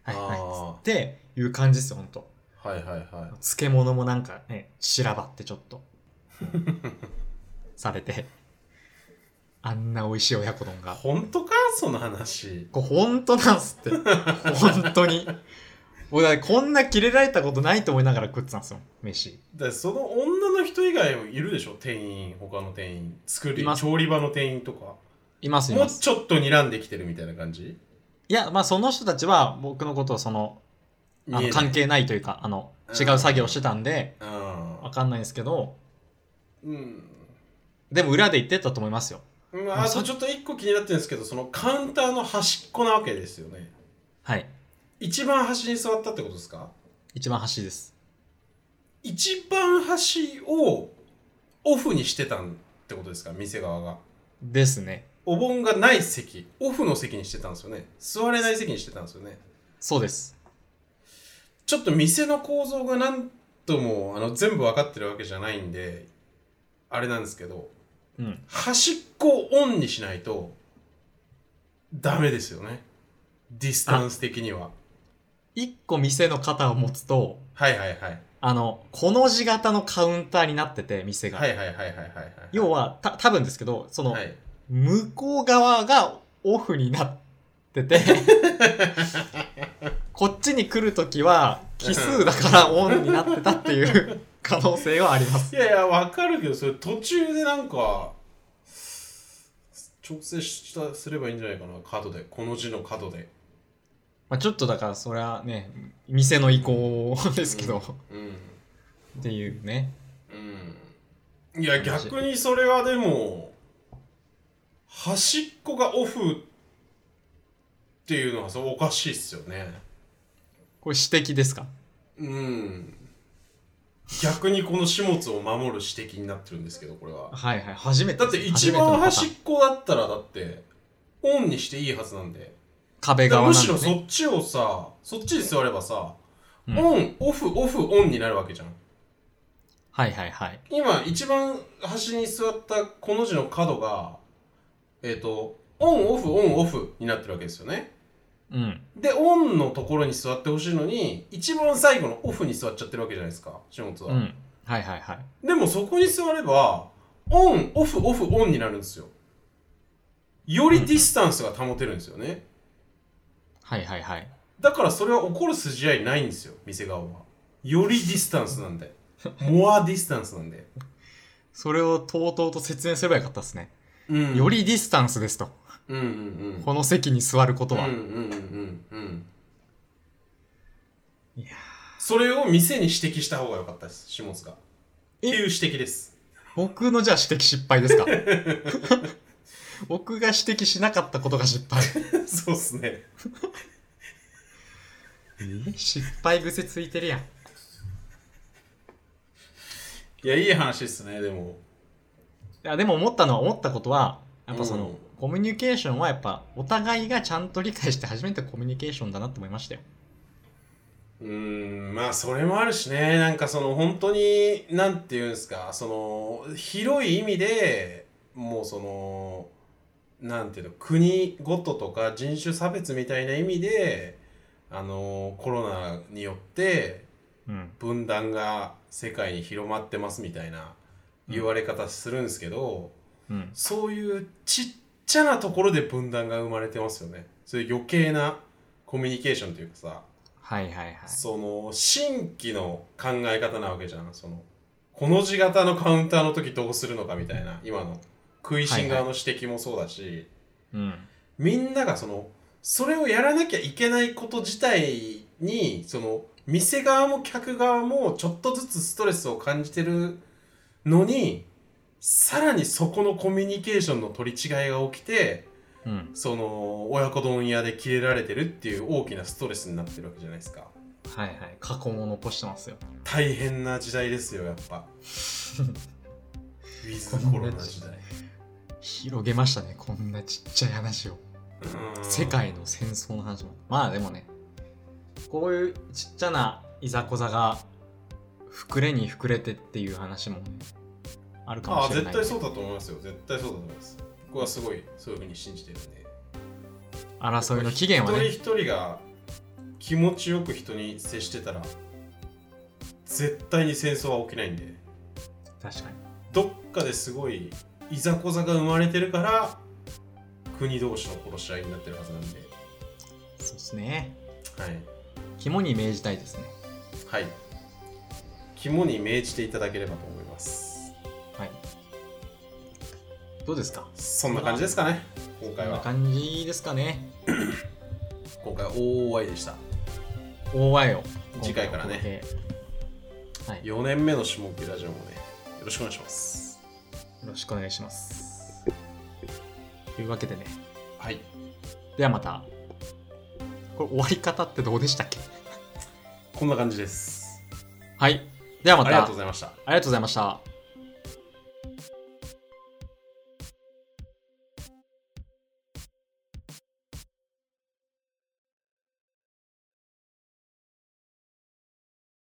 [SPEAKER 2] あー
[SPEAKER 1] はい。っていう感じですよ、ほんと。
[SPEAKER 2] はいはいはい
[SPEAKER 1] 漬物もなんかね、しらばってちょっと。 されて。あんな美味しい親子丼が。
[SPEAKER 2] 本当かその話
[SPEAKER 1] これ本当なんすって。本当に。俺だってこんなキレられたことないと思いながら食ってたんですよ、飯。
[SPEAKER 2] だってその女の人以外もいるでしょ店員他の店員作り
[SPEAKER 1] います
[SPEAKER 2] 調理場の店員とか
[SPEAKER 1] いますい
[SPEAKER 2] も
[SPEAKER 1] ま
[SPEAKER 2] う
[SPEAKER 1] す。
[SPEAKER 2] ちょっと睨んできてるみたいな感じ
[SPEAKER 1] いや、まあその人たちは僕のことをその、あ
[SPEAKER 2] 見
[SPEAKER 1] の
[SPEAKER 2] えない
[SPEAKER 1] 関係ないというか、あの、
[SPEAKER 2] うん
[SPEAKER 1] 違う作業してたんで、わかんないですけど、
[SPEAKER 2] うん
[SPEAKER 1] でも裏で言ってたと思いますよ。
[SPEAKER 2] うんあとちょっと一個気になってるんですけどそのカウンターの端っこなわけですよね
[SPEAKER 1] はい。
[SPEAKER 2] 一番端に座ったってことですか
[SPEAKER 1] 一番端です。
[SPEAKER 2] 一番端をオフにしてたんってことですか店側が
[SPEAKER 1] ですね。
[SPEAKER 2] お盆がない席オフの席にしてたんですよね座れない席にしてたんですよね
[SPEAKER 1] そうです。
[SPEAKER 2] ちょっと店の構造がなんともあの全部わかってるわけじゃないんであれなんですけど
[SPEAKER 1] うん。
[SPEAKER 2] 端っこをオンにしないとダメですよねディスタンス的には
[SPEAKER 1] 一個店の肩を持つと、
[SPEAKER 2] はいはいはい
[SPEAKER 1] あの、この字型のカウンターになってて、店が。
[SPEAKER 2] はいはいはいはいはいはい
[SPEAKER 1] 要は、た、多分ですけど、その、
[SPEAKER 2] はい
[SPEAKER 1] 向こう側がオフになって て、こっちに来るときは奇数だからオンになってたっていう可能性はあります。
[SPEAKER 2] いやいやわかるけどそれ途中でなんか調整したすればいいんじゃないかな角でこの字の角で
[SPEAKER 1] まあ、ちょっとだからそれはね、店の意向ですけど、
[SPEAKER 2] う
[SPEAKER 1] っていうね。
[SPEAKER 2] ん、うん、いや逆にそれはでも端っこがオフっていうのはそうおかしいっすよね
[SPEAKER 1] これ指摘ですか
[SPEAKER 2] うん逆にこの始末を守る指摘になってるんですけどこれは
[SPEAKER 1] はいはい、初めて。
[SPEAKER 2] だって一番端っこだったらだってオンにしていいはずなんで
[SPEAKER 1] 壁側
[SPEAKER 2] む
[SPEAKER 1] なん
[SPEAKER 2] し
[SPEAKER 1] で
[SPEAKER 2] ろ
[SPEAKER 1] すね。
[SPEAKER 2] そっちをさそっちに座ればさ、
[SPEAKER 1] うん
[SPEAKER 2] オンオフオフオンになるわけじゃん
[SPEAKER 1] はいはいはい。
[SPEAKER 2] 今一番端に座ったこの字の角がえっ、とオンオフオンオフになってるわけですよね
[SPEAKER 1] うん。
[SPEAKER 2] でオンのところに座ってほしいのに一番最後のオフに座っちゃってるわけじゃないですか下本は、
[SPEAKER 1] うん。はいはいはい。
[SPEAKER 2] でもそこに座ればオンオフオフオンになるんですよよりディスタンスが保てるんですよね、
[SPEAKER 1] はいはいはい。
[SPEAKER 2] だからそれは怒る筋合いないんですよ店側はよりディスタンスなん でモアディスタンスなんで、
[SPEAKER 1] それをとうとうと説明すればよかったですね。
[SPEAKER 2] うん
[SPEAKER 1] よりディスタンスですと。
[SPEAKER 2] うんうんうん
[SPEAKER 1] この席に座ることは。
[SPEAKER 2] うんうんうんうんうん
[SPEAKER 1] いやー
[SPEAKER 2] それを店に指摘した方が良かったです下津がっていう指摘です
[SPEAKER 1] 僕のじゃあ指摘失敗ですか僕が指摘しなかったことが失敗。
[SPEAKER 2] そうっすね
[SPEAKER 1] 失敗癖ついてるやん。
[SPEAKER 2] いやいい話ですねでも
[SPEAKER 1] いやでも思ったのは思ったことはやっぱその、
[SPEAKER 2] うん
[SPEAKER 1] コミュニケーションはやっぱお互いがちゃんと理解して初めてコミュニケーションだなって思いましたよ。
[SPEAKER 2] うーんまあそれもあるしねなんかその本当になんていうんですかその広い意味でもうそのなんていうの国ごととか人種差別みたいな意味であのコロナによって
[SPEAKER 1] うん。
[SPEAKER 2] 分断が世界に広まってますみたいな言われ方するんですけど、
[SPEAKER 1] うん。
[SPEAKER 2] そういうちっちゃなところで分断が生まれてますよね。そういう余計なコミュニケーションというかさ、
[SPEAKER 1] はいはいはい。
[SPEAKER 2] その新規の考え方なわけじゃんそのこの字型のカウンターの時どうするのかみたいな今の食いしん側の指摘もそうだし、
[SPEAKER 1] うん。
[SPEAKER 2] みんながそのそれをやらなきゃいけないこと自体にその店側も客側もちょっとずつストレスを感じてるのにさらにそこのコミュニケーションの取り違いが起きて
[SPEAKER 1] うん。
[SPEAKER 2] その親子丼屋でキレられてるっていう大きなストレスになってるわけじゃないですか。
[SPEAKER 1] はいはい。過去も残してますよ。
[SPEAKER 2] 大変な時代ですよやっ ぱウィズコロナ時代
[SPEAKER 1] 広げましたね、こんなちっちゃい話を。
[SPEAKER 2] うん
[SPEAKER 1] 世界の戦争の話も。まあでもね、こういうちっちゃないざこざが膨れに膨れてっていう話もね、あるかも
[SPEAKER 2] ああ
[SPEAKER 1] しれな
[SPEAKER 2] 絶
[SPEAKER 1] い。
[SPEAKER 2] 対そうだと思いますよ絶対そうだと思います僕はすごいそういうふうに信じてるんで
[SPEAKER 1] 争いの起源はね、
[SPEAKER 2] 一人一人が気持ちよく人に接してたら絶対に戦争は起きないんで
[SPEAKER 1] 確かに。
[SPEAKER 2] どっかですごいいざこざが生まれてるから国同士の殺し合いになってるはずなんで
[SPEAKER 1] そうですね。
[SPEAKER 2] はい
[SPEAKER 1] 肝に銘じたいですね。
[SPEAKER 2] はい肝に銘じていただければと思います
[SPEAKER 1] はい。どうですか
[SPEAKER 2] そんな感じですかね。今
[SPEAKER 1] こ
[SPEAKER 2] 回
[SPEAKER 1] んな
[SPEAKER 2] は。
[SPEAKER 1] 感じですかね。
[SPEAKER 2] 今回は OOI でした。
[SPEAKER 1] 大和よ。
[SPEAKER 2] 次回からね。
[SPEAKER 1] はい。よ
[SPEAKER 2] 4年目の下請けラジオもね、よろしくお願いします。
[SPEAKER 1] ろしくお願いします。というわけでね。
[SPEAKER 2] はい。
[SPEAKER 1] ではまた。これ終わり方ってどうでしたっけ
[SPEAKER 2] こんな感じです。
[SPEAKER 1] はい。では
[SPEAKER 2] あ
[SPEAKER 1] ま
[SPEAKER 2] り
[SPEAKER 1] た。
[SPEAKER 2] がとうございました。
[SPEAKER 1] ありがとうございました。